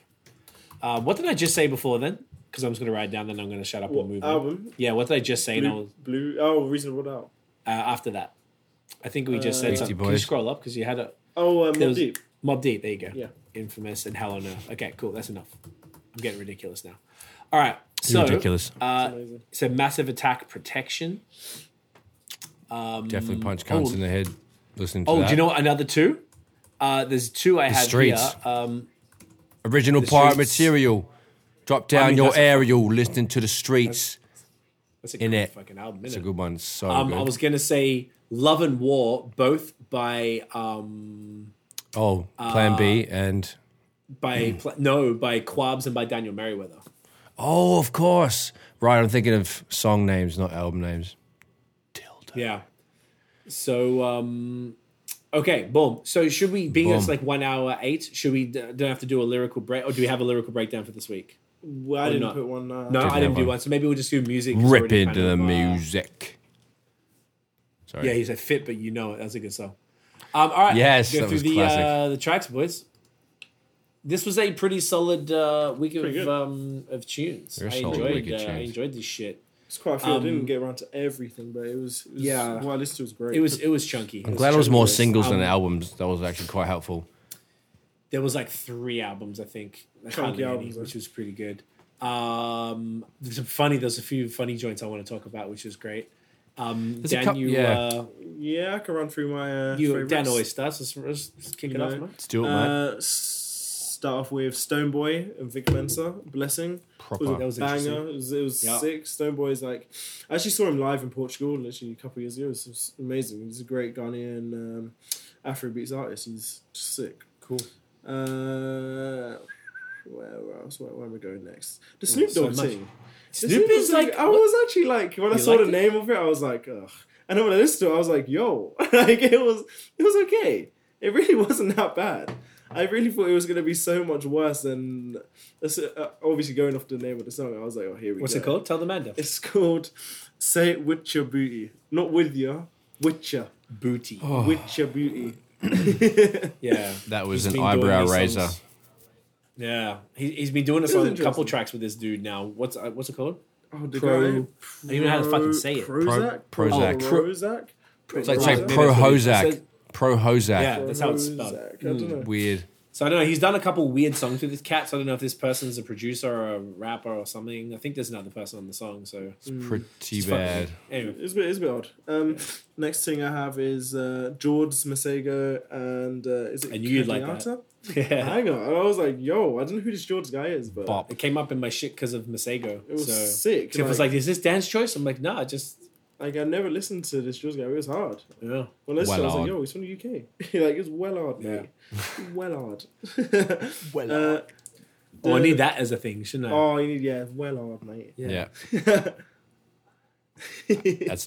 Speaker 2: Uh, what did I just say before then? Because I'm just gonna write it down, then I'm gonna shut up
Speaker 3: What
Speaker 2: and move. on.
Speaker 3: album?
Speaker 2: Yeah, what did I just say? And I was,
Speaker 3: Blue, blue. Oh, Reasonable Doubt.
Speaker 2: uh, after that, I think we just
Speaker 3: Uh,
Speaker 2: said
Speaker 1: Beastie
Speaker 2: something. Can you
Speaker 1: Boys.
Speaker 2: scroll up because you had a
Speaker 3: Oh, um,
Speaker 2: There was-
Speaker 3: Deep.
Speaker 2: Mob Deep. There you go.
Speaker 3: Yeah.
Speaker 2: Infamous and Hell on Earth. Okay, cool. That's enough. I'm getting ridiculous now. All right. So
Speaker 1: ridiculous.
Speaker 2: Uh,
Speaker 3: Amazing.
Speaker 2: so massive attack protection.
Speaker 1: definitely punch cunts
Speaker 2: oh.
Speaker 1: in the head listening to
Speaker 2: Oh,
Speaker 1: that.
Speaker 2: do you know what? another two? Uh, there's two I have here.
Speaker 1: Streets.
Speaker 2: Um,
Speaker 1: Original pirate
Speaker 2: streets.
Speaker 1: material. Drop down
Speaker 2: mean,
Speaker 1: your
Speaker 2: that's a-
Speaker 1: aerial, listening to the streets.
Speaker 2: that's a
Speaker 1: In
Speaker 2: cool
Speaker 1: it.
Speaker 2: fucking album.
Speaker 1: It's
Speaker 2: innit?
Speaker 1: a good one. So
Speaker 2: Um,
Speaker 1: good.
Speaker 2: I was gonna say Love and War, both by um,
Speaker 1: oh, Plan
Speaker 2: uh,
Speaker 1: B and
Speaker 2: by
Speaker 1: Hmm.
Speaker 2: Pla- no by Quabs and by Daniel Merriweather.
Speaker 1: oh, of course. Right, I'm thinking of song names, not album names. Dildo.
Speaker 2: Yeah. So um, okay, boom. So should we, being it's
Speaker 1: Boom.
Speaker 2: like one hour eight, should we d- don't have to do a lyrical break, or do we have a lyrical breakdown for this week?
Speaker 3: Well, I
Speaker 2: Or
Speaker 3: didn't
Speaker 2: not.
Speaker 3: put one. Uh,
Speaker 2: No, I didn't
Speaker 1: have
Speaker 2: do
Speaker 1: one.
Speaker 2: one. So maybe we'll just do music. 'cause we're
Speaker 1: Rip
Speaker 2: already
Speaker 1: into
Speaker 2: kind
Speaker 1: the
Speaker 2: of, uh,
Speaker 1: music. Sorry.
Speaker 2: Yeah, he's a fit, but you know it. That's a good song. Um, all right.
Speaker 1: Yes,
Speaker 2: go
Speaker 1: that
Speaker 2: through
Speaker 1: was
Speaker 2: the
Speaker 1: classic.
Speaker 2: uh, the tracks, boys. This was a pretty solid uh, week
Speaker 3: Pretty
Speaker 2: of
Speaker 3: good.
Speaker 2: um, of tunes.
Speaker 1: Very
Speaker 2: I
Speaker 1: solid
Speaker 2: enjoyed.
Speaker 1: week
Speaker 2: Uh,
Speaker 1: of
Speaker 2: I
Speaker 1: tunes.
Speaker 2: enjoyed this shit.
Speaker 3: It's quite a few.
Speaker 2: Um,
Speaker 3: I didn't get around to everything, but it was. It was
Speaker 2: Yeah.
Speaker 3: What I listened to was great.
Speaker 2: It was it was chunky.
Speaker 1: I'm glad it was more
Speaker 2: chunky.
Speaker 1: singles than
Speaker 2: Um,
Speaker 1: albums. That was actually quite helpful.
Speaker 2: There was like three albums, I think, hardly
Speaker 3: Chunky
Speaker 2: any,
Speaker 3: albums,
Speaker 2: which was pretty good. Um, there's some funny. There's a few funny joints I want to talk about, which is great. Um,
Speaker 1: There's a
Speaker 2: Dan,
Speaker 1: cou-
Speaker 2: you,
Speaker 1: yeah.
Speaker 2: uh,
Speaker 3: Yeah, I can run through my. Uh,
Speaker 2: you,
Speaker 3: favorites.
Speaker 2: Dan always starts. Let's, let's let's kick
Speaker 3: You
Speaker 2: it off,
Speaker 3: know.
Speaker 2: man.
Speaker 1: Let's do it, mate.
Speaker 3: Uh, s- start off with Stone Boy and Vic Mensa. Blessing.
Speaker 1: Proper.
Speaker 3: was a
Speaker 2: That was
Speaker 3: banger.
Speaker 2: interesting.
Speaker 3: It was, it was
Speaker 2: Yeah.
Speaker 3: sick. Stone Boy's like, I actually saw him live in Portugal literally a couple of years ago. It was amazing. He's a great Ghanaian um, Afrobeats artist. He's sick.
Speaker 2: Cool.
Speaker 3: Uh, where else? Where, where am I going next? The Snoop
Speaker 2: Oh, so
Speaker 3: Dogg
Speaker 2: much.
Speaker 3: thing. The
Speaker 2: Snoop is
Speaker 3: Dogg thing,
Speaker 2: like-
Speaker 3: I was actually like when I
Speaker 2: You
Speaker 3: saw the
Speaker 2: liked it?
Speaker 3: name of it, I was like, ugh. And then when I listened to it, I was like, yo, like it was, it was okay. It really wasn't that bad. I really thought it was gonna be so much worse than. Uh, obviously, going off the name of the song, I was like, oh, here we
Speaker 2: What's
Speaker 3: go.
Speaker 2: it called? Tell the man.
Speaker 3: It's called "Say It With Your Booty," not with your, with your,
Speaker 2: Booty. Oh.
Speaker 3: with your booty.
Speaker 2: Yeah.
Speaker 1: Oh. That was
Speaker 2: He's
Speaker 1: an
Speaker 2: been doing
Speaker 1: eyebrow
Speaker 2: these
Speaker 1: raiser.
Speaker 2: songs. Yeah, he, he's been doing this
Speaker 3: It was
Speaker 2: on a couple
Speaker 3: interesting.
Speaker 2: tracks with this dude now. What's uh, what's it called?
Speaker 3: Oh, the
Speaker 2: Pro-
Speaker 3: guy-
Speaker 2: I don't even know how to fucking say it.
Speaker 3: Prozac.
Speaker 1: Pro- Prozac.
Speaker 3: Oh,
Speaker 1: Pro-
Speaker 3: Prozac.
Speaker 1: It's like, it's
Speaker 2: Right.
Speaker 1: like
Speaker 2: Maybe
Speaker 1: pro
Speaker 2: that's what it says.
Speaker 1: Hozak. Pro
Speaker 2: Yeah.
Speaker 1: Hozak.
Speaker 2: That's how it's spelled. Hmm.
Speaker 3: Prozac, I don't know.
Speaker 1: Weird.
Speaker 2: So I don't know. He's done a couple weird songs with this cat. So I don't know if this person's a producer or a rapper or something. I think there's another person on the song. So
Speaker 3: Hmm.
Speaker 1: Pretty
Speaker 2: It's
Speaker 1: bad.
Speaker 2: fucking- Anyway,
Speaker 3: It's a bit, it's a bit odd. Um, next thing I have is uh, George Masego and uh, is it
Speaker 2: And you'd like
Speaker 3: Kenyatta?
Speaker 2: yeah.
Speaker 3: Hang on, I was like, yo, I don't know who this George guy is, but
Speaker 1: Bop.
Speaker 2: It came up in my shit because of Masego.
Speaker 3: it was
Speaker 2: So
Speaker 3: sick.
Speaker 2: Tiff was like, "Is this dance choice?" I'm like, "Nah, just
Speaker 3: like, I never listened to this George guy. It was hard.
Speaker 2: yeah."
Speaker 3: Well, let's
Speaker 1: Well
Speaker 3: I was like,
Speaker 1: odd.
Speaker 3: yo, he's from the UK. like, it's well odd, mate. well odd. well odd.
Speaker 2: Oh, I need that as a thing, shouldn't I?
Speaker 3: Oh, you need, yeah, well odd, mate.
Speaker 1: Yeah. That's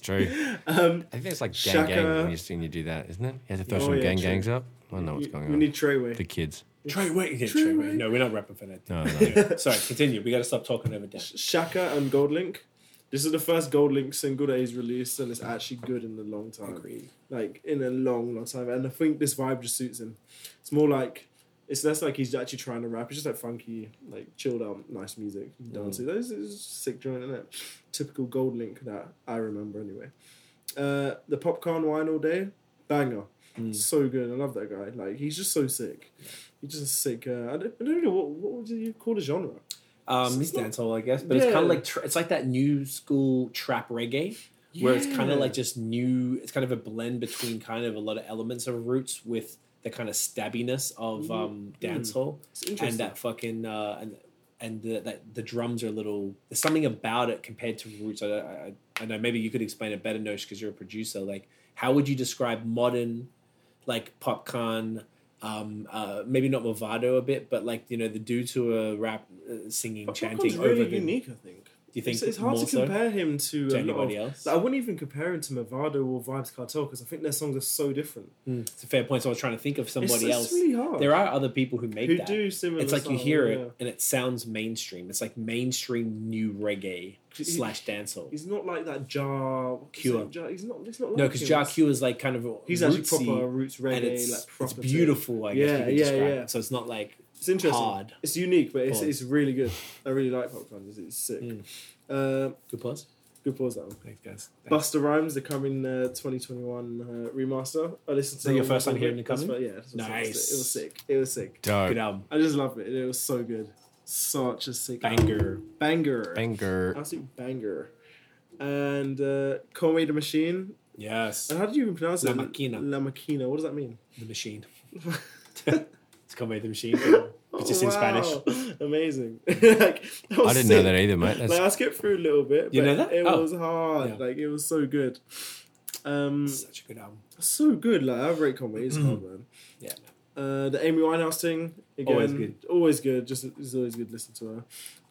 Speaker 1: true. I think it's like gang
Speaker 3: Um, Shaka.
Speaker 1: gang when you, when you do that, isn't it? You have to throw
Speaker 3: Oh,
Speaker 1: some
Speaker 3: yeah,
Speaker 1: gang
Speaker 3: true.
Speaker 1: gangs up. I don't know what's
Speaker 3: You-
Speaker 1: going
Speaker 3: we
Speaker 1: on.
Speaker 3: need Treyway.
Speaker 1: the kids.
Speaker 2: Trey, wait, yeah,
Speaker 3: Trey
Speaker 2: Trey,
Speaker 3: Wayne.
Speaker 2: wait. No, we're not rapping for that.
Speaker 1: No, no.
Speaker 2: Anyway, Sorry, continue. We got to stop talking over Dan.
Speaker 3: Shaka and Gold Link. This is the first Gold Link single that he's released, and it's actually good in a long time.
Speaker 2: Agreed.
Speaker 3: Like in a long, long time. And I think this vibe just suits him. It's more like it's less like he's actually trying to rap. It's just like funky, like chilled out, nice music,
Speaker 2: Mm.
Speaker 3: dancing. This is a sick joint, isn't it? Typical Gold Link that I remember anyway. Uh, the popcorn wine all day, banger.
Speaker 2: Mm.
Speaker 3: So good. I love that guy. Like he's just so sick. He's just a sick. Uh, I, don't, I don't know what what would you call the genre.
Speaker 2: Um, it's dancehall, I guess, but it's kind
Speaker 3: Yeah.
Speaker 2: of like tra- it's like that new school trap reggae, where it's kind
Speaker 3: Yeah.
Speaker 2: of like just new. It's kind of a blend between kind of a lot of elements of roots with the kind of stabbiness
Speaker 3: Mm-hmm.
Speaker 2: of um, dancehall
Speaker 3: It's interesting.
Speaker 2: and that fucking uh, and and the, that the drums are a little. There's something about it compared to roots. I, I, I- I know maybe you could explain it better, Nosh, because you're a producer. Like, how would you describe modern, like popcorn? Um, uh, maybe not Movado a bit, but like you know the dudes who are rap uh, singing, chanting
Speaker 3: Popcorn's
Speaker 2: over
Speaker 3: really
Speaker 2: the,
Speaker 3: unique, I think.
Speaker 2: Do you think
Speaker 3: it's, it's hard
Speaker 2: more
Speaker 3: to compare him
Speaker 2: so
Speaker 3: to,
Speaker 2: to
Speaker 3: a lot of,
Speaker 2: anybody else?
Speaker 3: I wouldn't even compare him to Movado or Vibes Cartel because I think their songs are so different.
Speaker 2: Mm, it's a fair point. So I was trying to think of
Speaker 3: It's,
Speaker 2: somebody
Speaker 3: it's
Speaker 2: else.
Speaker 3: really hard.
Speaker 2: There are other people who make
Speaker 3: who
Speaker 2: that.
Speaker 3: do similar.
Speaker 2: It's like you
Speaker 3: style,
Speaker 2: hear
Speaker 3: yeah.
Speaker 2: it and it sounds mainstream. It's like mainstream new reggae
Speaker 3: He-
Speaker 2: slash dancehall.
Speaker 3: He's not like that Jar what's his
Speaker 2: Cure.
Speaker 3: name? Jar- He's not. It's not.
Speaker 2: No,
Speaker 3: like
Speaker 2: because
Speaker 3: him.
Speaker 2: Ja Q is like kind of
Speaker 3: He's
Speaker 2: rootsy,
Speaker 3: actually proper roots reggae.
Speaker 2: and it's,
Speaker 3: like
Speaker 2: it's
Speaker 3: proper thing.
Speaker 2: beautiful. I guess
Speaker 3: Yeah,
Speaker 2: you could
Speaker 3: yeah,
Speaker 2: describe
Speaker 3: yeah.
Speaker 2: it. So it's not like
Speaker 3: It's interesting.
Speaker 2: hard.
Speaker 3: It's unique, but it's,
Speaker 2: Pause.
Speaker 3: it's really good. I really like Popcorn. It's, it's sick.
Speaker 2: Mm.
Speaker 3: Uh,
Speaker 2: good pause.
Speaker 3: good pause that one.
Speaker 2: Thanks, guys. Thanks.
Speaker 3: Buster Rhymes, the coming uh, 2021 uh, remaster. I listened to
Speaker 2: that your
Speaker 3: it
Speaker 2: first time
Speaker 3: on-
Speaker 2: hearing it
Speaker 3: that's
Speaker 2: coming?
Speaker 3: fir- Yeah, that's what I was
Speaker 2: Nice.
Speaker 3: saying. It was sick. It was sick.
Speaker 2: good
Speaker 1: Dope.
Speaker 2: album,
Speaker 3: I just loved it. It was so good. Such a sick
Speaker 2: banger.
Speaker 3: album. banger,
Speaker 1: Banger.
Speaker 3: absolute banger. And uh, Conway the Machine.
Speaker 2: Yes,
Speaker 3: And how do you even pronounce
Speaker 2: La
Speaker 3: it?
Speaker 2: Machina.
Speaker 3: La Machina. What does that mean?
Speaker 2: the machine. it's called Made the Machine. It's just in Spanish.
Speaker 3: Spanish. Amazing. like, that was
Speaker 1: I didn't
Speaker 3: sick.
Speaker 1: know that either, mate. That's
Speaker 3: Like I skipped through a little bit.
Speaker 2: You
Speaker 3: but
Speaker 2: know that?
Speaker 3: It
Speaker 2: Oh.
Speaker 3: was hard.
Speaker 2: Yeah.
Speaker 3: Like it was so good. Um,
Speaker 2: Such a good album.
Speaker 3: so good. Like I rate Conway. He's
Speaker 1: Mm-hmm.
Speaker 3: hard, man.
Speaker 2: Yeah.
Speaker 3: Uh, the Amy Winehouse thing again,
Speaker 2: Always good.
Speaker 3: always good, Just it's always good. to Listen to her,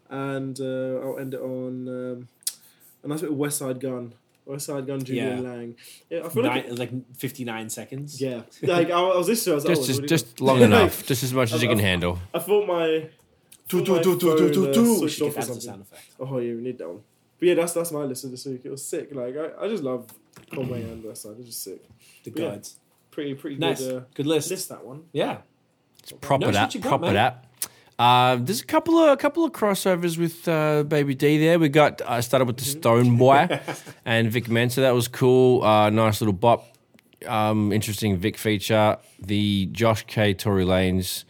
Speaker 3: and uh, I'll end it on um, a nice bit of West Side Gun, West Side Gun, Julian
Speaker 2: Yeah.
Speaker 3: Lang. Yeah, I feel like,
Speaker 2: Nine, like 59 seconds.
Speaker 3: yeah, like I, I was listening to, it, I was like,
Speaker 1: just
Speaker 3: oh, what do
Speaker 1: just,
Speaker 3: you
Speaker 1: just
Speaker 3: know?
Speaker 1: long
Speaker 3: Like,
Speaker 1: enough. Just as much as you can
Speaker 3: I've-
Speaker 1: handle.
Speaker 3: I thought my
Speaker 2: Do,
Speaker 3: thought my
Speaker 2: do, do, do,
Speaker 3: phone,
Speaker 2: do,
Speaker 3: uh,
Speaker 2: do. We
Speaker 3: switched
Speaker 2: should
Speaker 3: off
Speaker 2: get
Speaker 3: or
Speaker 2: that as a
Speaker 3: something.
Speaker 2: sound effect.
Speaker 3: Oh yeah, we need that one. But yeah, that's that's my listen this week. It was sick. Like I, I just love Conway and West Side. It's just sick.
Speaker 2: The
Speaker 3: Yeah.
Speaker 2: gods.
Speaker 3: Pretty pretty
Speaker 2: Nice.
Speaker 3: good. Uh,
Speaker 2: Good list.
Speaker 3: list that one.
Speaker 2: Yeah.
Speaker 1: Prop
Speaker 2: No,
Speaker 1: it
Speaker 2: it's
Speaker 1: up.
Speaker 2: what you got,
Speaker 1: prop
Speaker 2: mate.
Speaker 1: it up. Uh, there's a couple of a couple of crossovers with uh, Baby D there. We got I started with the
Speaker 2: Mm-hmm.
Speaker 1: Stone Boy and Vic Mensa. That was cool. Uh, nice little bop. Um, interesting Vic feature. The Josh K. Tory Lanes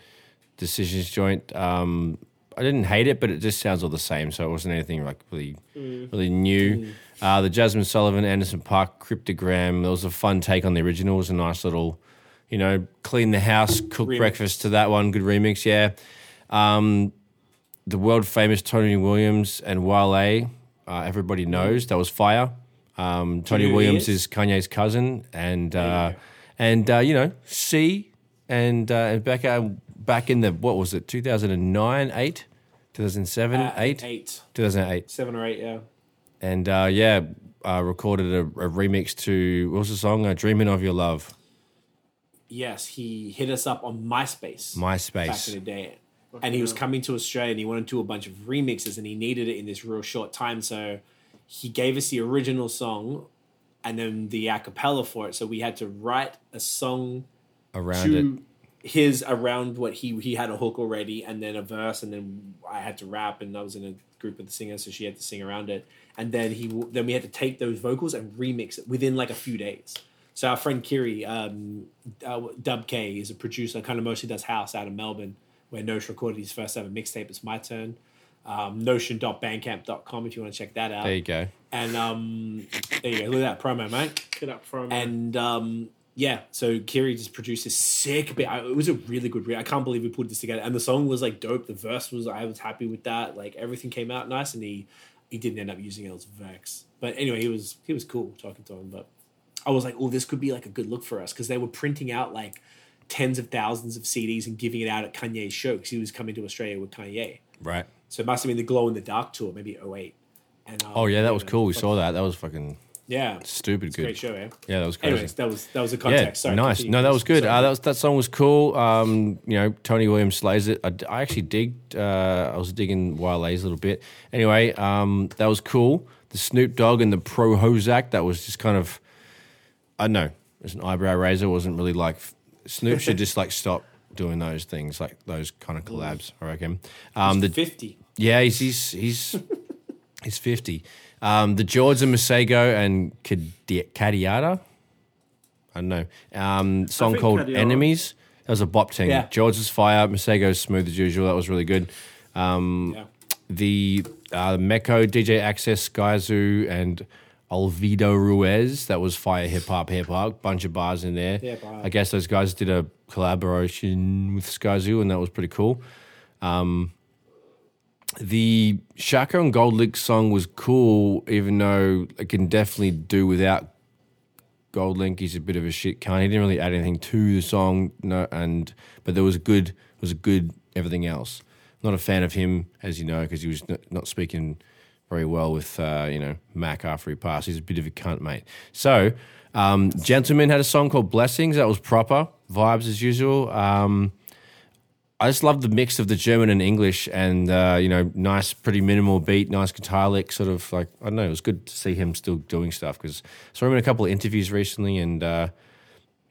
Speaker 1: decisions joint. Um, I didn't hate it, but it just sounds all the same. So it wasn't anything like really, really new. Uh, the Jasmine Sullivan, Anderson Park, Cryptogram. That was a fun take on the original. It was a nice little, you know, clean the house, cook
Speaker 2: Remix.
Speaker 1: breakfast to that one. Good remix, yeah. Um, the world famous Tony Williams and Wale. Uh, everybody knows that was fire. Um, Tony
Speaker 2: know who he
Speaker 1: Williams
Speaker 2: is?
Speaker 1: is Kanye's cousin, and uh, and uh, you know, C and uh, and Becca back in the what was it, two thousand and nine, eight, two thousand seven,
Speaker 2: Uh,
Speaker 1: eight,
Speaker 2: eight,
Speaker 1: two thousand eight,
Speaker 2: seven or eight. Yeah.
Speaker 1: and uh, yeah, uh, recorded a, a remix to what was the song, uh, "Dreaming of Your Love,"
Speaker 2: Yes, he hit us up on MySpace. back in
Speaker 1: MySpace.
Speaker 2: the day. And he was coming to Australia and he wanted to do a bunch of remixes and he needed it in this real short time. So he gave us the original song and then the a cappella for it. So we had to write a song
Speaker 1: Around it,
Speaker 2: to his around what he he had a hook already and then a verse and then I had to rap and I was in a group with the singer so she had to sing around it and then he w- then we had to take those vocals and remix it within like a few days. So our friend Kiri um, uh, Dub K is a producer, kind of mostly does house out of Melbourne, where Nosh recorded his first ever mixtape. It's my turn. Um, Notion.bandcamp.com if you want to check that out.
Speaker 1: there you go.
Speaker 2: And um, there you go. Look at that promo, mate.
Speaker 3: Get up from
Speaker 2: And um, yeah, so Kiri just produced this sick bit. I, it was a really good read. I can't believe we pulled this together. And the song was like dope. The verse was I was happy with that. Like everything came out nice, and he he didn't end up using it as Vex. But anyway, he was he was cool talking to him. But I was like, oh, this could be like a good look for us because they were printing out like tens of thousands of CDs and giving it out at Kanye's show because he was coming to Australia with Kanye.
Speaker 1: Right.
Speaker 2: So it must have been the Glow in the Dark tour, maybe 08. And, um,
Speaker 1: Oh yeah, that was
Speaker 2: anyway,
Speaker 1: cool. We
Speaker 2: fuck-
Speaker 1: saw that. That was fucking
Speaker 2: Yeah,
Speaker 1: stupid good.
Speaker 2: great show, eh?
Speaker 1: Yeah, that was crazy.
Speaker 2: Anyways, that was that was the context. Sorry,
Speaker 1: nice.
Speaker 2: continue.
Speaker 1: No, that was good.
Speaker 2: Sorry.
Speaker 1: Uh, that was, that song was cool. Um, you know, Tony Williams slays it. I, d- I actually digged. Uh, I was digging Wile's a little bit. Anyway, um, that was cool. The Snoop Dogg and the Pro Hozak. That was just kind of, I don't know. It's an eyebrow raiser. Wasn't really like Snoop should just like stop doing those things, like those kind of collabs. I reckon. Um, the
Speaker 2: fifty.
Speaker 1: yeah, he's he's he's, he's fifty. Um, the Jordan Masego and Cadi- Cadiata. I don't know. Um, song
Speaker 3: think
Speaker 1: called
Speaker 3: Cadiata.
Speaker 1: Enemies. That was a bop ting.
Speaker 2: Yeah.
Speaker 1: George's Fire, Masego's Smooth as Usual. That was really good. Mm.
Speaker 2: Yeah.
Speaker 1: The uh, Mecco, DJ Access, Skyzoo, and Olvido Ruiz. That was Fire Hip Hop Hip Hop. Bunch of bars in there.
Speaker 2: Yeah, bars.
Speaker 1: I guess those guys did a collaboration with Skyzoo, and that was pretty cool. Um, the Shaka and Gold Lick song was cool, even though it can definitely do without Gold Link. He's a bit of a shit cunt. He didn't really add anything to the song, no, and but there was good was a good everything else. Not a fan of him, as you know, because he was n- not speaking very well with uh, you know Mac after he passed. He's a bit of a cunt, mate. So, um, Gentleman had a song called Blessings that was proper vibes as usual. Um, I just love the mix of the German and English, and uh, you know, nice, pretty minimal beat, nice guitar lick, sort of like I don't know. It was good to see him still doing stuff because I saw him in a couple of interviews recently, and uh,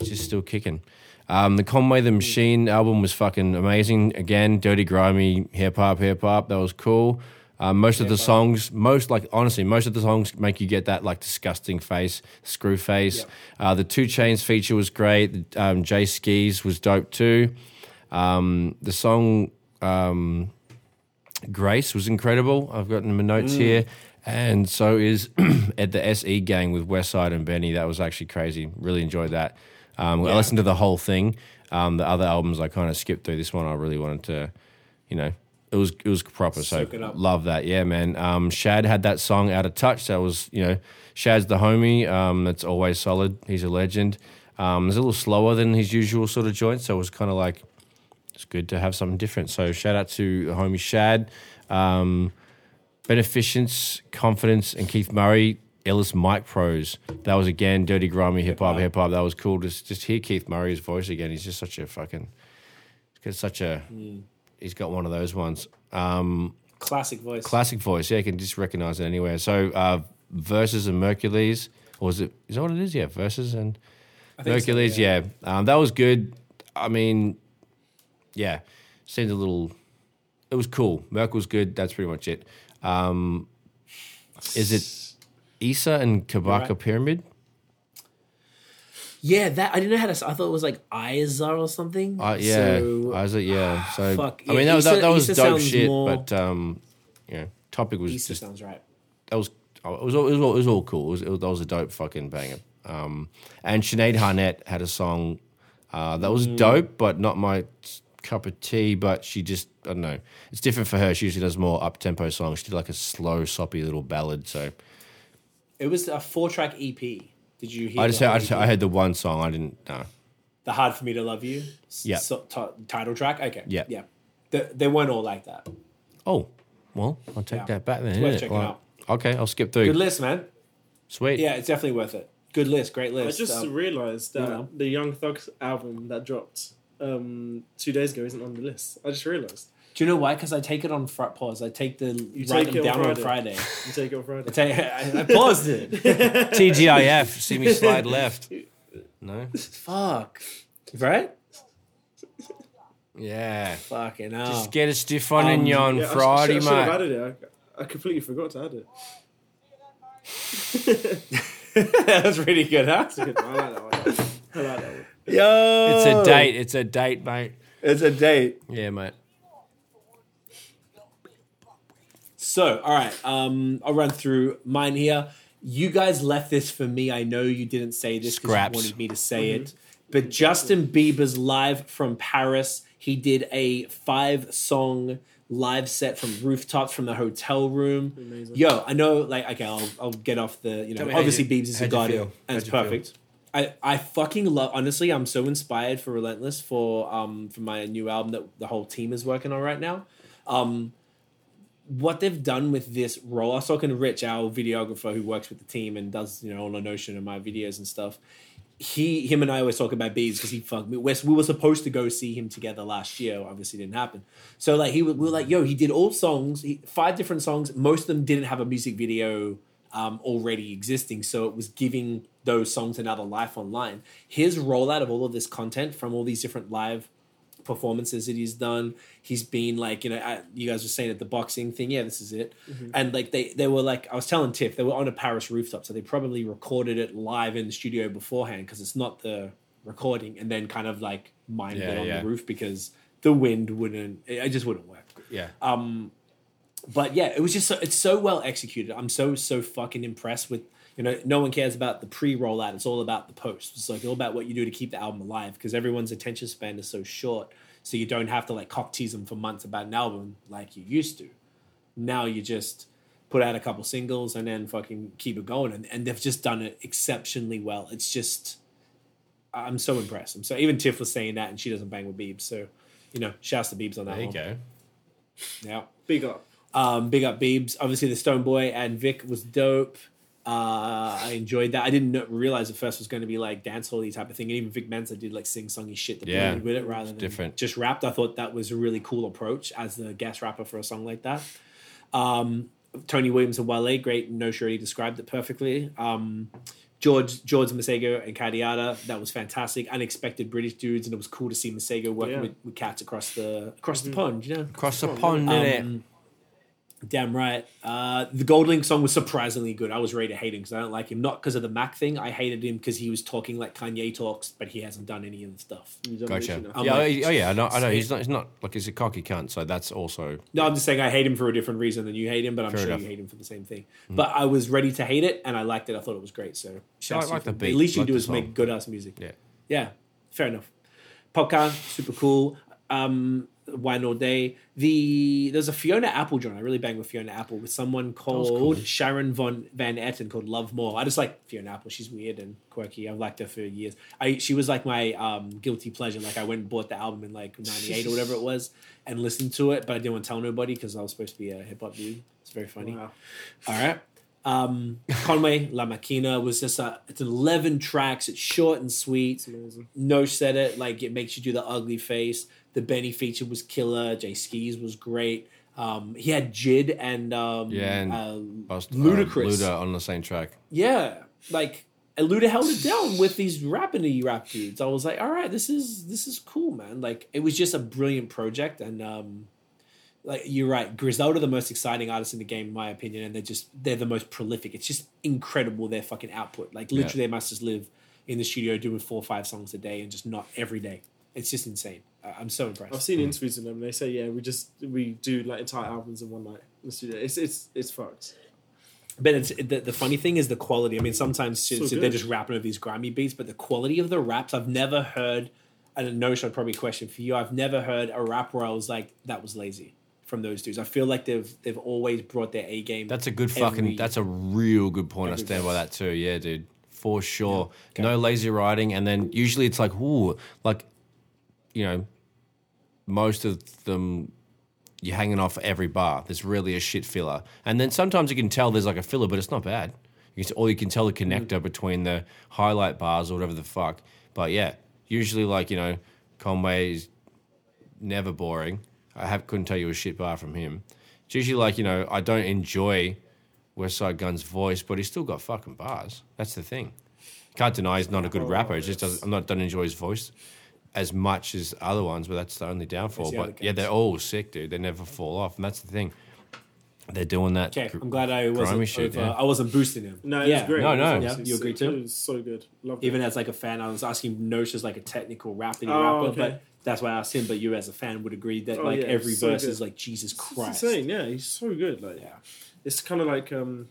Speaker 1: he's just still kicking. Um, the Conway the Machine album was fucking amazing. Again, dirty, grimy, hip hop, hip hop. That was cool. Uh, most of the songs, most like honestly, most of the songs make you get that like disgusting face, screw face. Uh, the Two Chains feature was great. Um, Jay Skis was dope too. Um, the song um, Grace was incredible. I've gotten my
Speaker 2: Mm.
Speaker 1: notes here. And so is at the SE gang with Westside and Benny. That was actually crazy. Really enjoyed that. Um, I listened to the whole thing. Um, the other albums I kind of skipped through. This one I really wanted to, you know, it was it was proper. So
Speaker 2: Soak it up.
Speaker 1: love that. Yeah, man. Um, Shad had that song out of touch. That was you know, Shad's the homie. Um, that's always solid. He's a legend. Um, it's a little slower than his usual sort of joint. So it was kind of like it's good to have something different. So shout out to the homie Shad, um, Beneficence, Confidence, and Keith Murray. Ellis Mike Pros. That was again dirty, grimy hip hop, hip hop. That was cool. Just just hear Keith Murray's voice again. He's just such a fucking. He's got such a. He's got one of those ones.
Speaker 2: Classic voice.
Speaker 1: Classic voice. Yeah, you can just recognize it anywhere. So uh, versus and Mercules, or is it? Is that what it is? Yeah, versus and
Speaker 2: think so,
Speaker 1: Mercules. yeah, Um, that was good. I mean, yeah, seemed a little. It was cool. Merc was good. That's pretty much it. Um, is it Issa and Kabaka
Speaker 2: right.
Speaker 1: Pyramid?
Speaker 2: yeah, that I didn't know how to. s- I thought it was like Isa or something.
Speaker 1: Uh, yeah,
Speaker 2: So,
Speaker 1: Isa. Yeah. So
Speaker 2: fuck,
Speaker 1: I mean,
Speaker 2: yeah,
Speaker 1: that, was that,
Speaker 2: Issa-
Speaker 1: that was
Speaker 2: Issa
Speaker 1: dope
Speaker 2: sounds
Speaker 1: shit.
Speaker 2: more-
Speaker 1: But um, you know, topic was
Speaker 2: Isa
Speaker 1: just
Speaker 2: sounds right.
Speaker 1: that was oh, it was all, it was all, it was all cool. It was, it was, that was a dope fucking banger. Um, and Sinead Harnett had a song uh, that
Speaker 2: Mm.
Speaker 1: was dope, but not my cup of tea. But she just I don't know. It's different for her. She usually does more up tempo songs. She did like a slow, soppy little ballad. So
Speaker 2: It was a four track EP. E Did you hear?
Speaker 1: I
Speaker 2: the
Speaker 1: just, I
Speaker 2: whole
Speaker 1: just
Speaker 2: EP?
Speaker 1: I heard the one song. I didn't uh, know.
Speaker 2: the hard for me to love you. s-
Speaker 1: Yeah.
Speaker 2: so- ti- title track. Okay.
Speaker 1: Yeah.
Speaker 2: Yeah. They, they weren't all like that.
Speaker 1: Oh, well, I'll take
Speaker 2: Yeah.
Speaker 1: that back then.
Speaker 2: It's worth
Speaker 1: innit?
Speaker 2: checking
Speaker 1: Like,
Speaker 2: out.
Speaker 1: Okay, I'll skip
Speaker 2: Good
Speaker 1: through.
Speaker 2: list, man.
Speaker 1: Sweet.
Speaker 2: Yeah, it's definitely worth it. Good list. Great
Speaker 3: I
Speaker 2: list.
Speaker 3: just
Speaker 2: Um,
Speaker 3: realized that
Speaker 2: you know.
Speaker 3: the Young Thugs album that dropped um, two days ago isn't on the list. I just realized.
Speaker 2: do you know why? Because I take it on front pause. I take the
Speaker 3: You
Speaker 2: write
Speaker 3: take
Speaker 2: them
Speaker 3: it
Speaker 2: down
Speaker 3: on
Speaker 2: on Friday.
Speaker 3: Friday. You take it on Friday.
Speaker 2: I, take, I, I paused it.
Speaker 1: TGIF. See me slide left. No.
Speaker 2: Fuck. Right?
Speaker 1: Yeah.
Speaker 2: Fucking hell.
Speaker 1: Just get a stiff on
Speaker 2: Um,
Speaker 1: in you on
Speaker 3: Yeah, I sh-
Speaker 1: Friday,
Speaker 3: I should have
Speaker 1: mate.
Speaker 3: added it. I, I completely forgot to add it.
Speaker 2: that was really good, huh?
Speaker 3: I like that one. I like that one.
Speaker 2: Yo.
Speaker 1: It's a date. It's a date, mate.
Speaker 2: It's a date.
Speaker 1: Yeah, mate.
Speaker 2: So, all right, um, I'll run through mine here. You guys left this for me. I know you didn't say this because you
Speaker 1: Scraps.
Speaker 2: wanted me to say it. But Justin Bieber's live from Paris. He did a five song live set from rooftops from the hotel room.
Speaker 3: Amazing.
Speaker 2: Yo, I know, like, okay, I'll, I'll get off the, you know,
Speaker 1: Tell me, how'd
Speaker 2: obviously
Speaker 1: you-
Speaker 2: Biebs is a
Speaker 1: how'd you
Speaker 2: god
Speaker 1: feel?
Speaker 2: and it's
Speaker 1: How'd you feel?
Speaker 2: perfect. I, I fucking love honestly I'm so inspired for Relentless for um for my new album that the whole team is working on right now. Um what they've done with this role, I was talking to Rich, our videographer who works with the team and does, you know, all the notion of my videos and stuff. He him and I always talk about bees because he fucked me. Wes, we were supposed to go see him together last year, obviously didn't happen. So like he wa- we were like, yo, he did all songs, he, five different songs. Most of them didn't have a music video um, already existing. So it was giving those songs another life online. His rollout of all of this content from all these different live performances that he's done, he's been like, you know, at, you guys were saying at the boxing thing, yeah, this is it. And like they they were like, I was telling Tiff, they were on a Paris rooftop, so they probably recorded it live in the studio beforehand because it's not the recording, and then kind of like mined it
Speaker 1: Yeah,
Speaker 2: on
Speaker 1: yeah.
Speaker 2: the roof because the wind wouldn't, it, it just wouldn't work
Speaker 1: Yeah.
Speaker 2: but yeah, it was just so, it's so well executed. I'm so so fucking impressed with you know no one cares about the pre rollout. It's all about the post. It's like all about what you do to keep the album alive because everyone's attention span is so short. So you don't have to like cock tease them for months about an album like you used to. Now you just put out a couple singles and then fucking keep it going. And, and they've just done it exceptionally well. It's just I- I'm so impressed. I'm so even Tiff was saying that and she doesn't bang with Biebs. So you know, shouts to Biebs on that
Speaker 1: there you
Speaker 2: one.
Speaker 1: go.
Speaker 2: Yeah.
Speaker 3: Big up.
Speaker 2: Um, big up Beebs. Obviously, the Stone Boy and Vic was dope. Uh, I enjoyed that. I didn't know, realize at first was going to be like dancehall type of thing. And even Vic Mensa did like sing songy shit that
Speaker 1: Yeah.
Speaker 2: blended with it rather than
Speaker 1: different.
Speaker 2: just rapped. I thought that was a really cool approach as the guest rapper for a song like that. Um, Tony Williams and Wale, great. No surety described it perfectly. Um, George, George Masego and Kadiata, that was fantastic. Unexpected British dudes, and it was cool to see Masego working
Speaker 3: Yeah.
Speaker 2: with, with cats across the across
Speaker 1: Mm-hmm.
Speaker 2: the pond. You know,
Speaker 1: Cross the pond, innit?
Speaker 2: Damn right. Uh, the Gold Link song was surprisingly good. I was ready to hate him because I don't like him. Not because of the Mac thing. I hated him because he was talking like Kanye talks, but he hasn't done any of the stuff.
Speaker 3: You don't
Speaker 1: Gotcha.
Speaker 3: mention it.
Speaker 1: yeah,
Speaker 2: like-
Speaker 1: oh, yeah, I know. I know. He's not. He's not like he's a cocky cunt. So that's also
Speaker 2: No, I'm just saying I hate him for a different reason than you hate him, but I'm
Speaker 1: Fair
Speaker 2: sure
Speaker 1: enough. Hmm.
Speaker 2: you hate him for the same thing. But I was ready to hate it, and I liked it. I thought it was great. So shouts
Speaker 1: I
Speaker 2: to
Speaker 1: like
Speaker 2: you
Speaker 1: the
Speaker 2: for-
Speaker 1: beat,
Speaker 2: At least you
Speaker 1: like
Speaker 2: do
Speaker 1: the
Speaker 2: is
Speaker 1: song.
Speaker 2: make good ass music.
Speaker 1: yeah.
Speaker 2: Yeah, fair enough. Popcorn, super cool. Um, wine all day. The there's a Fiona Apple joint. I really bang with Fiona Apple with someone called
Speaker 1: was cool.
Speaker 2: Sharon von Van Etten called Love More. I just like Fiona Apple. She's weird and quirky. I've liked her for years. I she was like my um, guilty pleasure. Like I went and bought the album in like '98 or whatever it was and listened to it, but I didn't want to tell nobody because I was supposed to be a hip hop dude. It's very funny.
Speaker 3: Wow.
Speaker 2: All right. Um, Conway La Machina was just a, it's 11 tracks. It's short and sweet.
Speaker 3: amazing.
Speaker 2: No said it. Like it makes you do the ugly face. The Benny feature was killer. Jay Skis was great. Um, he had Jid and, um,
Speaker 1: Yeah, and
Speaker 2: uh,
Speaker 1: Bust,
Speaker 2: Ludacris.
Speaker 1: Luda on the same track.
Speaker 2: yeah, like and Luda held it down with these rappity rap dudes. I was like, all right, this is this is cool, man. Like it was just a brilliant project, and um, like you're right, Griselda are the most exciting artists in the game, in my opinion, and they're just they're the most prolific. It's just incredible their fucking output. Like literally, they must just live in the studio doing four or five songs a day and just not every day. It's just insane. I- I'm so impressed.
Speaker 3: I've seen interviews with them. They say, yeah, we just we do like entire albums in one night in the studio. It's it's it's fucked.
Speaker 2: But it's the, the funny thing is the quality. I mean, sometimes shit-
Speaker 3: good.
Speaker 2: they're just rapping over these grimy beats, but the quality of the raps, I've never heard. And a notion, I'd probably question for you. I've never heard a rap where I was like, "That was lazy." From those dudes, I feel like they've they've always brought their A game.
Speaker 1: That's a good fucking.
Speaker 2: Every-
Speaker 1: that's a real good point. I
Speaker 2: every
Speaker 1: stand by that too. Yeah, dude. for sure. No lazy writing, and then usually it's like, ooh, like you know, most of them you're hanging off every bar. There's really a shit filler, and then sometimes you can tell there's like a filler, but it's not bad. You can, or you can tell the
Speaker 2: Mm-hmm.
Speaker 1: connector between the highlight bars or whatever the fuck. But yeah, usually like you know, Conway's never boring. I have couldn't tell you a shit bar from him. It's usually like you know I don't enjoy Westside Gun's voice, but he's still got fucking bars. That's the thing. Can't deny he's not a good rapper. It just doesn't, I'm not don't enjoy his voice as much as other ones, but that's the only downfall.
Speaker 2: the
Speaker 1: but
Speaker 2: other
Speaker 1: yeah, they're all sick, dude. They never fall off, and that's the thing. They're doing that.
Speaker 2: Okay,
Speaker 1: gr-
Speaker 2: I'm glad I
Speaker 1: grimy
Speaker 2: wasn't.
Speaker 1: shit,
Speaker 2: over-
Speaker 1: yeah.
Speaker 2: I wasn't boosting him.
Speaker 3: No, it
Speaker 2: yeah.
Speaker 3: was great.
Speaker 1: No,
Speaker 3: It was
Speaker 1: no.
Speaker 3: absolutely
Speaker 2: Yeah, you agree
Speaker 3: sick.
Speaker 2: too?
Speaker 3: It was so good. Loved
Speaker 2: Even
Speaker 3: it.
Speaker 2: as like a fan, I was asking Nosh as like a technical rap that he
Speaker 3: Oh,
Speaker 2: rapper,
Speaker 3: okay.
Speaker 2: but that's why I asked him. But you as a fan would agree that
Speaker 3: Oh,
Speaker 2: like
Speaker 3: yeah,
Speaker 2: every
Speaker 3: so
Speaker 2: verse
Speaker 3: good.
Speaker 2: is like Jesus
Speaker 3: It's
Speaker 2: Christ.
Speaker 3: insane. Yeah, he's so good. Like,
Speaker 2: Yeah.
Speaker 3: it's kind of like um,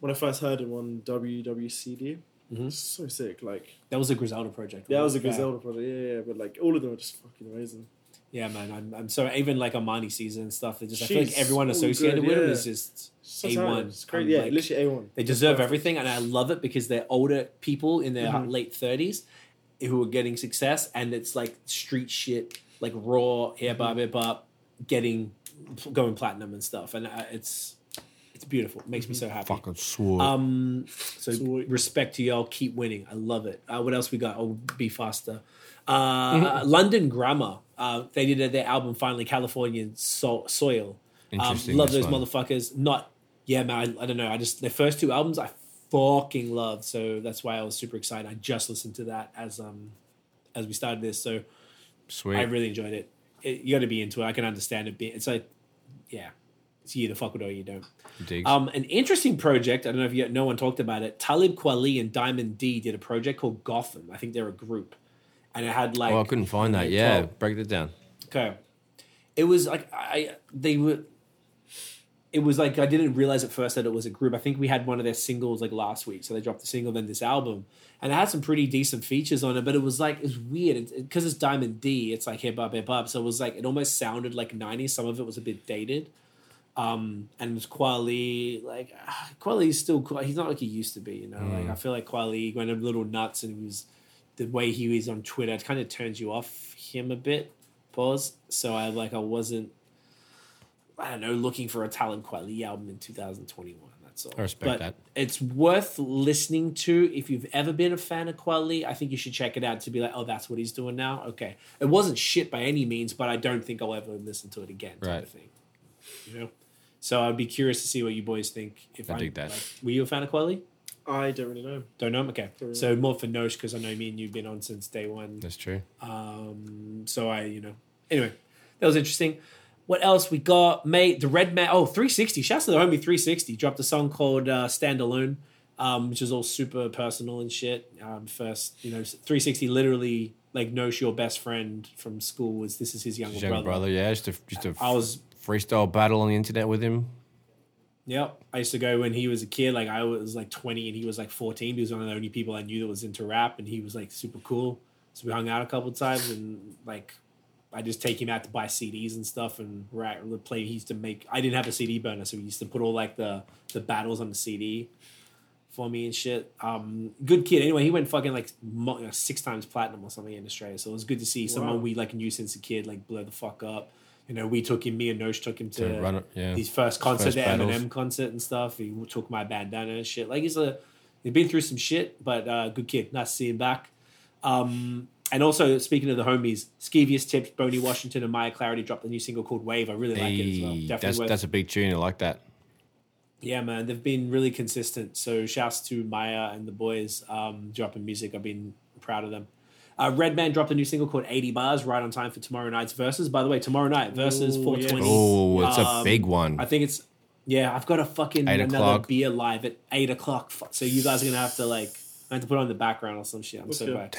Speaker 3: when I first heard him on WWCD.
Speaker 1: Mm-hmm.
Speaker 2: Mhm.
Speaker 3: It's So sick. Like
Speaker 2: That was a Griselda project.
Speaker 3: that was a
Speaker 2: wasn't it?
Speaker 3: Griselda project. Yeah, yeah, yeah, but like all of them are just fucking amazing.
Speaker 2: Yeah, man. I'm, I'm so even like Armani season and stuff. They just I feel like
Speaker 3: She's
Speaker 2: everyone
Speaker 3: all
Speaker 2: associated
Speaker 3: good,
Speaker 2: with him
Speaker 3: yeah.
Speaker 2: is just
Speaker 3: So
Speaker 2: A1.
Speaker 3: talented. It's crazy.
Speaker 2: I'm
Speaker 3: Yeah,
Speaker 2: like-
Speaker 3: literally A one.
Speaker 2: they deserve everything, and I love it because they're older people in their
Speaker 3: Mhm.
Speaker 2: late thirties who are getting success, and it's like street shit, like raw hip
Speaker 3: Mm-hmm.
Speaker 2: hop, hip hop, getting going platinum and stuff, and I, it's it's beautiful. It makes me
Speaker 3: Mm-hmm.
Speaker 2: so happy.
Speaker 1: fucking swore.
Speaker 2: Um, so
Speaker 3: Sweet.
Speaker 2: respect to y'all. Keep winning. I love it. Uh, what else we got? Oh, be faster. Uh, London Grammar. Uh, they did their album finally, Californian so- Soil. Um,
Speaker 1: Interesting,
Speaker 2: love
Speaker 1: this
Speaker 2: those
Speaker 1: one.
Speaker 2: motherfuckers. Not yeah, man. I, I don't know. I just their first two albums I fucking loved. So that's why I was super excited. I just listened to that as um as we started this. So
Speaker 1: Sweet.
Speaker 2: I really enjoyed it. it you got to be into it. I can understand it. Be- It's like yeah, it's either fuck with it or you don't.
Speaker 1: Digs.
Speaker 2: Um, an interesting project. I don't know if you, no one talked about it. Talib Kweli and Diamond D did a project called Gotham. I think they're a group, and it had like
Speaker 1: oh, I couldn't find that. Yeah, break it down.
Speaker 2: okay, it was like I they were. It was like I didn't realize at first that it was a group. I think we had one of their singles like last week, so they dropped the single, then this album, and it had some pretty decent features on it. But it was like it was weird because it's Diamond D. It's like hip hop, hip hop. So it was like it almost sounded like '90s. Some of it was a bit dated. Um, and Quali, like ah, Quali's still cool. He's not like he used to be, you know. Like I feel like Quali went a little nuts, and he was the way he is on Twitter kind of turns you off him a bit. Pause. So I like I wasn't, I don't know, looking for a Talib Kweli album in 2021. That's all.
Speaker 1: I respect
Speaker 2: But
Speaker 1: that.
Speaker 2: It's worth listening to if you've ever been a fan of Kweli. I think you should check it out to be like, oh, that's what he's doing now. Okay, it wasn't shit by any means, but I don't think I'll ever listen to it again. Type
Speaker 1: Right.
Speaker 2: of thing. You know. So I'd be curious to see what you boys think. If
Speaker 1: I
Speaker 2: I'm-
Speaker 1: dig that.
Speaker 2: Like, were you a fan of Kweli?
Speaker 3: I don't really know.
Speaker 2: Don't know him. Okay,
Speaker 3: Sure.
Speaker 2: so more for Nosh because I know me and you've been on since day one.
Speaker 1: That's true.
Speaker 2: Um, so I, you know, anyway, that was interesting. What else we got, mate? The Red Man. Oh, 360. Shouts to the homie 360. Dropped a song called uh, Stand Alone, um, which is all super personal and shit. Um, first, you know, 360 literally like knows your best friend from school was this is his younger
Speaker 1: His younger
Speaker 2: brother.
Speaker 1: brother. yeah, just a, just a
Speaker 2: I was
Speaker 1: freestyle battle on the internet with him.
Speaker 2: Yep. I used to go when he was a kid, like I was like 20 and he was like 14. He was one of the only people I knew that was into rap and he was like super cool. So we hung out a couple of times and like I just take him out to buy CDs and stuff and right play. He used to make I didn't have a CD burner, so he used to put all like the the battles on the CD for me and shit. Um, good kid. Anyway, he went fucking like mo- you know, six times platinum or something in Australia. So it was good to see someone we like knew since a kid like blow the fuck up. You know, we took him. Me and Nosh took him to,
Speaker 1: To run it- yeah.
Speaker 2: his first concert,
Speaker 1: First
Speaker 2: the
Speaker 1: battles.
Speaker 2: Eminem concert and stuff. He took my bandana and shit. Like he's a, he's been through some shit, but uh, good kid. Nice to see him back. Um, and also speaking of the homies, Skeevious Tips, Boney Washington, and Maya Clarity dropped a new single called Wave. I really like it as well.
Speaker 1: Hey,
Speaker 2: Definitely
Speaker 1: that's
Speaker 2: worth
Speaker 1: that's a big tune. I like that.
Speaker 2: yeah, man, they've been really consistent. So shouts to Maya and the boys um, dropping music. I've been proud of them. Uh, Redman dropped a new single called 80 Bars right on time for tomorrow night's verses. By the way, tomorrow night verses
Speaker 3: Ooh,
Speaker 2: 420.
Speaker 3: yes.
Speaker 1: Oh, it's a
Speaker 2: Um,
Speaker 1: big one.
Speaker 2: I think it's yeah. I've got a fucking
Speaker 1: Eight
Speaker 2: another
Speaker 1: o'clock.
Speaker 2: beer live at eight o'clock. Fu- So you guys are gonna have to like I have to put on the background or some shit. I'm so
Speaker 3: your-
Speaker 2: bad.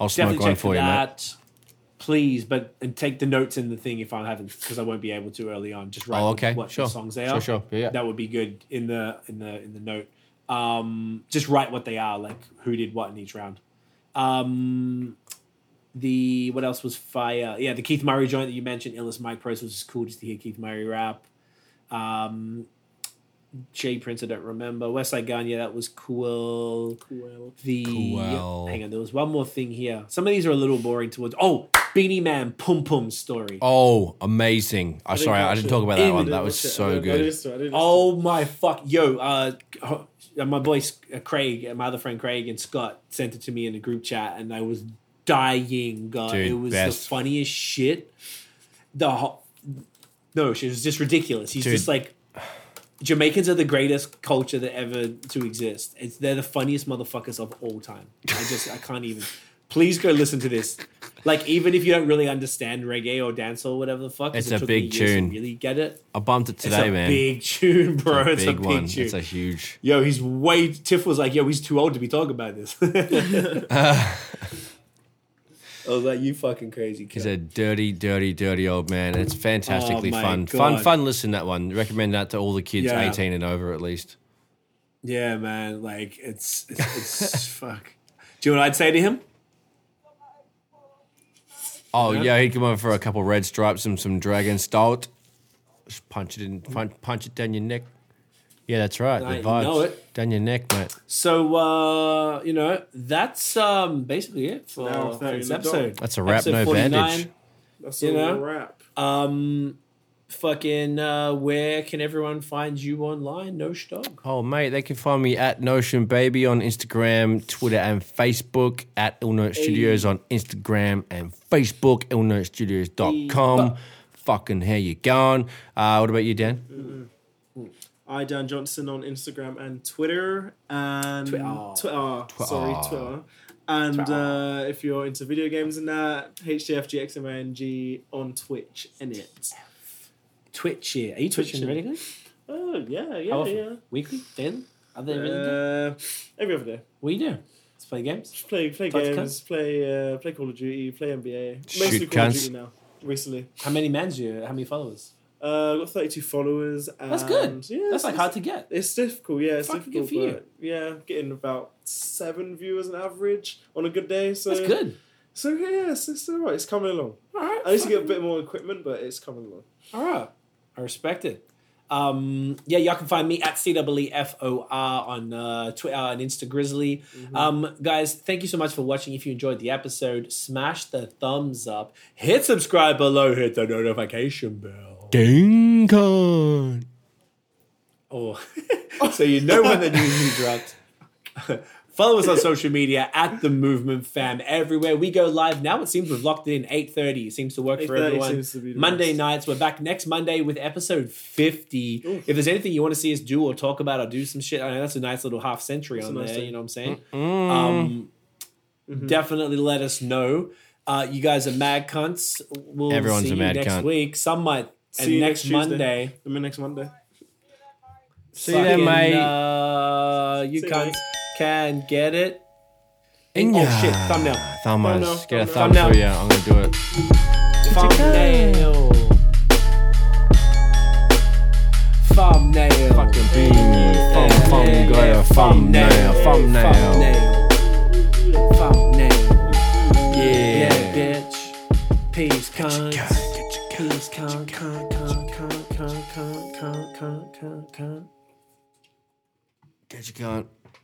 Speaker 1: I'll smoke
Speaker 2: Definitely
Speaker 1: one
Speaker 2: check
Speaker 1: for
Speaker 2: for
Speaker 1: you, mate.
Speaker 2: that, please. But and take the notes in the thing if I haven't because I won't be able to early on. Just write
Speaker 1: Oh, okay,
Speaker 2: what
Speaker 1: sure,
Speaker 2: the songs they
Speaker 1: sure,
Speaker 2: are.
Speaker 1: sure, yeah, yeah.
Speaker 2: That would be good in the in the in the note. Um, just write what they are, like who did what in each round. Um, the what else was fire? Yeah, the Keith Murray joint that you mentioned, Illis Mike Pros was just cool just to hear Keith Murray rap. Um, J Prince, I don't remember. Westside Gun, yeah, that was cool.
Speaker 3: Well,
Speaker 2: The
Speaker 1: Cool.
Speaker 2: hang on, there was one more thing here. Some of these are a little boring towards. Oh, Beanie Man Pum Pum story. Oh,
Speaker 1: Oh, amazing! I'm sorry, I
Speaker 3: watch
Speaker 1: didn't
Speaker 3: it.
Speaker 1: talk about that
Speaker 2: Even
Speaker 1: one.
Speaker 2: didn't
Speaker 1: That was
Speaker 3: Watch it.
Speaker 1: so
Speaker 3: I didn't- I
Speaker 1: good. Oh,
Speaker 3: didn't see it. I didn't
Speaker 2: Oh my fuck, yo, uh, ho- my boy uh, Craig, uh, my other friend Craig and Scott sent it to me in a group chat, and I was dying. God,
Speaker 1: Dude,
Speaker 2: it was
Speaker 1: best.
Speaker 2: the funniest shit. The ho- no, shit it was just ridiculous. He's
Speaker 1: Dude.
Speaker 2: just like. Jamaicans are the greatest culture that ever to exist. It's, they're the funniest motherfuckers of all time. I just I can't even. Please go listen to this. Like even if you don't really understand reggae or dancehall or whatever the fuck, 'cause
Speaker 1: It's
Speaker 2: it
Speaker 1: a
Speaker 2: took
Speaker 1: big
Speaker 2: me years to
Speaker 1: tune.
Speaker 2: Really get it?
Speaker 1: I bumped it today,
Speaker 2: it's a
Speaker 1: man.
Speaker 2: Big tune, bro. It's a big,
Speaker 1: one.
Speaker 2: tune.
Speaker 1: It's a huge.
Speaker 2: yo, he's way. Tiff was like, yo, he's too old to be talking about this. I was like, Oh, you fucking crazy.
Speaker 1: He's
Speaker 2: kid.
Speaker 1: a dirty, dirty, dirty old man. and It's fantastically
Speaker 2: Oh my
Speaker 1: fun.
Speaker 2: God.
Speaker 1: Fun, fun. Listen, that one. Recommend that to all the kids,
Speaker 2: Yeah.
Speaker 1: eighteen and over, at least.
Speaker 2: Yeah, man. Like it's it's, it's fuck. Do you know what I'd say to him?
Speaker 1: Oh yeah, he'd come over for a couple red stripes and some dragon stout. Just punch it in, punch, punch it down your neck. Yeah, that's right.
Speaker 2: Nah,
Speaker 1: The
Speaker 2: you
Speaker 1: vibes
Speaker 2: know it.
Speaker 1: down your neck, mate.
Speaker 2: So uh, you know, that's um basically it for, for
Speaker 3: Now
Speaker 2: this
Speaker 3: thirty in the
Speaker 2: episode.
Speaker 3: dark.
Speaker 1: That's a wrap.
Speaker 2: Episode
Speaker 1: No
Speaker 2: 49.
Speaker 1: bandage.
Speaker 3: That's
Speaker 2: You
Speaker 3: all
Speaker 2: know?
Speaker 3: a wrap.
Speaker 2: Um fucking uh where can everyone find you online? No dog.
Speaker 1: Oh, mate, they can find me at Notion Baby on Instagram, Twitter, and Facebook, at Ill Note Studios on Instagram and Facebook, illnotestudios.com. Fucking, how you going? Uh, what about you, Dan?
Speaker 3: I Dan Johnson on Instagram and Twitter and
Speaker 2: Twitter.
Speaker 3: Twitter.
Speaker 2: ah.
Speaker 3: Sorry, Twitter. And Uh, if you're into video games and that, HTFGXMNG on Twitch and it.
Speaker 2: Twitch here. Are you twitching
Speaker 3: Twitching.
Speaker 2: regularly?
Speaker 3: Oh yeah, yeah,
Speaker 2: How often?
Speaker 3: yeah.
Speaker 2: Weekly? Then? Other than everything?
Speaker 3: Uh, every other day,
Speaker 2: What do you do? Let's play games.
Speaker 3: just play play
Speaker 2: Tactical?
Speaker 3: games, play uh, play Call of Duty, play NBA.
Speaker 1: Shoot
Speaker 3: Mostly Call of
Speaker 1: cunts.
Speaker 3: Duty now. Recently,
Speaker 2: How many mans you? How many followers?
Speaker 3: uh, I've got 32 followers. And
Speaker 2: That's good.
Speaker 3: Um, Yeah,
Speaker 2: That's
Speaker 3: it's-
Speaker 2: like hard to get.
Speaker 3: It's difficult, yeah. It's
Speaker 2: Fucking
Speaker 3: difficult,
Speaker 2: good for you.
Speaker 3: but yeah, getting about seven viewers on average on a good day. So
Speaker 2: That's good.
Speaker 3: So yeah, it's, it's all right. It's coming along.
Speaker 2: All right.
Speaker 3: I need to get a
Speaker 2: fucking-
Speaker 3: bit more equipment, but it's coming along.
Speaker 2: All right. I respect it. Um, yeah, y'all can find me at CWFOR on uh, Twitter and Insta Grizzly.
Speaker 3: Mm-hmm.
Speaker 2: Um, guys, thank you so much for watching. If you enjoyed the episode, smash the thumbs up, hit subscribe below, hit the notification bell.
Speaker 1: Ding con.
Speaker 2: Oh, so you know when the new you dropped. Follow us on social media at the Movement Fam everywhere. We go live now. It seems we've locked in eight thirty. It seems to work for
Speaker 3: 8:30
Speaker 2: everyone.
Speaker 3: seems to be the
Speaker 2: Monday
Speaker 3: best.
Speaker 2: nights. We're back next Monday with episode fifty. If there's anything you want to see us do or talk about or do some shit, I know that's a nice little half century on
Speaker 3: a nice
Speaker 2: there.
Speaker 3: thing. Mm-hmm.
Speaker 2: You know what I'm saying?
Speaker 1: Mm-hmm.
Speaker 2: Um, Definitely let us know. Uh, you guys are mad cunts. We'll
Speaker 1: Everyone's
Speaker 2: see
Speaker 1: a
Speaker 2: you
Speaker 1: mad
Speaker 2: next
Speaker 1: cunt.
Speaker 2: week. Some might.
Speaker 3: See
Speaker 2: And
Speaker 3: you
Speaker 2: next,
Speaker 3: Tuesday.
Speaker 2: Monday.
Speaker 3: I mean, next Monday.
Speaker 1: See you there,
Speaker 2: Fucking,
Speaker 1: mate.
Speaker 2: Uh, you
Speaker 3: See you
Speaker 2: guys
Speaker 3: later.
Speaker 2: can get it.
Speaker 1: In
Speaker 2: oh
Speaker 1: ya.
Speaker 2: shit! Thumbnail.
Speaker 1: Thumbers.
Speaker 3: Thumbnail,
Speaker 1: Mm. Get a thumb
Speaker 2: thumbnail.
Speaker 1: for ya. I'm going to do it.
Speaker 2: Thumbnail. Thumbnail.
Speaker 1: Fucking beanie. Thumb, thumb, got a thumbnail. Thumbnail.
Speaker 2: Thumbnail. Thumbnail. Yeah,
Speaker 1: Yeah.
Speaker 2: bitch. Peace, cunts.
Speaker 1: Get your
Speaker 2: Peace, cunt, cunt, cunt, cunt, cunt, cunt, cunt, cunt, cunt, cunt.
Speaker 1: Get your cunt.